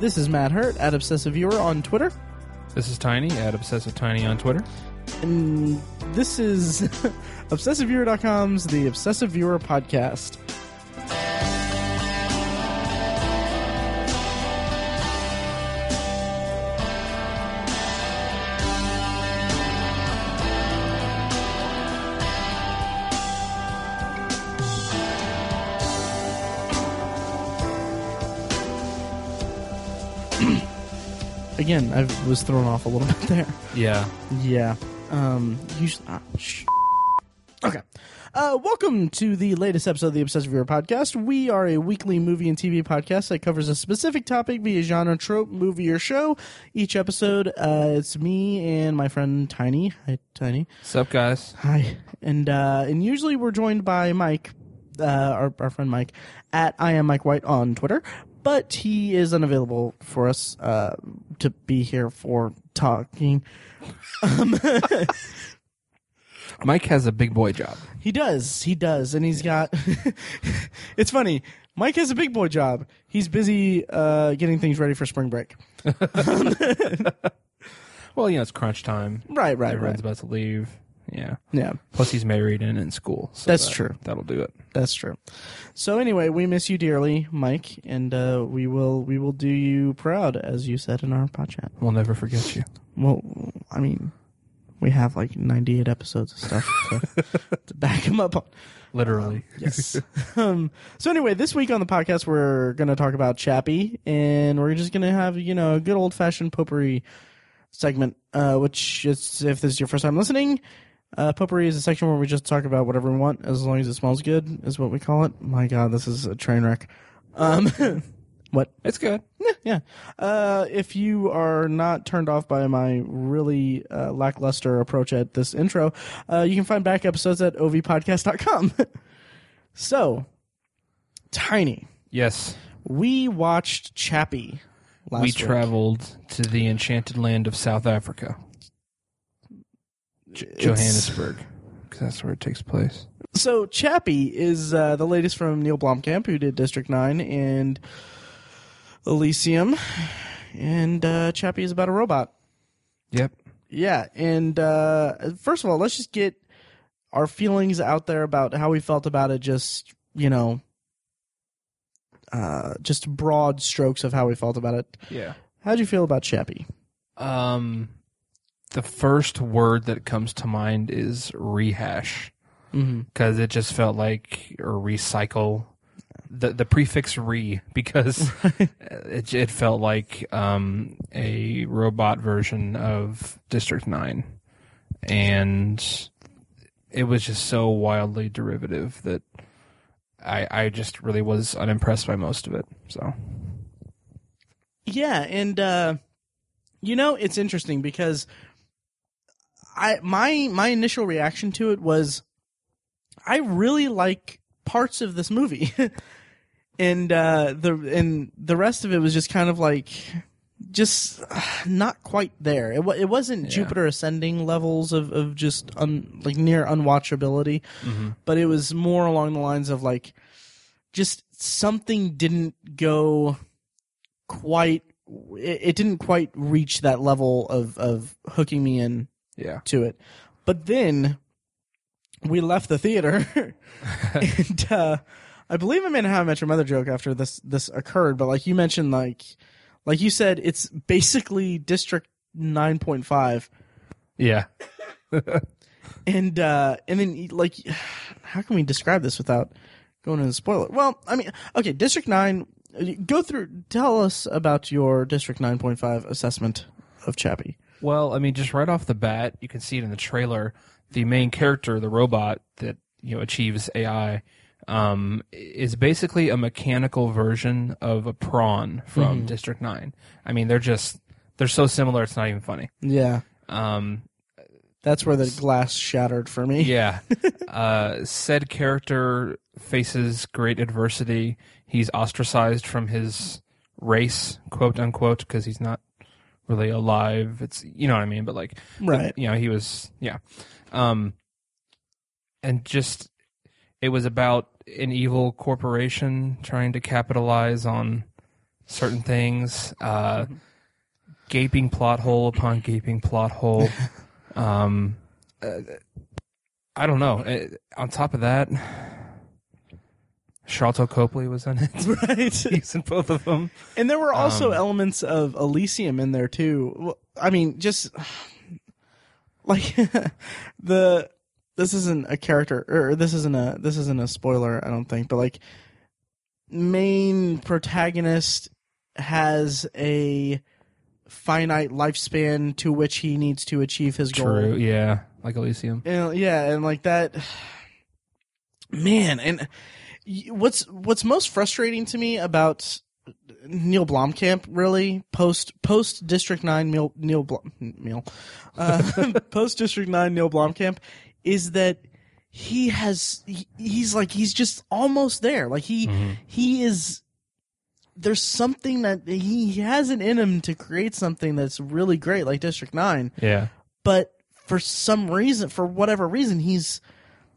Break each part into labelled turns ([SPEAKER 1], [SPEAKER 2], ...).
[SPEAKER 1] This is Matt Hurt at Obsessive Viewer on Twitter.
[SPEAKER 2] This is Tiny at Obsessive Tiny on Twitter.
[SPEAKER 1] And this is ObsessiveViewer.com's The Obsessive Viewer Podcast. Again, I was thrown off a little bit there.
[SPEAKER 2] Yeah.
[SPEAKER 1] Yeah. Um. Usually. Ah, sh- okay. Uh, welcome to the latest episode of the Obsessive Viewer Podcast. We are a weekly movie and TV podcast that covers a specific topic via genre, trope, movie, or show. Each episode, uh, it's me and my friend Tiny. Hi, Tiny.
[SPEAKER 2] Sup, guys?
[SPEAKER 1] Hi. And uh, and usually we're joined by Mike, uh, our our friend Mike, at I am Mike White on Twitter. But he is unavailable for us uh, to be here for talking.
[SPEAKER 2] Mike has a big boy job.
[SPEAKER 1] He does. He does, and he's got. it's funny. Mike has a big boy job. He's busy uh, getting things ready for spring break.
[SPEAKER 2] Well, you know, it's crunch time.
[SPEAKER 1] Right, right,
[SPEAKER 2] Everyone's
[SPEAKER 1] right.
[SPEAKER 2] about to leave. Yeah.
[SPEAKER 1] Yeah,
[SPEAKER 2] Plus, he's married and in school. So
[SPEAKER 1] That's
[SPEAKER 2] that-
[SPEAKER 1] true.
[SPEAKER 2] That'll do it.
[SPEAKER 1] that's true. So anyway, we miss you dearly, Mike, and uh, we will we will do you proud, as you said in our pod chat.
[SPEAKER 2] We'll never forget you.
[SPEAKER 1] Well, I mean, we have like ninety eight episodes of stuff to, to back him up on.
[SPEAKER 2] Literally.
[SPEAKER 1] Yes. um, so anyway, this week on the podcast, we're going to talk about Chappie, and we're just going to have you know a good old fashioned potpourri segment. Uh, which is if this is your first time listening, uh, potpourri is a section where we just talk about whatever we want, as long as it smells good, is what we call it. My God, this is a train wreck. Um, what?
[SPEAKER 2] It's good.
[SPEAKER 1] Yeah. Uh, if you are not turned off by my really uh, lackluster approach at this intro, uh, you can find back episodes at ovpodcast.com. so, Tiny,
[SPEAKER 2] Yes.
[SPEAKER 1] we watched Chappie last
[SPEAKER 2] we
[SPEAKER 1] week.
[SPEAKER 2] traveled to the enchanted land of South Africa, J- Johannesburg, because that's where it takes place.
[SPEAKER 1] So, Chappie is uh, the latest from Neil Blomkamp, who did District 9 and Elysium. And uh, Chappie is about a robot.
[SPEAKER 2] Yep.
[SPEAKER 1] Yeah, and uh, first of all, let's just get our feelings out there about how we felt about it. Just you know, uh, just broad strokes of how we felt about it.
[SPEAKER 2] Yeah.
[SPEAKER 1] How'd you feel about Chappie?
[SPEAKER 2] Um, the first word that comes to mind is rehash.
[SPEAKER 1] Mm-hmm.
[SPEAKER 2] because it just felt like or recycle the the prefix re because it it felt like um, a robot version of District Nine, and it was just so wildly derivative that I I just really was unimpressed by most of it. So
[SPEAKER 1] Yeah, and uh, you know, it's interesting because I my my initial reaction to it was I really like parts of this movie. and uh the and the rest of it was just kind of like just uh, not quite there. It wa it wasn't
[SPEAKER 2] Yeah.
[SPEAKER 1] Jupiter ascending levels of of just un, like near unwatchability, but it was more along the lines of like just something didn't go quite it, it didn't quite reach that level of of hooking me in
[SPEAKER 2] yeah,
[SPEAKER 1] to it. But then we left the theater, and uh, I believe I made a How I Met Your Mother joke after this this occurred. But like you mentioned, like like you said, it's basically District nine point five,
[SPEAKER 2] yeah,
[SPEAKER 1] and uh, and then like how can we describe this without going into the spoiler? Well, I mean, okay, District nine. Go through. Tell us about your District nine point five assessment of Chappie.
[SPEAKER 2] Well, I mean, just right off the bat, you can see it in the trailer. The main character, the robot that you know achieves AI, um, is basically a mechanical version of a prawn from District Nine. I mean, they're just they're so similar; it's not even funny.
[SPEAKER 1] Yeah,
[SPEAKER 2] Um,
[SPEAKER 1] that's where the glass shattered for me.
[SPEAKER 2] yeah. uh, said character faces great adversity. He's ostracized from his race, quote unquote, because he's not really alive. It's you know what I mean, but like
[SPEAKER 1] Right.
[SPEAKER 2] you know he was yeah um and just it was about an evil corporation trying to capitalize on certain things, uh, gaping plot hole upon gaping plot hole. Um, uh, I don't know. Uh, on top of that, Charlton Copley was in it.
[SPEAKER 1] right?
[SPEAKER 2] He's in both of them.
[SPEAKER 1] And there were also
[SPEAKER 2] Um,
[SPEAKER 1] elements of Elysium in there too. Well, I mean, just like the this isn't a character or this isn't a this isn't a spoiler, I don't think, but like main protagonist has a finite lifespan to which he needs to achieve his goal.
[SPEAKER 2] True. Yeah. Like Elysium.
[SPEAKER 1] And, yeah, and like that, man. And y- what's what's most frustrating to me about Neil Blomkamp, really post post District Nine Neil Neil Blom, Neil uh, post District Nine Neil Blomkamp, is that he has he, he's like he's just almost there. Like he
[SPEAKER 2] Mhm.
[SPEAKER 1] he is there's something that he he has it in him to create something that's really great like district 9
[SPEAKER 2] Yeah.
[SPEAKER 1] but for some reason for whatever reason he's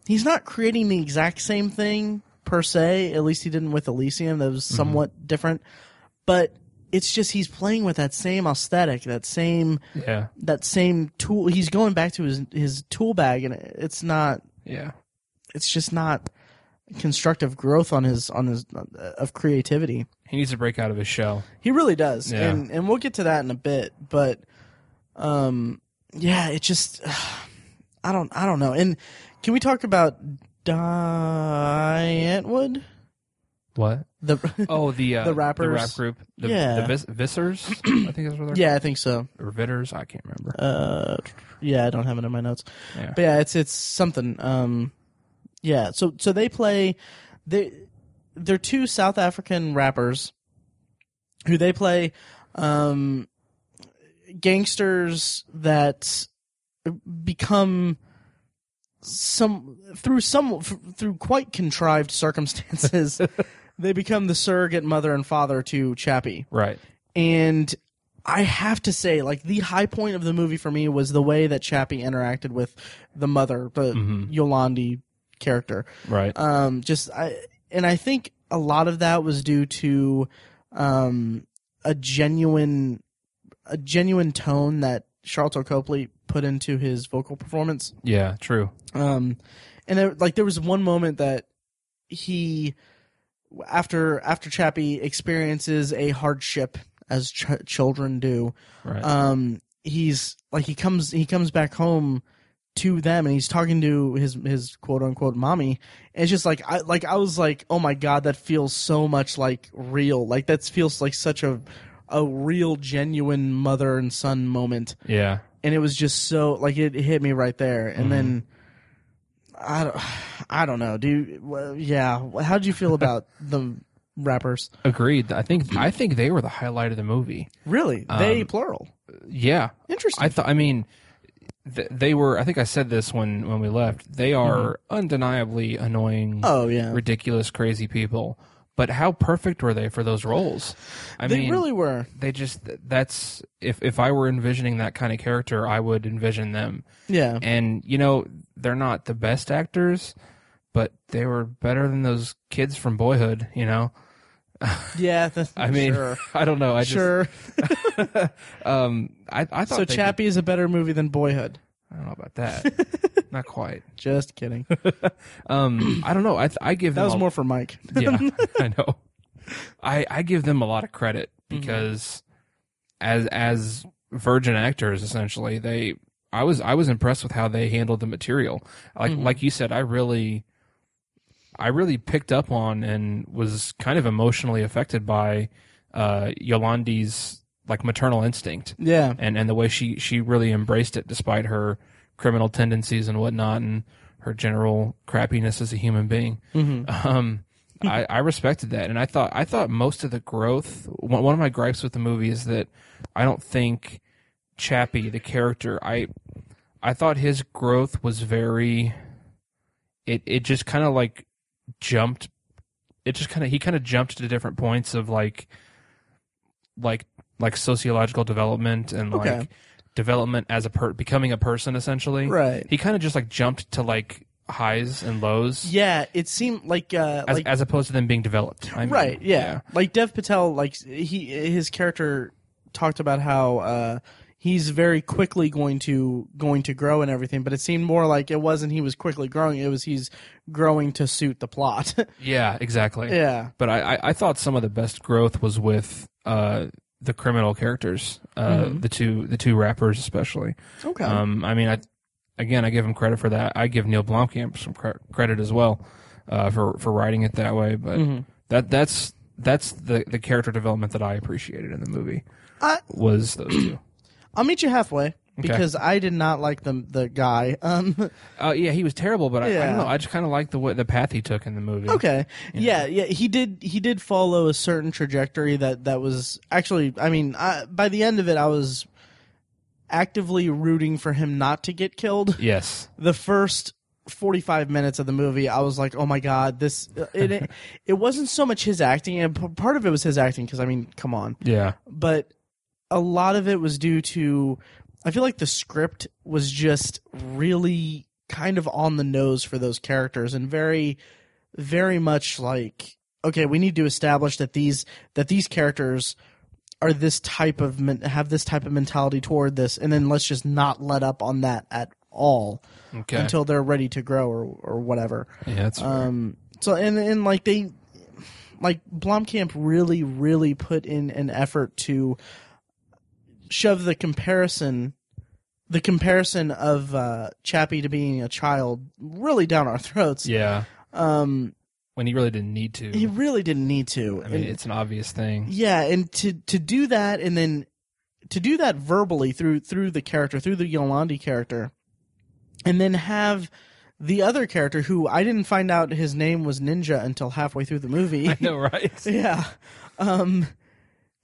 [SPEAKER 1] he's not creating the exact same thing per se at least he didn't with elysium that was somewhat different but it's just he's playing with that same aesthetic that same
[SPEAKER 2] Yeah.
[SPEAKER 1] that same tool he's going back to his his tool bag and it's not
[SPEAKER 2] Yeah.
[SPEAKER 1] it's just not constructive growth on his on his of creativity
[SPEAKER 2] He needs to break out of his shell.
[SPEAKER 1] he really does,
[SPEAKER 2] Yeah.
[SPEAKER 1] and and we'll get to that in a bit. But, um, yeah, it just I don't I don't know. And can we talk about Dietwood?
[SPEAKER 2] What?
[SPEAKER 1] The
[SPEAKER 2] Oh, the uh,
[SPEAKER 1] The rappers.
[SPEAKER 2] the rap group, the,
[SPEAKER 1] Yeah.
[SPEAKER 2] the vis- Vissers, I think is what they're
[SPEAKER 1] yeah, I think so.
[SPEAKER 2] called, or Vitters, I can't remember.
[SPEAKER 1] Uh, yeah, I don't have it in my notes.
[SPEAKER 2] Yeah.
[SPEAKER 1] But yeah, it's it's something. Um, yeah. So so they play they they're two South African rappers who they play um, gangsters that become some through some through quite contrived circumstances they become the surrogate mother and father to Chappie
[SPEAKER 2] Right.
[SPEAKER 1] and I have to say, like the high point of the movie for me was the way that Chappie interacted with the mother, the
[SPEAKER 2] Mhm.
[SPEAKER 1] Yolandi character.
[SPEAKER 2] Right.
[SPEAKER 1] Um, just I, and I think a lot of that was due to um, a genuine, a genuine tone that Charlton Copley put into his vocal performance.
[SPEAKER 2] yeah. True.
[SPEAKER 1] Um, and there, like there was one moment that he, after after Chappie experiences a hardship as ch- children do,
[SPEAKER 2] Right.
[SPEAKER 1] um, he's like he comes he comes back home to them and he's talking to his his quote unquote mommy. And it's just like I like I was like oh my god that feels so much like real like that feels like such a a real genuine mother and son moment
[SPEAKER 2] yeah.
[SPEAKER 1] and it was just so like it hit me right there and
[SPEAKER 2] Mhm.
[SPEAKER 1] then i don't i don't know dude well, yeah how did you feel about the rappers
[SPEAKER 2] Agreed. I think I think they were the highlight of the movie.
[SPEAKER 1] really they
[SPEAKER 2] Um,
[SPEAKER 1] plural
[SPEAKER 2] Yeah.
[SPEAKER 1] interesting
[SPEAKER 2] I thought. I mean, th- they were. I think I said this when when we left. They are undeniably annoying,
[SPEAKER 1] Mm-hmm. oh yeah
[SPEAKER 2] ridiculous, crazy people. But how perfect were they for those roles? I
[SPEAKER 1] they
[SPEAKER 2] mean,
[SPEAKER 1] really were
[SPEAKER 2] they just that's if if I were envisioning that kind of character, I would envision them.
[SPEAKER 1] yeah
[SPEAKER 2] And you know, they're not the best actors, but they were better than those kids from Boyhood. You know,
[SPEAKER 1] yeah that's,
[SPEAKER 2] I mean,
[SPEAKER 1] sure,
[SPEAKER 2] I don't know. I just,
[SPEAKER 1] sure.
[SPEAKER 2] um, I I thought
[SPEAKER 1] so
[SPEAKER 2] they
[SPEAKER 1] chappie is a better movie than boyhood
[SPEAKER 2] did- I don't know about that. not quite.
[SPEAKER 1] just kidding
[SPEAKER 2] Um, I don't know. I th- I give
[SPEAKER 1] that
[SPEAKER 2] them
[SPEAKER 1] was
[SPEAKER 2] a-
[SPEAKER 1] more for mike
[SPEAKER 2] yeah, I know. I I give them a lot of credit because as as virgin actors essentially, they I was I was impressed with how they handled the material. Like
[SPEAKER 1] Mhm.
[SPEAKER 2] like you said, I really I really picked up on and was kind of emotionally affected by uh Yolandi's like maternal instinct
[SPEAKER 1] yeah
[SPEAKER 2] and and the way she she really embraced it despite her criminal tendencies and whatnot and her general crappiness as a human being
[SPEAKER 1] hmm
[SPEAKER 2] um, I, I respected that, and I thought I thought most of the growth. One, one of my gripes with the movie is that I don't think Chappie, the character, I I thought his growth was very. It it just kind of like jumped. It just kind of he kind of jumped to different points of like, like like sociological development and
[SPEAKER 1] Okay.
[SPEAKER 2] like development as a per becoming a person essentially
[SPEAKER 1] right
[SPEAKER 2] he kind of just like jumped to like highs and lows
[SPEAKER 1] Yeah, it seemed like uh,
[SPEAKER 2] as,
[SPEAKER 1] like
[SPEAKER 2] as opposed to them being developed. I mean,
[SPEAKER 1] right yeah. like dev patel like he his character talked about how uh he's very quickly going to going to grow and everything but it seemed more like it wasn't he was quickly growing it was he's growing to suit the plot
[SPEAKER 2] Yeah, exactly.
[SPEAKER 1] yeah
[SPEAKER 2] But I, I, I thought some of the best growth was with uh, the criminal characters, uh,
[SPEAKER 1] Mhm.
[SPEAKER 2] the two the two rappers especially.
[SPEAKER 1] okay
[SPEAKER 2] Um, I mean, I again, I give him credit for that. I give Neil Blomkamp some cre- credit as well uh, for for writing it that way. But
[SPEAKER 1] Mhm.
[SPEAKER 2] that that's that's the the character development that I appreciated in the movie
[SPEAKER 1] I-
[SPEAKER 2] was those two.
[SPEAKER 1] i'll meet you halfway because i did not like the the guy um
[SPEAKER 2] Uh, yeah, he was terrible, but I, I
[SPEAKER 1] Yeah.
[SPEAKER 2] don't know. I just kind of like the way, the path he took in the movie.
[SPEAKER 1] Okay. Yeah. yeah, He did. He did follow a certain trajectory that that was actually. I mean, I, by the end of it, I was actively rooting for him not to get killed.
[SPEAKER 2] Yes.
[SPEAKER 1] The first. 45 minutes of the movie I was like oh my god this it it, it wasn't so much his acting and p- part of it was his acting cuz I mean come on
[SPEAKER 2] Yeah.
[SPEAKER 1] but a lot of it was due to I feel like the script was just really kind of on the nose for those characters and very very much like okay we need to establish that these that these characters are this type of men- have this type of mentality toward this and then let's just not let up on that at all
[SPEAKER 2] Okay.
[SPEAKER 1] until they're ready to grow or or whatever
[SPEAKER 2] yeah, that's fair.
[SPEAKER 1] um, so and and like they, like Blomkamp really really put in an effort to shove the comparison, the comparison of uh, Chappie to being a child really down our throats.
[SPEAKER 2] yeah.
[SPEAKER 1] Um,
[SPEAKER 2] When he really didn't need to.
[SPEAKER 1] he really didn't need to.
[SPEAKER 2] I mean,
[SPEAKER 1] And-
[SPEAKER 2] it's an obvious thing.
[SPEAKER 1] yeah, and to to do that and then to do that verbally through through the character, through the Yolandi character, and then have the other character who I didn't find out his name was Ninja until halfway through the movie.
[SPEAKER 2] I know, right?
[SPEAKER 1] yeah. Um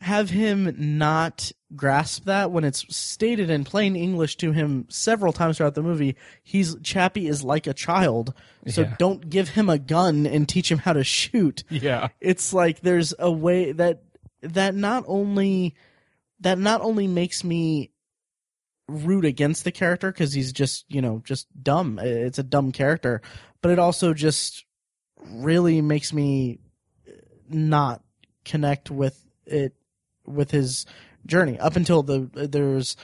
[SPEAKER 1] have him not grasp that when it's stated in plain English to him several times throughout the movie. He's Chappie is like a child, so
[SPEAKER 2] Yeah.
[SPEAKER 1] don't give him a gun and teach him how to shoot
[SPEAKER 2] Yeah.
[SPEAKER 1] it's like there's a way that that not only that not only makes me root against the character because he's just you know just dumb it's a dumb character but it also just really makes me not connect with it with his journey up until the there's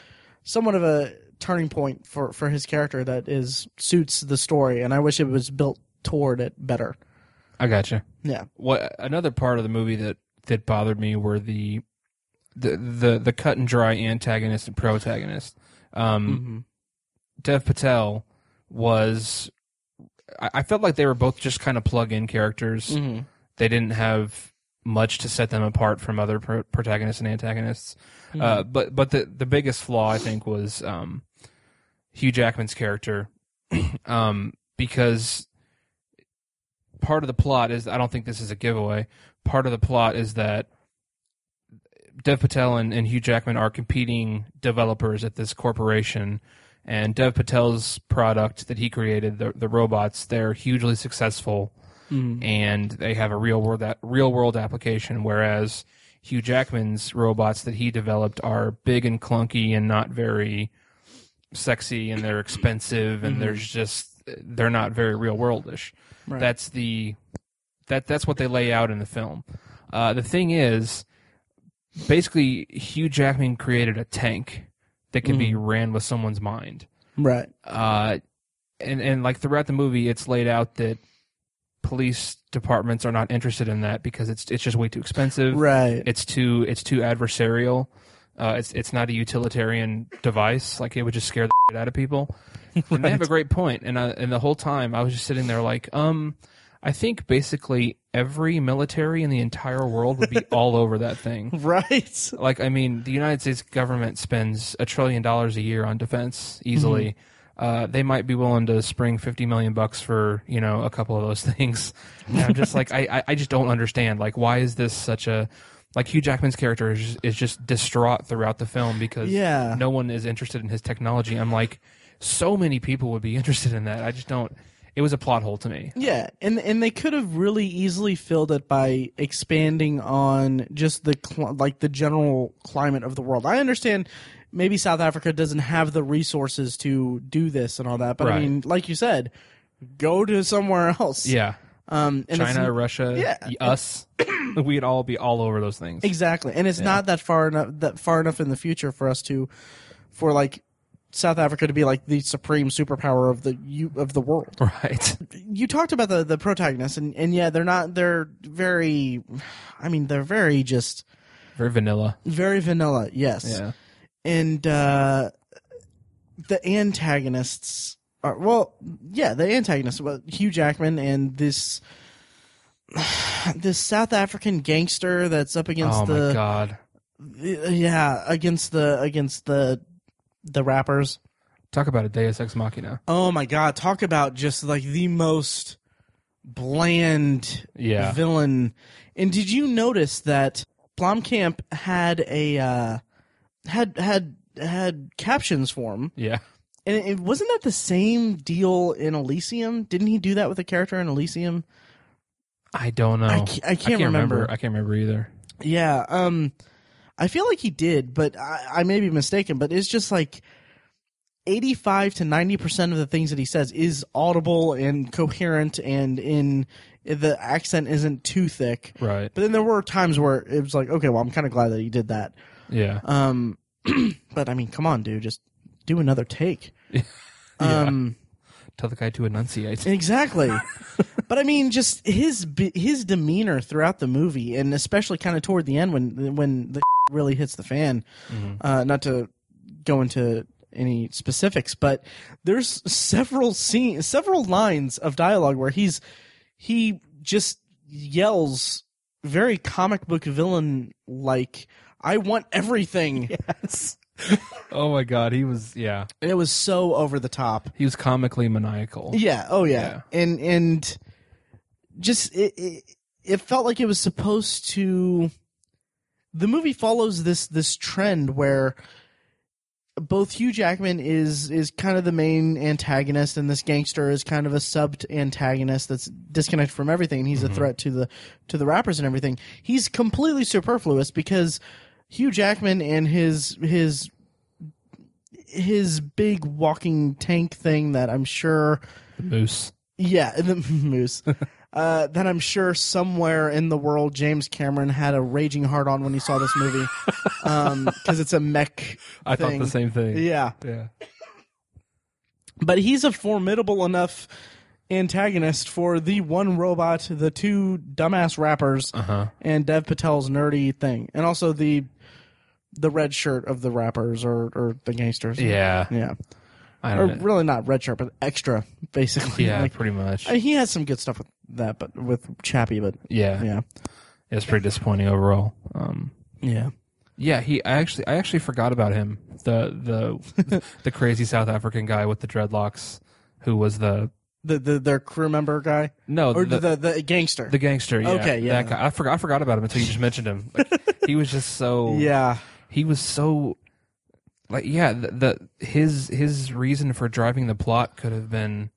[SPEAKER 1] somewhat of a turning point for for his character that is suits the story and i wish it was built toward it better
[SPEAKER 2] I gotcha.
[SPEAKER 1] Yeah.
[SPEAKER 2] What another part of the movie that that bothered me were the the the, the cut and dry antagonist and protagonist. Um,
[SPEAKER 1] Mm-hmm.
[SPEAKER 2] Dev Patel was. I, I felt like they were both just kind of plug-in characters.
[SPEAKER 1] mm-hmm.
[SPEAKER 2] They didn't have much to set them apart from other pro- protagonists and antagonists. Uh, but but the the biggest flaw I think was um, Hugh Jackman's character, um, because part of the plot is I don't think this is a giveaway. Part of the plot is that Dev Patel and, and Hugh Jackman are competing developers at this corporation, and Dev Patel's product that he created, the the robots, they're hugely successful Mm-hmm.
[SPEAKER 1] Mm-hmm.
[SPEAKER 2] and they have a real world that real world application. Whereas Hugh Jackman's robots that he developed are big and clunky and not very sexy, and they're expensive, and
[SPEAKER 1] Mhm.
[SPEAKER 2] there's just they're not very real worldish.
[SPEAKER 1] Right.
[SPEAKER 2] That's the that that's what they lay out in the film. Uh, the thing is, basically, Hugh Jackman created a tank that can be ran with someone's mind
[SPEAKER 1] Right.
[SPEAKER 2] uh, and and like throughout the movie, it's laid out that police departments are not interested in that because it's it's just way too expensive.
[SPEAKER 1] Right.
[SPEAKER 2] It's too it's too adversarial. Uh, it's it's not a utilitarian device. Like it would just scare the shit out of people. And they have a great point. And I, and the whole time I was just sitting there like, um, I think basically every military in the entire world would be all over that thing.
[SPEAKER 1] right.
[SPEAKER 2] Like, I mean, the United States government spends a trillion dollars a year on defense
[SPEAKER 1] Mm-hmm.
[SPEAKER 2] easily. Uh, they might be willing to spring fifty million bucks for you know a couple of those things. And I'm just like, I, I, I just don't understand. Like, why is this such a like Hugh Jackman's character is, is just distraught throughout the film because
[SPEAKER 1] Yeah.
[SPEAKER 2] no one is interested in his technology. I'm like, so many people would be interested in that. I just don't. It was a plot hole to me.
[SPEAKER 1] Yeah, and and they could have really easily filled it by expanding on just the cl- like the general climate of the world. I understand maybe South Africa doesn't have the resources to do this and all that, but I
[SPEAKER 2] Right.
[SPEAKER 1] mean, like you said, go to somewhere else.
[SPEAKER 2] Yeah.
[SPEAKER 1] Um, and it's-
[SPEAKER 2] China, Russia,
[SPEAKER 1] Yeah.
[SPEAKER 2] y- us. We'd all be all over those things.
[SPEAKER 1] Exactly, and it's not that far enough that far enough in the future for us to, for like South Africa to be like the supreme superpower of the you of the world.
[SPEAKER 2] Right.
[SPEAKER 1] You talked about the the protagonists, and and yeah, they're not. They're very, I mean, they're very just
[SPEAKER 2] Very vanilla.
[SPEAKER 1] very vanilla. Yes,
[SPEAKER 2] Yeah.
[SPEAKER 1] and uh the antagonists are well, yeah, the antagonists. Well, Hugh Jackman and this. This South African gangster that's up against
[SPEAKER 2] Oh
[SPEAKER 1] the
[SPEAKER 2] my god.
[SPEAKER 1] yeah against the against the the rappers
[SPEAKER 2] Talk about a Deus Ex Machina.
[SPEAKER 1] oh my god talk about just like the most bland
[SPEAKER 2] Yeah.
[SPEAKER 1] villain and did you notice that blomkamp had a uh had had had captions for him
[SPEAKER 2] Yeah.
[SPEAKER 1] and it, it- wasn't that the same deal in elysium didn't he do that with a character in elysium
[SPEAKER 2] I don't know.
[SPEAKER 1] I, ca- I can't, remember.
[SPEAKER 2] I can't remember either.
[SPEAKER 1] Yeah, um I feel like he did, but I, I may be mistaken, but it's just like 85 to 90% of the things that he says is audible and coherent and in the accent isn't too thick.
[SPEAKER 2] Right.
[SPEAKER 1] But then there were times where it was like, okay, well, I'm kind of glad that he did that.
[SPEAKER 2] Yeah.
[SPEAKER 1] Um but I mean, come on, dude, just do another take.
[SPEAKER 2] Yeah.
[SPEAKER 1] Um
[SPEAKER 2] Tell the guy to enunciate.
[SPEAKER 1] Exactly. but I mean, just his be- his demeanor throughout the movie, and especially kind of toward the end when when the really hits the fan.
[SPEAKER 2] Mhm.
[SPEAKER 1] Uh, not to go into any specifics, but there's several scenes, several lines of dialogue where he's he just yells very comic book villain like. I want everything.
[SPEAKER 2] Yes. oh my god, he was yeah.
[SPEAKER 1] And it was so over the top.
[SPEAKER 2] He was comically maniacal.
[SPEAKER 1] Yeah. Oh yeah. And and just it, it it felt like it was supposed to. The movie follows this this trend where both Hugh Jackman is is kind of the main antagonist, and this gangster is kind of a sub antagonist that's disconnected from everything. And he's a
[SPEAKER 2] Mhm.
[SPEAKER 1] threat to the to the rappers and everything. He's completely superfluous because Hugh Jackman and his his his big walking tank thing that I'm sure,
[SPEAKER 2] The moose.
[SPEAKER 1] yeah, the moose. Uh, that I'm sure somewhere in the world, James Cameron had a raging heart on when he saw this movie, because it's a mech.
[SPEAKER 2] I
[SPEAKER 1] Thing.
[SPEAKER 2] thought the same thing.
[SPEAKER 1] Yeah,
[SPEAKER 2] Yeah.
[SPEAKER 1] but he's a formidable enough antagonist for the one robot, the two dumbass rappers,
[SPEAKER 2] Uh huh.
[SPEAKER 1] and Dev Patel's nerdy thing, and also the the red shirt of the rappers or or the gangsters.
[SPEAKER 2] Yeah.
[SPEAKER 1] yeah,
[SPEAKER 2] I
[SPEAKER 1] or
[SPEAKER 2] don't know.
[SPEAKER 1] really not red shirt, but extra basically.
[SPEAKER 2] Yeah,
[SPEAKER 1] Like,
[SPEAKER 2] pretty much.
[SPEAKER 1] I mean, he has some good stuff with that, but with Chappie, but
[SPEAKER 2] yeah.
[SPEAKER 1] yeah,
[SPEAKER 2] It's pretty disappointing overall. Um
[SPEAKER 1] yeah.
[SPEAKER 2] yeah, he I actually I actually forgot about him. The the the crazy South African guy with the dreadlocks who was the
[SPEAKER 1] The the their crew member guy
[SPEAKER 2] no
[SPEAKER 1] or
[SPEAKER 2] the,
[SPEAKER 1] the the, gangster.
[SPEAKER 2] the gangster. Yeah,
[SPEAKER 1] Okay, yeah.
[SPEAKER 2] That guy. I forgot I forgot about him until you just mentioned him. Like, he was just so
[SPEAKER 1] yeah,
[SPEAKER 2] he was so like yeah the, the his his reason for driving the plot could have been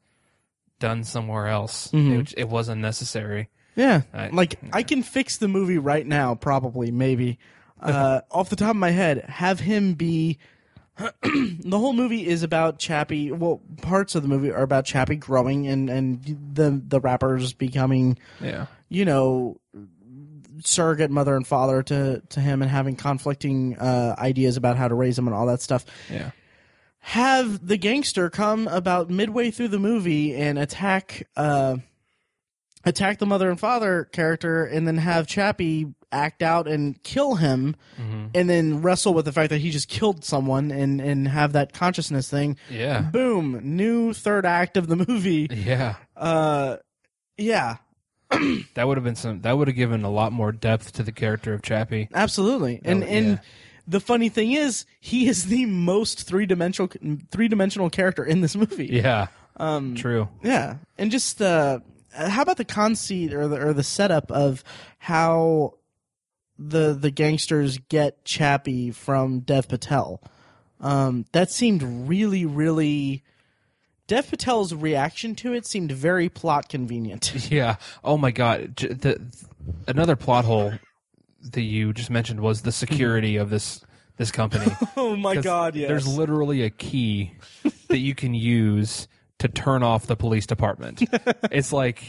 [SPEAKER 2] done somewhere else
[SPEAKER 1] Mhm.
[SPEAKER 2] it, it wasn't necessary
[SPEAKER 1] yeah.
[SPEAKER 2] I-
[SPEAKER 1] like I can fix the movie right now, probably, maybe. Uh, off the top of my head, have him be. the whole movie is about Chappie. Well, parts of the movie are about Chappie growing and and the the rappers becoming
[SPEAKER 2] yeah
[SPEAKER 1] you know surrogate mother and father to to him and having conflicting uh, ideas about how to raise him and all that stuff
[SPEAKER 2] yeah
[SPEAKER 1] have the gangster come about midway through the movie and attack uh attack the mother and father character and then have chappie act out and kill him
[SPEAKER 2] hmm
[SPEAKER 1] and then wrestle with the fact that he just killed someone and and have that consciousness thing
[SPEAKER 2] yeah
[SPEAKER 1] boom new third act of the movie
[SPEAKER 2] yeah
[SPEAKER 1] uh yeah
[SPEAKER 2] that would have been some that would have given a lot more depth to the character of chappie
[SPEAKER 1] Absolutely. And
[SPEAKER 2] Oh,
[SPEAKER 1] and
[SPEAKER 2] yeah.
[SPEAKER 1] the funny thing is, he is the most three dimensional three dimensional character in this movie.
[SPEAKER 2] yeah
[SPEAKER 1] Um.
[SPEAKER 2] true
[SPEAKER 1] Yeah. And just the uh, how about the conceit or the or the setup of how the the gangsters get Chappie from Dev Patel. Um, that seemed really, really. Dev Patel's reaction to it seemed very plot convenient.
[SPEAKER 2] yeah oh my god J- the, another plot hole that you just mentioned was the security of this this company
[SPEAKER 1] Oh my
[SPEAKER 2] 'Cause There's literally a key that you can use to turn off the police department. it's like,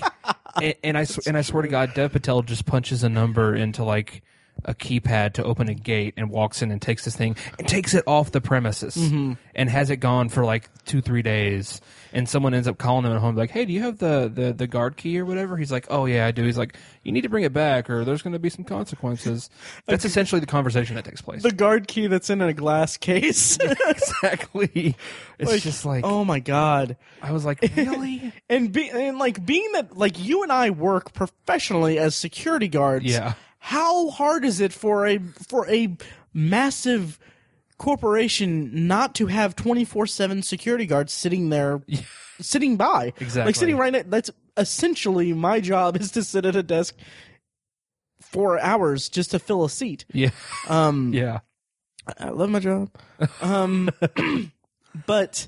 [SPEAKER 2] and, and I sw- and I swear to God, Dev Patel just punches a number into like a keypad to open a gate and walks in and takes this thing and takes it off the premises
[SPEAKER 1] Mm-hmm.
[SPEAKER 2] and has it gone for like two three days and someone ends up calling him at home like hey do you have the, the the guard key or whatever he's like oh yeah i do he's like you need to bring it back or there's going to be some consequences that's essentially the conversation that takes place
[SPEAKER 1] The guard key that's in a glass case.
[SPEAKER 2] exactly it's
[SPEAKER 1] Like,
[SPEAKER 2] just like
[SPEAKER 1] oh my god.
[SPEAKER 2] i was like really
[SPEAKER 1] and be and like being that like you and I work professionally as security guards.
[SPEAKER 2] Yeah.
[SPEAKER 1] How hard is it for a for a massive corporation not to have twenty four seven security guards sitting there, sitting by
[SPEAKER 2] Exactly.
[SPEAKER 1] like sitting right at that's essentially my job is to sit at a desk four hours just to fill a seat.
[SPEAKER 2] yeah
[SPEAKER 1] Um.
[SPEAKER 2] yeah
[SPEAKER 1] I love my job. Um, but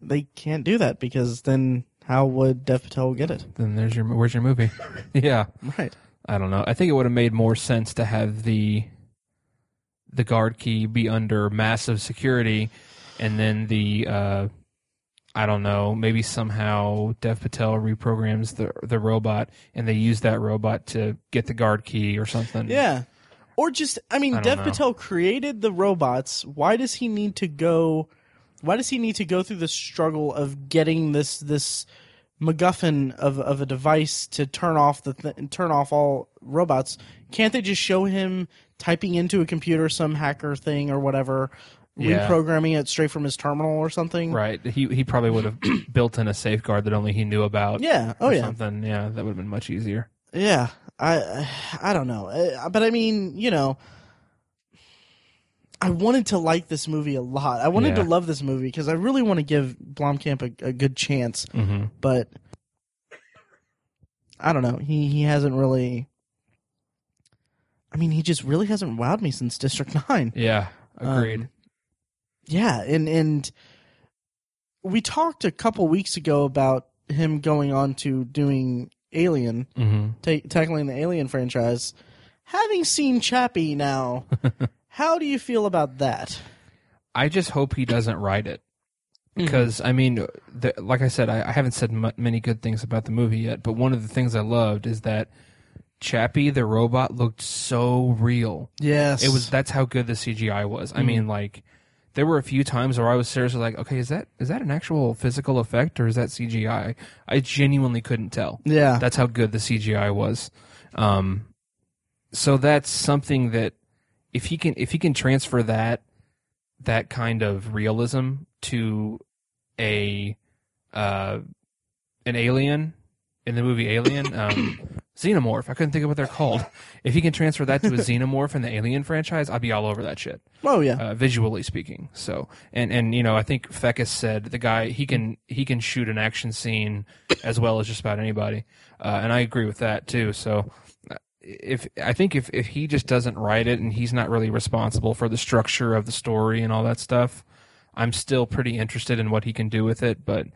[SPEAKER 1] they can't do that because then how would Dev Patel get it?
[SPEAKER 2] then there's your where's your movie yeah
[SPEAKER 1] Right.
[SPEAKER 2] I don't know. I think it would have made more sense to have the the guard key be under massive security, and then the uh, I don't know. Maybe somehow Dev Patel reprograms the the robot, and they use that robot to get the guard key or something.
[SPEAKER 1] Yeah. Or just, I mean,
[SPEAKER 2] I
[SPEAKER 1] Dev
[SPEAKER 2] don't know.
[SPEAKER 1] Patel created the robots. Why does he need to go? Why does he need to go through the struggle of getting this this MacGuffin of of a device to turn off the th- turn off all robots? Can't they just show him typing into a computer some hacker thing or whatever,
[SPEAKER 2] Yeah.
[SPEAKER 1] reprogramming it straight from his terminal or something?
[SPEAKER 2] Right. He he probably would have built in a safeguard that only he knew about.
[SPEAKER 1] Yeah. Oh
[SPEAKER 2] or
[SPEAKER 1] yeah.
[SPEAKER 2] Something. Yeah. That would have been much easier.
[SPEAKER 1] Yeah, I I don't know, Uh, but I mean, you know, I wanted to like this movie a lot. I wanted
[SPEAKER 2] Yeah.
[SPEAKER 1] to love this movie because I really want to give Blomkamp a, a good chance,
[SPEAKER 2] Mm-hmm.
[SPEAKER 1] but I don't know. He he hasn't really. I mean, he just really hasn't wowed me since District Nine.
[SPEAKER 2] Yeah. Agreed.
[SPEAKER 1] Um, yeah, and and we talked a couple weeks ago about him going on to doing Alien
[SPEAKER 2] mm-hmm.
[SPEAKER 1] ta- tackling the Alien franchise. Having seen Chappie now, how do you feel about that?
[SPEAKER 2] I just hope he doesn't write it.
[SPEAKER 1] Mm-hmm.
[SPEAKER 2] Because, I mean, the, like I said, I, I haven't said m- many good things about the movie yet, but one of the things I loved is that Chappie the robot looked so real.
[SPEAKER 1] Yes, Mm-hmm.
[SPEAKER 2] It was that's how good the CGI was. I mean, like there were a few times where I was seriously like, okay, is that is that an actual physical effect or is that CGI? I genuinely couldn't tell.
[SPEAKER 1] yeah,
[SPEAKER 2] That's how good the CGI was. Um, so that's something that if he can if he can transfer that that kind of realism to a uh, an alien in the movie Alien um, Xenomorph. I couldn't think of what they're called. If he can transfer that to a Xenomorph in the Alien franchise, I'd be all over that shit
[SPEAKER 1] oh yeah,
[SPEAKER 2] uh, visually speaking. So, and and you know, I think Fecus said the guy he can he can shoot an action scene as well as just about anybody, uh, and I agree with that too. So, uh, if I think if if he just doesn't write it and he's not really responsible for the structure of the story and all that stuff, I'm still pretty interested in what he can do with it, but.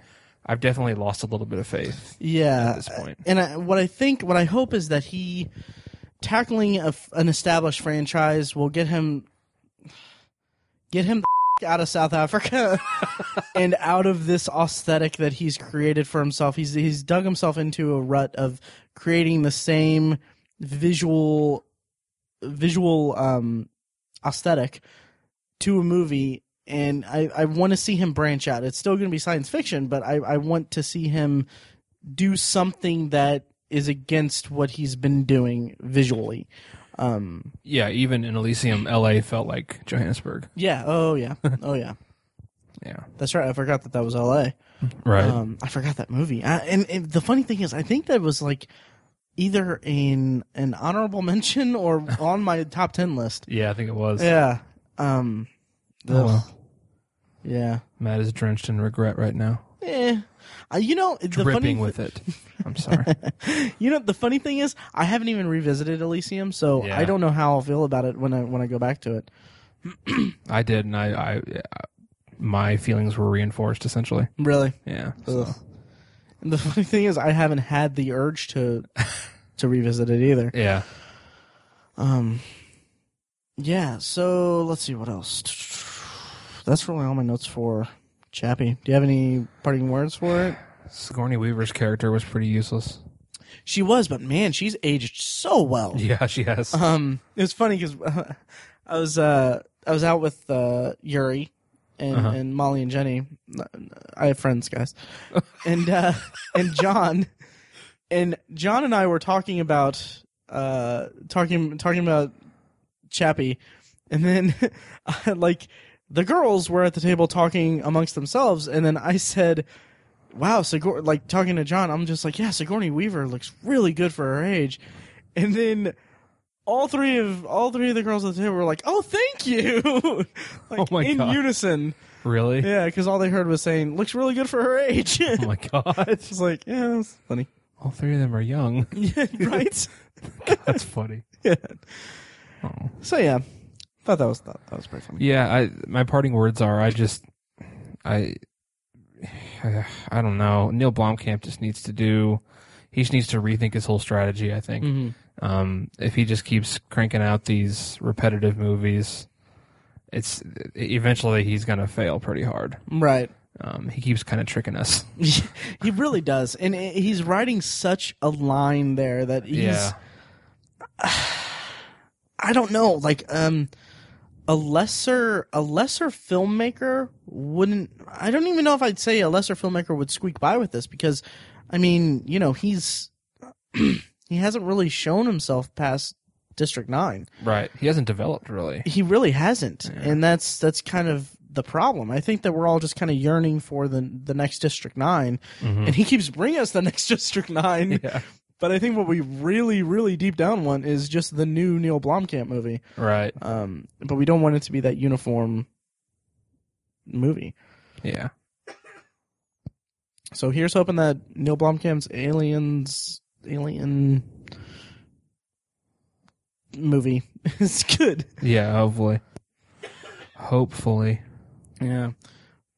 [SPEAKER 2] I've definitely lost a little bit of faith
[SPEAKER 1] yeah.
[SPEAKER 2] at this point.
[SPEAKER 1] And I, what I think, what I hope is that he tackling a f an established franchise will get him get him the out of South Africa and out of this aesthetic that he's created for himself. He's he's dug himself into a rut of creating the same visual visual um aesthetic to a movie and I, I want to see him branch out. It's still going to be science fiction, but I, I want to see him do something that is against what he's been doing visually. Um,
[SPEAKER 2] Yeah, even in Elysium, LA felt like Johannesburg.
[SPEAKER 1] yeah. Oh yeah. Oh yeah.
[SPEAKER 2] Yeah.
[SPEAKER 1] That's right. I forgot that that was L.A.
[SPEAKER 2] Right.
[SPEAKER 1] Um, I forgot that movie. I, and, and the funny thing is, I think that was like either in an honorable mention or on my top ten list.
[SPEAKER 2] yeah, I think it was.
[SPEAKER 1] Yeah. Um.
[SPEAKER 2] Oh, well.
[SPEAKER 1] ugh. Yeah.
[SPEAKER 2] Matt is drenched in regret right now.
[SPEAKER 1] Eh. Uh, you know the funny
[SPEAKER 2] dripping
[SPEAKER 1] thi-
[SPEAKER 2] with it. I'm sorry.
[SPEAKER 1] you know the funny thing is I haven't even revisited Elysium, so
[SPEAKER 2] Yeah.
[SPEAKER 1] I don't know how I'll feel about it when I when I go back to it.
[SPEAKER 2] I did, and I, I, my feelings were reinforced essentially.
[SPEAKER 1] Really.
[SPEAKER 2] Yeah.
[SPEAKER 1] Ugh. And the funny thing is, I haven't had the urge to to revisit it either.
[SPEAKER 2] Yeah.
[SPEAKER 1] Um, yeah. So let's see what else. That's really all my notes for Chappie. Do you have any parting words for it?
[SPEAKER 2] Sigourney Weaver's character was pretty useless.
[SPEAKER 1] She was, but man, she's aged so well.
[SPEAKER 2] Yeah, she has.
[SPEAKER 1] Um, it was funny because I was uh, I was out with uh, Yuri and,
[SPEAKER 2] Uh-huh.
[SPEAKER 1] and Molly and Jenny. I have friends, guys, and uh, and John, and John and I were talking about uh, talking talking about Chappie, and then uh, like the girls were at the table talking amongst themselves, and then I said. Wow, Sigour- like talking to John, I'm just like, yeah, Sigourney Weaver looks really good for her age. And then all three of all three of the girls at the table were like, "Oh, thank you!" like
[SPEAKER 2] Oh my
[SPEAKER 1] in
[SPEAKER 2] God.
[SPEAKER 1] unison.
[SPEAKER 2] really?
[SPEAKER 1] Yeah, because all they heard was saying, "Looks really good for her age."
[SPEAKER 2] Oh my god.
[SPEAKER 1] it's like, yeah, that's funny,
[SPEAKER 2] All three of them are young.
[SPEAKER 1] yeah, right?
[SPEAKER 2] That's funny.
[SPEAKER 1] yeah.
[SPEAKER 2] Oh.
[SPEAKER 1] So yeah, thought that was that, that was pretty funny.
[SPEAKER 2] Yeah, I my parting words are I just I I don't know. Neil Blomkamp just needs to do he just needs to rethink his whole strategy, I think.
[SPEAKER 1] Mm-hmm.
[SPEAKER 2] Um if he just keeps cranking out these repetitive movies, it's eventually he's going to fail pretty hard.
[SPEAKER 1] Right.
[SPEAKER 2] Um he keeps kind of tricking us.
[SPEAKER 1] he really does, and i- he's writing such a line there that he's.
[SPEAKER 2] yeah.
[SPEAKER 1] I don't know, like um a lesser a lesser filmmaker wouldn't I don't even know if I'd say a lesser filmmaker would squeak by with this because I mean, you know, he's he hasn't really shown himself past District 9.
[SPEAKER 2] Right. He hasn't developed really.
[SPEAKER 1] He really hasn't.
[SPEAKER 2] Yeah.
[SPEAKER 1] And that's that's kind of the problem. I think that we're all just kind of yearning for the the next District 9
[SPEAKER 2] Mhm.
[SPEAKER 1] and he keeps bringing us the next District 9.
[SPEAKER 2] Yeah.
[SPEAKER 1] But I think what we really really deep down want is just the new Neil Blomkamp movie
[SPEAKER 2] Right.
[SPEAKER 1] um, but we don't want it to be that uniform movie.
[SPEAKER 2] Yeah.
[SPEAKER 1] So here's hoping that Neil Blomkamp's aliens alien movie is good.
[SPEAKER 2] Yeah, hopefully. Hopefully.
[SPEAKER 1] Yeah,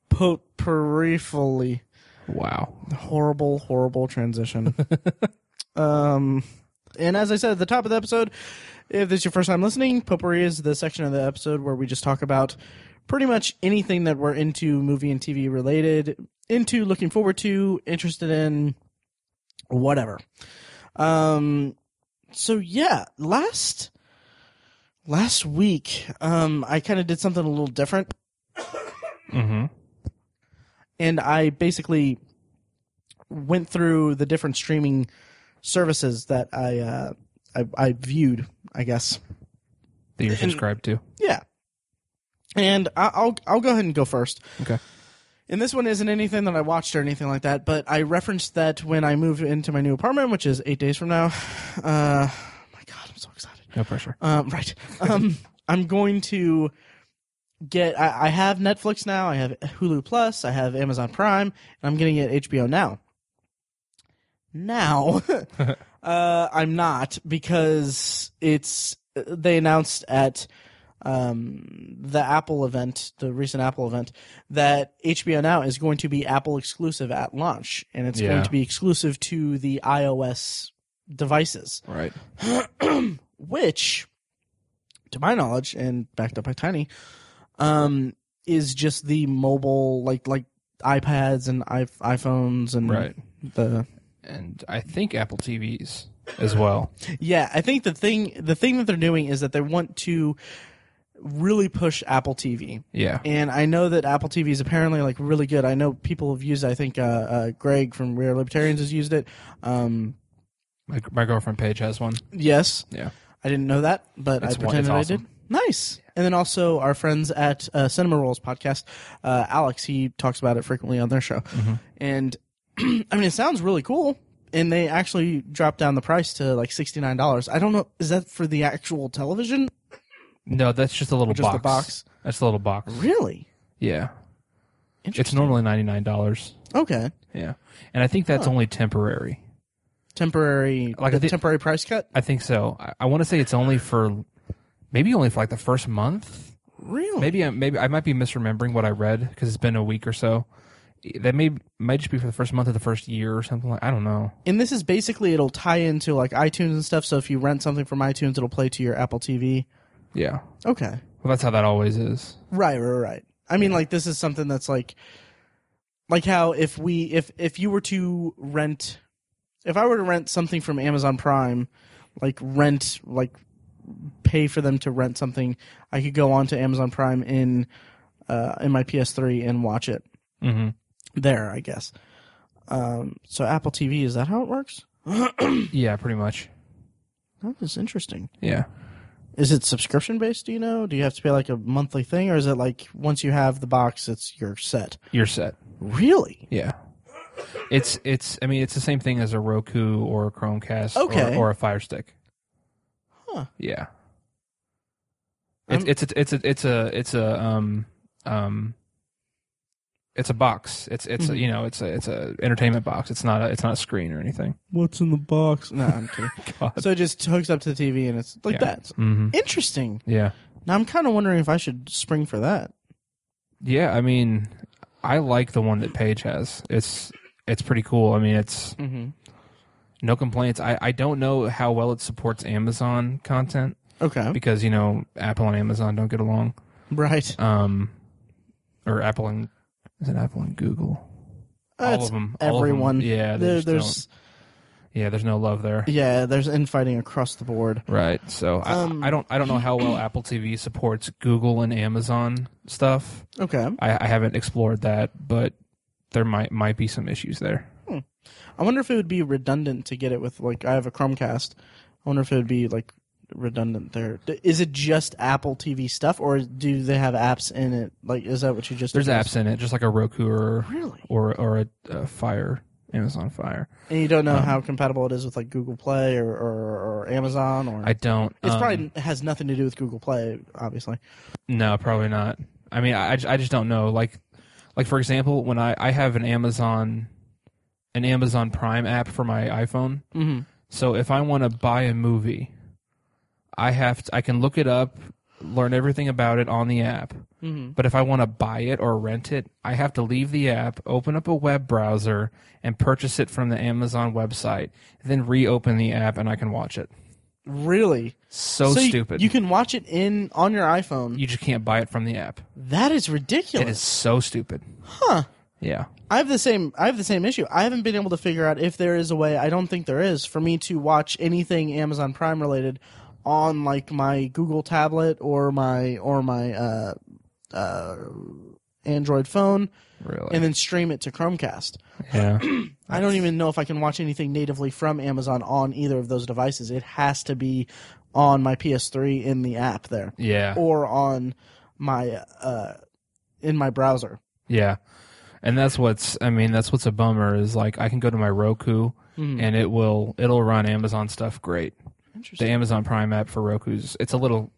[SPEAKER 1] potpourri
[SPEAKER 2] Wow.
[SPEAKER 1] horrible, horrible transition. um, and as I said at the top of the episode, if this is your first time listening, Potpourri is the section of the episode where we just talk about pretty much anything that we're into, movie and TV related, into, looking forward to, interested in, whatever. Um, so yeah, last last week, um, I kind of did something a little different
[SPEAKER 2] Mhm.
[SPEAKER 1] and I basically went through the different streaming services that I uh, I, I viewed. I guess,
[SPEAKER 2] that you're
[SPEAKER 1] And-
[SPEAKER 2] subscribed to.
[SPEAKER 1] yeah. And I- I'll I'll go ahead and go first.
[SPEAKER 2] Okay.
[SPEAKER 1] And this one isn't anything that I watched or anything like that, but I referenced that when I moved into my new apartment, which is eight days from now. Uh, my God, I'm so excited.
[SPEAKER 2] No pressure.
[SPEAKER 1] Um, right. Um, I'm going to get. I, I have Netflix now. I have Hulu Plus. I have Amazon Prime, and I'm going to get HBO now. Now, uh, I'm not because it's they announced at um, the Apple event, the recent Apple event, that HBO Now is going to be Apple exclusive at launch, and it's
[SPEAKER 2] Yeah.
[SPEAKER 1] going to be exclusive to the iOS devices
[SPEAKER 2] Right.
[SPEAKER 1] which, to my knowledge, and backed up by Tiny, um, is just the mobile like like iPads and I- iPhones and
[SPEAKER 2] Right.
[SPEAKER 1] the
[SPEAKER 2] And I think Apple TVs as well.
[SPEAKER 1] yeah. I think the thing the thing that they're doing is that they want to really push Apple TV.
[SPEAKER 2] Yeah.
[SPEAKER 1] And I know that Apple TV is apparently like really good. I know people have used. it. I think uh, uh, Greg from We Are Libertarians has used it. Um,
[SPEAKER 2] My, my girlfriend Paige has one.
[SPEAKER 1] yes,
[SPEAKER 2] Yeah.
[SPEAKER 1] I didn't know that, but
[SPEAKER 2] It's
[SPEAKER 1] I
[SPEAKER 2] wa-
[SPEAKER 1] pretended
[SPEAKER 2] it's awesome.
[SPEAKER 1] I did. Nice. And then also our friends at uh, Cinema Rolls podcast, uh, Alex, he talks about it frequently on their show.
[SPEAKER 2] Mm-hmm.
[SPEAKER 1] And I mean, it sounds really cool. And they actually dropped down the price to like $69. I don't know. Is that for the actual television?
[SPEAKER 2] No, that's just a little
[SPEAKER 1] Just
[SPEAKER 2] box.
[SPEAKER 1] the box?
[SPEAKER 2] That's a little box.
[SPEAKER 1] Really?
[SPEAKER 2] Yeah. It's
[SPEAKER 1] Interesting.
[SPEAKER 2] normally ninety nine dollars.
[SPEAKER 1] okay.
[SPEAKER 2] Yeah. And I think that's
[SPEAKER 1] Huh.
[SPEAKER 2] only temporary.
[SPEAKER 1] Temporary,
[SPEAKER 2] Like,
[SPEAKER 1] like
[SPEAKER 2] I
[SPEAKER 1] a
[SPEAKER 2] thi-
[SPEAKER 1] temporary price cut?
[SPEAKER 2] I think so. I, I want to say it's only for maybe only for like the first month.
[SPEAKER 1] Really?
[SPEAKER 2] Maybe I maybe I might be misremembering what I read because it's been a week or so. That may might just be for the first month of the first year or something like I don't know.
[SPEAKER 1] And this is basically, it'll tie into like iTunes and stuff. So if you rent something from iTunes, it'll play to your Apple TV.
[SPEAKER 2] Yeah.
[SPEAKER 1] Okay.
[SPEAKER 2] Well, that's how that always is.
[SPEAKER 1] Right, right, right. I mean, like this is something that's like like how if we if if you were to rent if I were to rent something from Amazon Prime, like rent like pay for them to rent something, I could go onto Amazon Prime in uh, in my PS3 and watch it
[SPEAKER 2] hmm
[SPEAKER 1] there. I guess. Um, so Apple TV is that how it works? that
[SPEAKER 2] Yeah, pretty much.
[SPEAKER 1] is interesting.
[SPEAKER 2] Yeah.
[SPEAKER 1] Is it subscription based? Do you know? Do you have to pay like a monthly thing, or is it like once you have the box, it's your set?
[SPEAKER 2] You're set.
[SPEAKER 1] Really?
[SPEAKER 2] Yeah. It's it's I mean it's the same thing as a Roku or a Chromecast or-
[SPEAKER 1] Okay.
[SPEAKER 2] or, a Fire Stick.
[SPEAKER 1] Huh.
[SPEAKER 2] Yeah. It's
[SPEAKER 1] I'm-
[SPEAKER 2] it's a, it's a it's a it's a um um it's a box. It's it's
[SPEAKER 1] Mhm.
[SPEAKER 2] a, you know it's a it's a entertainment box. It's not a it's not a screen or anything.
[SPEAKER 1] What's in the box? No, I'm kidding.
[SPEAKER 2] God.
[SPEAKER 1] so it just hooks up to the TV, and it's like
[SPEAKER 2] Yeah.
[SPEAKER 1] that.
[SPEAKER 2] hmm
[SPEAKER 1] Interesting.
[SPEAKER 2] Yeah.
[SPEAKER 1] Now I'm kind of wondering if I should spring for that.
[SPEAKER 2] Yeah, I mean I like the one that Paige has. It's it's pretty cool. I mean it's
[SPEAKER 1] Mm-hmm.
[SPEAKER 2] no complaints. I I don't know how well it supports Amazon content.
[SPEAKER 1] Okay.
[SPEAKER 2] because you know Apple and Amazon don't get along.
[SPEAKER 1] right.
[SPEAKER 2] Um, or Apple and is it Apple and Google? all
[SPEAKER 1] Uh, It's
[SPEAKER 2] of them.
[SPEAKER 1] Everyone.
[SPEAKER 2] yeah. they
[SPEAKER 1] There-
[SPEAKER 2] just
[SPEAKER 1] there's
[SPEAKER 2] don't- yeah. There's no love there.
[SPEAKER 1] yeah. There's infighting across the board.
[SPEAKER 2] Right. So I,
[SPEAKER 1] Um,
[SPEAKER 2] I don't. I don't know how well Apple TV supports Google and Amazon stuff.
[SPEAKER 1] Okay.
[SPEAKER 2] I, I haven't explored that, but there might might be some issues there.
[SPEAKER 1] I wonder if it would be redundant to get it with like I have a Chromecast. I wonder if it would be like redundant there. D- Is it just Apple TV stuff, or do they have apps in it? Like, is that what you just?
[SPEAKER 2] There's
[SPEAKER 1] addressed?
[SPEAKER 2] apps in it, just like a Roku or
[SPEAKER 1] Really?
[SPEAKER 2] or or a, a Fire, Amazon Fire.
[SPEAKER 1] And you don't
[SPEAKER 2] Um,
[SPEAKER 1] know how compatible it is with like Google Play or or, or Amazon or.
[SPEAKER 2] I don't.
[SPEAKER 1] it's
[SPEAKER 2] um,
[SPEAKER 1] probably it has nothing to do with Google Play, obviously.
[SPEAKER 2] No, probably not. I mean, I, I ju- I just don't know. Like, like for example, when I, I have an Amazon, an Amazon Prime app for my iPhone.
[SPEAKER 1] Mm-hmm.
[SPEAKER 2] So if I want to buy a movie, I have to, I can look it up, learn everything about it on the app.
[SPEAKER 1] Mm-hmm.
[SPEAKER 2] But if I want to buy it or rent it, I have to leave the app, open up a web browser, and purchase it from the Amazon website. Then reopen the app, and I can watch it.
[SPEAKER 1] Really?
[SPEAKER 2] So,
[SPEAKER 1] So you-
[SPEAKER 2] stupid.
[SPEAKER 1] You,
[SPEAKER 2] You,
[SPEAKER 1] can watch it in on your iPhone.
[SPEAKER 2] just can't buy it from the app.
[SPEAKER 1] that is ridiculous.
[SPEAKER 2] It is so stupid.
[SPEAKER 1] Huh.
[SPEAKER 2] Yeah.
[SPEAKER 1] I have the same I have the same issue. I haven't been able to figure out if there is a way, I don't think there is, for me to watch anything Amazon Prime related on like my Google tablet or my or my uh uh Android phone
[SPEAKER 2] Really?
[SPEAKER 1] and then stream it to Chromecast.
[SPEAKER 2] yeah.
[SPEAKER 1] I don't even know if I can watch anything natively from Amazon on either of those devices. It has to be on my PS3 in the app there
[SPEAKER 2] yeah.
[SPEAKER 1] or on my uh in my browser.
[SPEAKER 2] yeah. And that's what's I mean, that's what's a bummer is like I can go to my Roku
[SPEAKER 1] Mhm.
[SPEAKER 2] and it will it'll run Amazon stuff great. The
[SPEAKER 1] Interesting.
[SPEAKER 2] Amazon Prime app for Roku's it's a little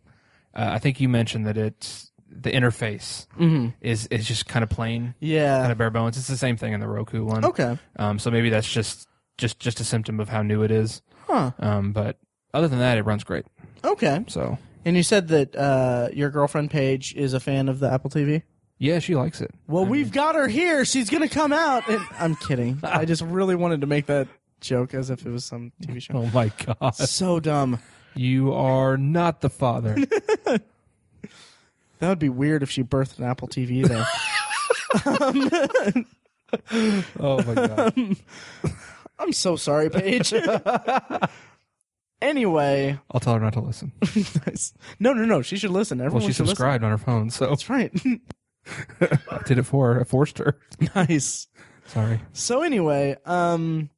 [SPEAKER 2] uh, I think you mentioned that it's the interface
[SPEAKER 1] Mhm.
[SPEAKER 2] is is just kind of plain, kind
[SPEAKER 1] Yeah.
[SPEAKER 2] of bare bones. It's the same thing in the Roku one.
[SPEAKER 1] Okay.
[SPEAKER 2] Um so maybe that's just just just a symptom of how new it is.
[SPEAKER 1] Huh.
[SPEAKER 2] Um but other than that it runs great.
[SPEAKER 1] Okay.
[SPEAKER 2] So
[SPEAKER 1] And you said that uh, your girlfriend Paige is a fan of the Apple TV.
[SPEAKER 2] yeah, she likes it.
[SPEAKER 1] Well, we've got her here. She's gonna come out. And I'm kidding. I just really wanted to make that joke as if it was some TV show.
[SPEAKER 2] Oh my god.
[SPEAKER 1] So dumb.
[SPEAKER 2] You are not the father.
[SPEAKER 1] That would be weird if she birthed an Apple TV though.
[SPEAKER 2] oh my god.
[SPEAKER 1] I'm so sorry, Paige. anyway,
[SPEAKER 2] I'll tell her not to listen.
[SPEAKER 1] nice. no, no, no. She should listen. Everyone
[SPEAKER 2] Well, she
[SPEAKER 1] should listen.
[SPEAKER 2] subscribed on her phone, so
[SPEAKER 1] That's right.
[SPEAKER 2] I did it for her. I forced her.
[SPEAKER 1] nice.
[SPEAKER 2] Sorry.
[SPEAKER 1] So anyway, um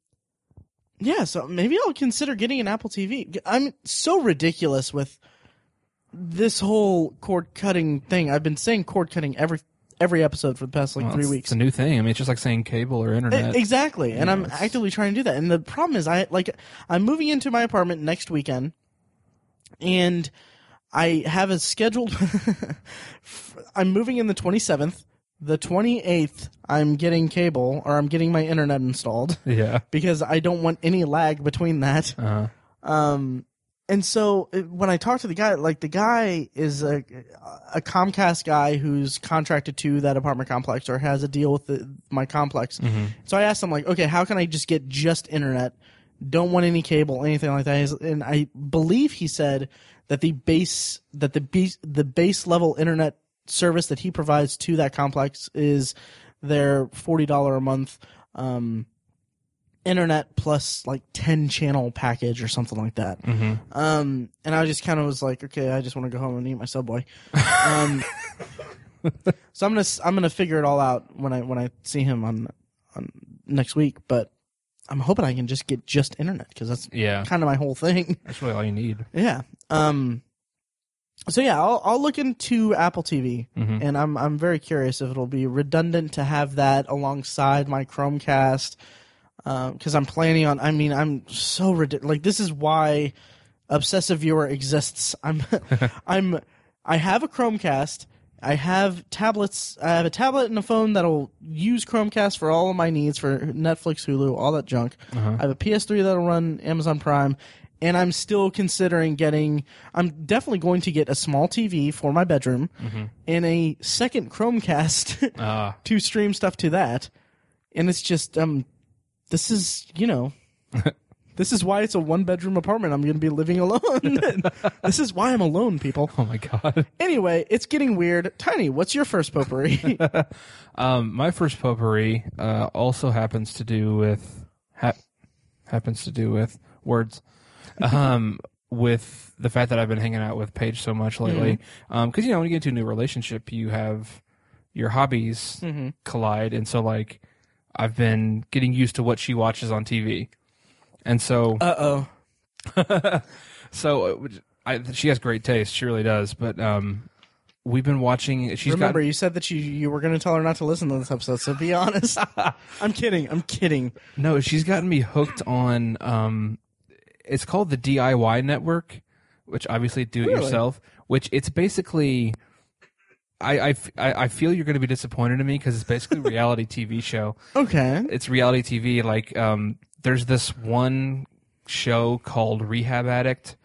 [SPEAKER 1] yeah, so maybe I'll consider getting an Apple TV. I'm so ridiculous with this whole cord cutting thing. I've been saying cord cutting every every episode for the past like
[SPEAKER 2] Well,
[SPEAKER 1] 3
[SPEAKER 2] it's,
[SPEAKER 1] weeks.
[SPEAKER 2] It's a new thing. I mean, it's just like saying cable or internet.
[SPEAKER 1] E- Exactly. and I'm
[SPEAKER 2] it's-
[SPEAKER 1] actively trying to do that. And the problem is I like I'm moving into my apartment next weekend and I have a scheduled f- I'm moving in the 27th. The 28th, I'm getting cable or I'm getting my internet installed
[SPEAKER 2] yeah.
[SPEAKER 1] because I don't want any lag between that.
[SPEAKER 2] Uh,
[SPEAKER 1] Um, and so uh, when I talk to the guy, like the guy is a a Comcast guy who's contracted to that apartment complex or has a deal with the, my complex. So I asked him like, okay, how can I just get just internet? Don't want any cable, anything like that. He's- And I believe he said that the base that the base the base level internet service that he provides to that complex is their forty dollar a month um, internet plus like ten channel package or something like that.
[SPEAKER 2] Mm-hmm.
[SPEAKER 1] Um, and I just kind of was like, okay, I just want to go home and eat my subway. Um, so I'm gonna s- I'm gonna figure it all out when I when I see him on on next week. But I'm hoping I can just get just internet because that's
[SPEAKER 2] Yeah,
[SPEAKER 1] kind of my whole thing.
[SPEAKER 2] that's really all you need.
[SPEAKER 1] Yeah. Um. So yeah, I'll I'll look into Apple TV,
[SPEAKER 2] hmm
[SPEAKER 1] and I'm I'm very curious if it'll be redundant to have that alongside my Chromecast, because I'm planning on. I mean, I'm so ridiculous. Like this is why obsessive viewer exists. I'm I'm I have a Chromecast. I have tablets. I have a tablet and a phone that'll use Chromecast for all of my needs for Netflix, Hulu, all that junk.
[SPEAKER 2] Uh-huh.
[SPEAKER 1] I have a PS3 that'll run Amazon Prime, and I'm still considering getting. I'm definitely going to get a small TV for my bedroom
[SPEAKER 2] Mhm.
[SPEAKER 1] and a second Chromecast
[SPEAKER 2] Uh,
[SPEAKER 1] to stream stuff to that. And it's just um, this is you know. This is why it's a one bedroom apartment. I'm going to be living alone. this is why I'm alone, people.
[SPEAKER 2] oh my god.
[SPEAKER 1] Anyway, it's getting weird. Tiny, what's your first potpourri?
[SPEAKER 2] Um, my first potpourri uh, also happens to do with ha- happens to do with words. Um, with the fact that I've been hanging out with Paige so much
[SPEAKER 1] Mm-hmm.
[SPEAKER 2] lately, because you know when you get into a new relationship, you have your hobbies
[SPEAKER 1] mm-hmm.
[SPEAKER 2] collide, and so like I've been getting used to what she watches on TV, and so
[SPEAKER 1] Uh oh.
[SPEAKER 2] so uh, which- I, she has great taste, she really does. But um, we've been watching. She's got
[SPEAKER 1] Remember, you said that you you were going to tell her not to listen to this episode. So be honest. I'm kidding. I'm kidding.
[SPEAKER 2] No, she's gotten me hooked on um it's called the DIY network, which obviously do it
[SPEAKER 1] Really?
[SPEAKER 2] yourself, which it's basically I, I f- I- I feel you're going to be disappointed in me because it's basically a reality TV show.
[SPEAKER 1] Okay.
[SPEAKER 2] It's reality TV. Like, um, there's this one show called Rehab Addict,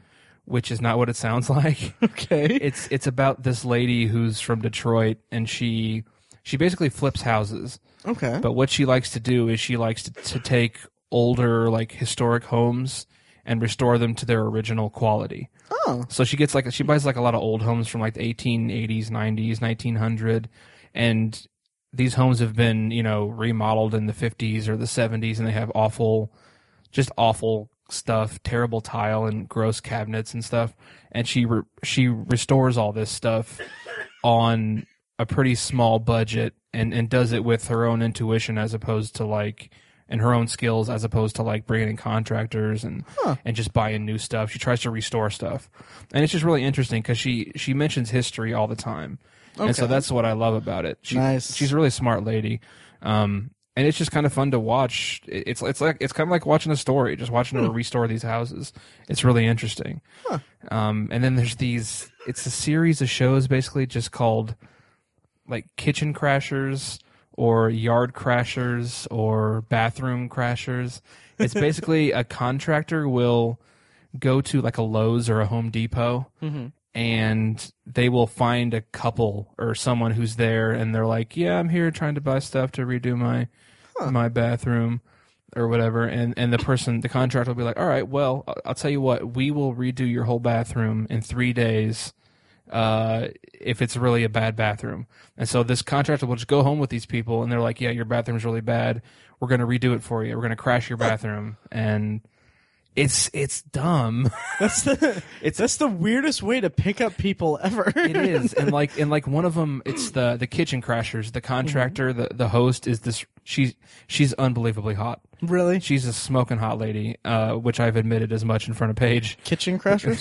[SPEAKER 2] which is not what it sounds like
[SPEAKER 1] Okay.
[SPEAKER 2] it's it's about this lady who's from Detroit and she she basically flips houses.
[SPEAKER 1] okay.
[SPEAKER 2] But what she likes to do is she likes to, to take older like historic homes and restore them to their original quality.
[SPEAKER 1] Oh.
[SPEAKER 2] So she gets like she buys like a lot of old homes from like the 1880s, 90s, 1900 and these homes have been, you know, remodeled in the 50s or the 70s and they have awful just awful stuff, terrible tile and gross cabinets and stuff. And she re- she restores all this stuff on a pretty small budget and and does it with her own intuition as opposed to like and her own skills as opposed to like bringing in contractors and
[SPEAKER 1] Huh.
[SPEAKER 2] and just buying new stuff. She tries to restore stuff, and it's just really interesting because she she mentions history all the time, and so
[SPEAKER 1] Okay.
[SPEAKER 2] that's what I love about it. She,
[SPEAKER 1] Nice.
[SPEAKER 2] She's a really smart lady. Um, and it's just kind of fun to watch. It- It's it's like it's kind of like watching a story, just watching her restore these houses. It's really interesting.
[SPEAKER 1] Hmm. Huh.
[SPEAKER 2] Um, and then there's these. It's a series of shows basically just called like kitchen crashers or yard crashers or bathroom crashers. It's basically a contractor will go to like a Lowe's or a Home Depot
[SPEAKER 1] Mhm.
[SPEAKER 2] and they will find a couple or someone who's there and they're like, "Yeah, I'm here trying to buy stuff to redo my
[SPEAKER 1] Huh.
[SPEAKER 2] my bathroom." Or whatever, and and the person, the contractor will be like, "All right, well, I'll- I'll tell you what, we will redo your whole bathroom in three days, uh, if it's really a bad bathroom. And so this contractor will just go home with these people and they're like, yeah, your bathroom's really bad. We're going to redo it for you. We're going to crash your bathroom. And it's, it's dumb.
[SPEAKER 1] That's the that's the weirdest way to pick up people ever.
[SPEAKER 2] It is. And like, and like one of them, it's the, the kitchen crashers, the contractor, the, the host is this, she's, she's unbelievably hot.
[SPEAKER 1] really?
[SPEAKER 2] She's a smoking hot lady, uh, which I've admitted as much in front of Paige.
[SPEAKER 1] Kitchen crashers?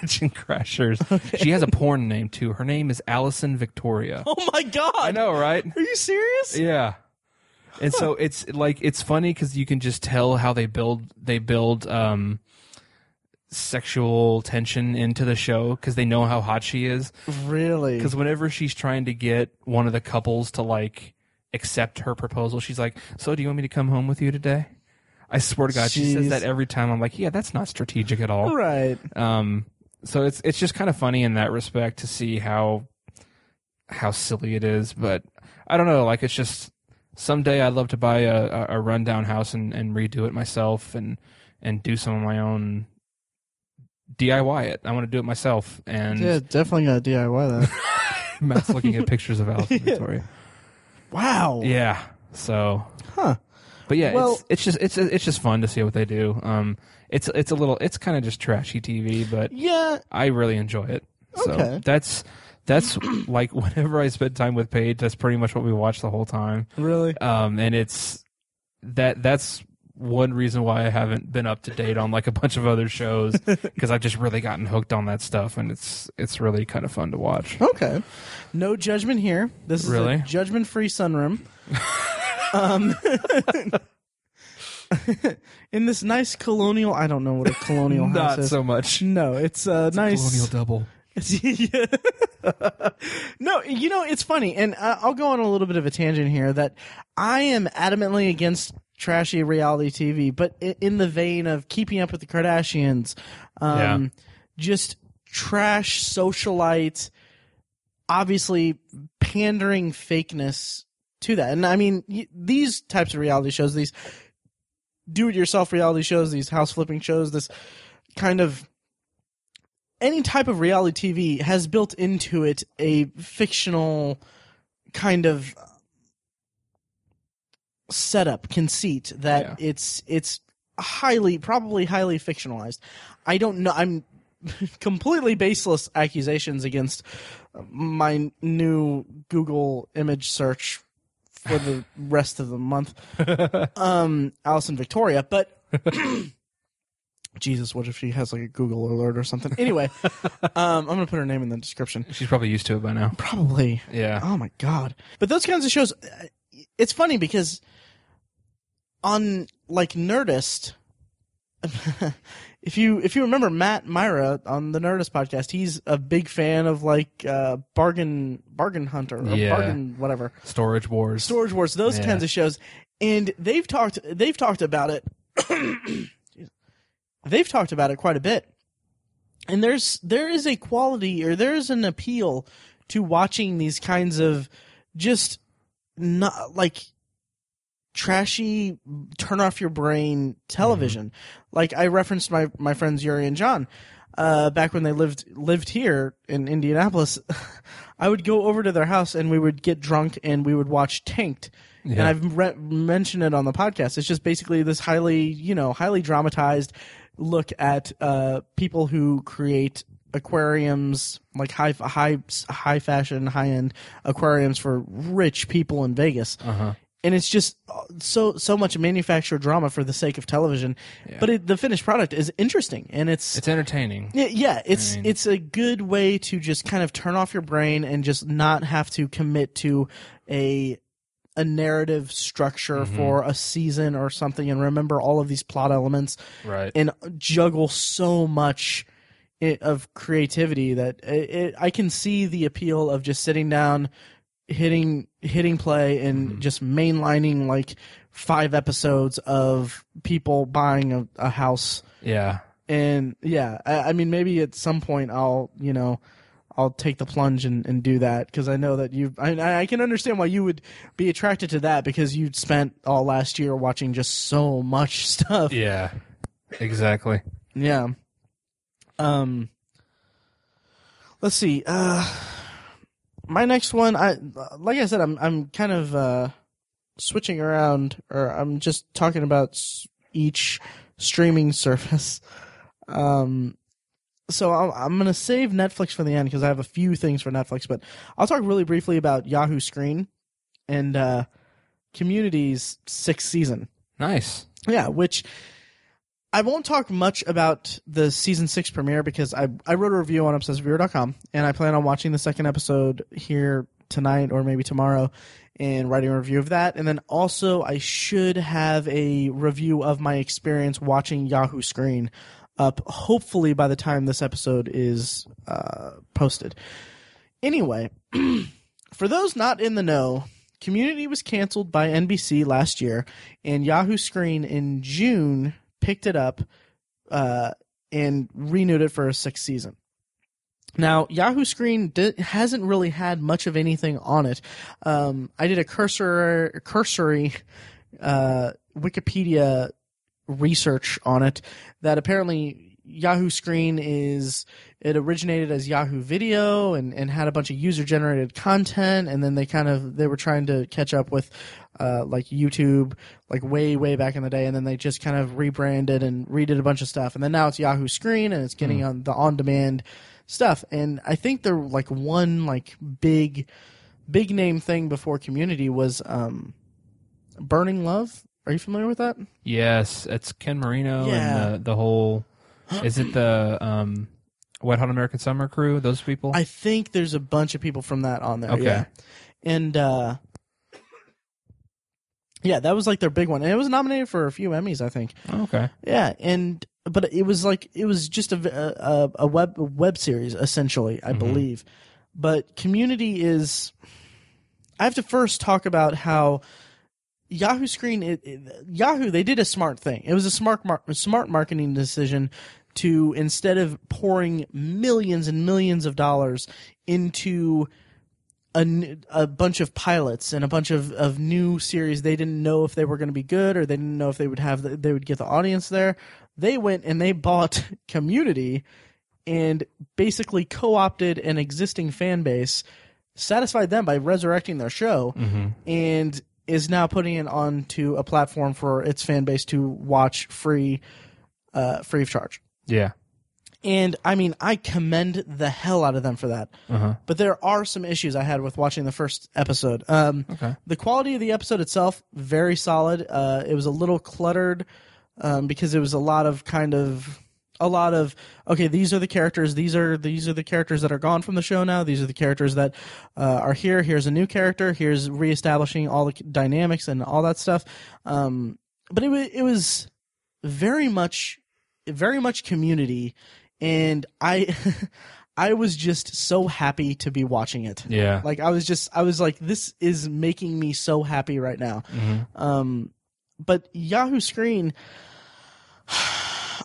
[SPEAKER 2] kitchen crashers. She has a porn name too. Her name is Allison Victoria.
[SPEAKER 1] oh my god.
[SPEAKER 2] I know, right?
[SPEAKER 1] Are you serious?
[SPEAKER 2] Yeah. And so it's like it's funny because you can just tell how they build they build um, sexual tension into the show because they know how hot she is.
[SPEAKER 1] Really?
[SPEAKER 2] Because whenever she's trying to get one of the couples to like accept her proposal, she's like, "So do you want me to come home with you today?" I swear to God, she says
[SPEAKER 1] Jeez.
[SPEAKER 2] that every time. I'm like, "Yeah, that's not strategic at all."
[SPEAKER 1] Right.
[SPEAKER 2] Um, so it's it's just kind of funny in that respect to see how how silly it is, but I don't know. Like it's just someday I'd love to buy a, a- a rundown house and, and redo it myself and and do some of my own DIY it. I want to do it myself. And
[SPEAKER 1] Yeah, definitely gotta DIY that.
[SPEAKER 2] Matt's looking at pictures of Alpha Victoria.
[SPEAKER 1] Wow.
[SPEAKER 2] Yeah. So,
[SPEAKER 1] Huh.
[SPEAKER 2] but yeah,
[SPEAKER 1] Well-
[SPEAKER 2] it's, it's just it's it's just fun to see what they do. Um, it's it's a little it's kind of just trashy TV, but
[SPEAKER 1] Yeah.
[SPEAKER 2] I really enjoy it. So
[SPEAKER 1] Okay.
[SPEAKER 2] that's that's like whenever I spend time with Paige, that's pretty much what we watch the whole time.
[SPEAKER 1] Really?
[SPEAKER 2] Um, and it's that that's one reason why I haven't been up to date on like a bunch of other shows because I've just really gotten hooked on that stuff, and it's it's really kind of fun to watch.
[SPEAKER 1] Okay. No judgment here. This is
[SPEAKER 2] Really?
[SPEAKER 1] a judgment free sunroom. um, in this nice colonial, I don't know what a colonial house
[SPEAKER 2] Not
[SPEAKER 1] is.
[SPEAKER 2] so much.
[SPEAKER 1] no, it's a nice.
[SPEAKER 2] Colonial double.
[SPEAKER 1] Yeah. no, you know, it's funny, and I- I'll go on a little bit of a tangent here that I am adamantly against trashy reality TV, but i- in the vein of keeping up with the Kardashians, um, just trash socialite, obviously pandering fakeness to that. And I mean, y- these types of reality shows, these do it yourself reality shows, these house flipping shows, this kind of any type of reality TV has built into it a fictional kind of setup, conceit that it's it's highly probably highly fictionalized. I don't know I'm completely baseless accusations against my new Google image search for the rest of the month. Um, Allison Victoria, but Jesus, what if she has like a Google alert or something? Anyway, um, I'm gonna put her name in the description.
[SPEAKER 2] She's probably used to it by now.
[SPEAKER 1] Probably.
[SPEAKER 2] Yeah.
[SPEAKER 1] Oh my god! But those kinds of shows, uh, it's funny because on like Nerdist, if you if you remember Matt Myra on the Nerdist podcast, he's a big fan of like uh, bargain bargain hunter or
[SPEAKER 2] Yeah.
[SPEAKER 1] bargain whatever
[SPEAKER 2] Storage Wars.
[SPEAKER 1] storage wars, those
[SPEAKER 2] Yeah.
[SPEAKER 1] kinds of shows, and they've talked they've talked about it. they've talked about it quite a bit, and there's there is a quality or there is an appeal to watching these kinds of just not like trashy turn off your brain television like i referenced my my friends yuri and john uh back when they lived lived here in indianapolis i would go over to their house and we would get drunk and we would watch tanked and
[SPEAKER 2] Yeah.
[SPEAKER 1] i've re- mentioned it on the podcast it's just basically this highly you know highly dramatized look at uh people who create aquariums like high high high fashion high end aquariums for rich people in Vegas
[SPEAKER 2] Uh-huh.
[SPEAKER 1] and it's just uh, so so much manufactured drama for the sake of television
[SPEAKER 2] Yeah.
[SPEAKER 1] but it, the finished product is interesting and it's,
[SPEAKER 2] It's entertaining.
[SPEAKER 1] Y- yeah it's
[SPEAKER 2] mean-
[SPEAKER 1] it's a good way to just kind of turn off your brain and just not have to commit to a a narrative structure
[SPEAKER 2] Mhm.
[SPEAKER 1] for a season or something and remember all of these plot elements
[SPEAKER 2] Right.
[SPEAKER 1] and juggle so much i- of creativity that it, it, I can see the appeal of just sitting down, hitting hitting play, and
[SPEAKER 2] Mhm.
[SPEAKER 1] just mainlining like five episodes of people buying a, a house.
[SPEAKER 2] yeah.
[SPEAKER 1] And yeah, I, I mean, maybe at some point I'll you know. I'll take the plunge and, and do that because I know that you. I, I can understand why you would be attracted to that because you spent all last year watching just so much stuff.
[SPEAKER 2] Yeah. Exactly.
[SPEAKER 1] Yeah. Um. Let's see. Uh, my next one, I like I said, I'm I'm kind of uh, switching around, or I'm just talking about s- each streaming service. Um, so I'll, I'm gonna save Netflix for the end because I have a few things for Netflix, but I'll talk really briefly about Yahoo Screen and uh, Community's sixth season.
[SPEAKER 2] Nice.
[SPEAKER 1] Yeah, which I won't talk much about the season six premiere because I, I wrote a review on obsessiveviewer.com and I plan on watching the second episode here tonight or maybe tomorrow and writing a review of that. And then also, I should have a review of my experience watching Yahoo Screen up hopefully by the time this episode is uh, posted. Anyway, for those not in the know, Community was canceled by NBC last year, and Yahoo Screen in June picked it up uh, and renewed it for a sixth season. Now, Yahoo Screen di- hasn't really had much of anything on it. Um, I did a cursor, cursory uh, Wikipedia research on it that apparently Yahoo Screen is it originated as Yahoo Video and, and had a bunch of user generated content, and then they kind of they were trying to catch up with uh, like YouTube, like way way back in the day, and then they just kind of rebranded and redid a bunch of stuff, and then now it's Yahoo Screen, and it's getting on the on demand stuff, and I think they're like one like big big name thing before Community was um, Burning Love. Are you familiar with that?
[SPEAKER 2] Yes, it's Ken Marino
[SPEAKER 1] Yeah.
[SPEAKER 2] and the, the whole. Is it the um, Wet Hot American Summer crew? Those people.
[SPEAKER 1] I think there's a bunch of people from that on there.
[SPEAKER 2] Okay.
[SPEAKER 1] Yeah. And uh Yeah, that was like their big one. And it was nominated for a few Emmys, I think.
[SPEAKER 2] Oh, okay.
[SPEAKER 1] Yeah, and but it was like it was just a v- a, a web a web series essentially, I
[SPEAKER 2] Mhm.
[SPEAKER 1] believe. But Community is I have to first talk about how Yahoo Screen it, it- Yahoo they did a smart thing. It was a smart mar- smart marketing decision to instead of pouring millions and millions of dollars into a, n- a bunch of pilots and a bunch of, of new series they didn't know if they were going to be good or they didn't know if they would have the, they would get the audience there they went and they bought community and basically co-opted an existing fan base satisfied them by resurrecting their show
[SPEAKER 2] hmm
[SPEAKER 1] and is now putting it onto a platform for its fan base to watch free uh, free of charge
[SPEAKER 2] Yeah.
[SPEAKER 1] and i mean i commend the hell out of them for that
[SPEAKER 2] Uh huh.
[SPEAKER 1] but there are some issues I had with watching the first episode. Um,
[SPEAKER 2] Okay.
[SPEAKER 1] The quality of the episode itself very solid. Uh, it was a little cluttered um, because it was a lot of kind of a lot of okay these are the characters these are these are the characters that are gone from the show now these are the characters that uh, are here here's a new character here's reestablishing all the c- dynamics and all that stuff um, but it, wa- it was very much very much community and i i was just so happy to be watching it
[SPEAKER 2] Yeah.
[SPEAKER 1] like i was just i was like this is making me so happy right now
[SPEAKER 2] hmm
[SPEAKER 1] um, but Yahoo Screen,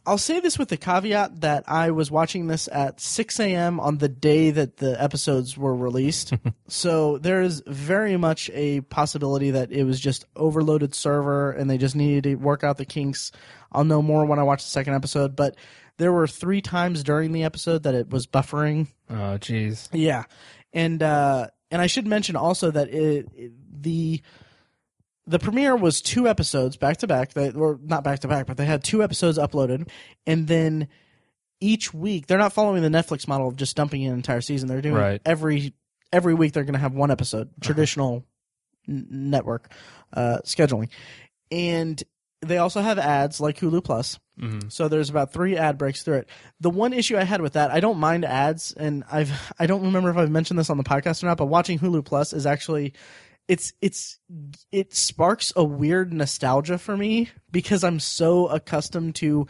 [SPEAKER 1] I'll say this with the caveat that I was watching this at 6 a.m. on the day that the episodes were released. so there is very much a possibility that it was just overloaded server and they just needed to work out the kinks. I'll know more when I watch the second episode, but there were three times during the episode that it was buffering.
[SPEAKER 2] Oh, jeez.
[SPEAKER 1] Yeah, and uh, and I should mention also that it, it- the the premiere was two episodes back to back. They were not back to back, but they had two episodes uploaded, and then each week they're not following the Netflix model of just dumping an entire season. They're doing
[SPEAKER 2] Right.
[SPEAKER 1] every every week they're going to have one episode, traditional n- network uh, scheduling, and they also have ads like Hulu Plus.
[SPEAKER 2] hmm
[SPEAKER 1] Mm-hmm. So there's about three ad breaks through it. The one issue I had with that, I don't mind ads, and I've I don't remember if I've mentioned this on the podcast or not, but watching Hulu Plus is actually it's it's it sparks a weird nostalgia for me because I'm so accustomed to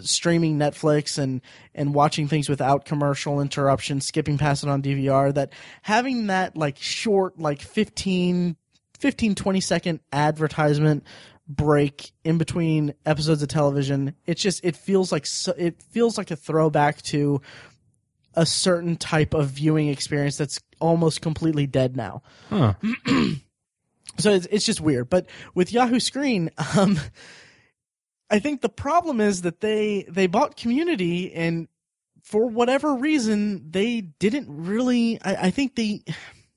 [SPEAKER 1] streaming Netflix and and watching things without commercial interruption, skipping past it on DVR that having that like short like 15 15 20 second advertisement break in between episodes of television it's just it feels like so, it feels like a throwback to a certain type of viewing experience that's almost completely dead now
[SPEAKER 2] Huh.
[SPEAKER 1] so it's, it's just weird but with yahoo screen um i think the problem is that they they bought community and for whatever reason they didn't really i, I think they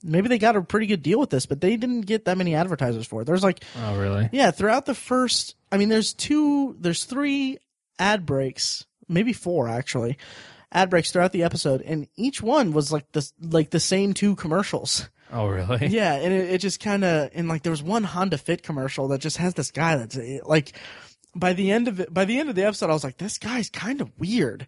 [SPEAKER 1] maybe they got a pretty good deal with this but they didn't get that many advertisers for it there's like
[SPEAKER 2] Oh, really?
[SPEAKER 1] yeah, throughout the first, I mean, there's two, there's three ad breaks, maybe four actually, ad breaks throughout the episode, and each one was like the like the same two commercials.
[SPEAKER 2] Oh, really?
[SPEAKER 1] Yeah, and it, it just kind of and like there was one Honda Fit commercial that just has this guy that's eh, like by the end of it by the end of the episode I was like this guy's kind of weird.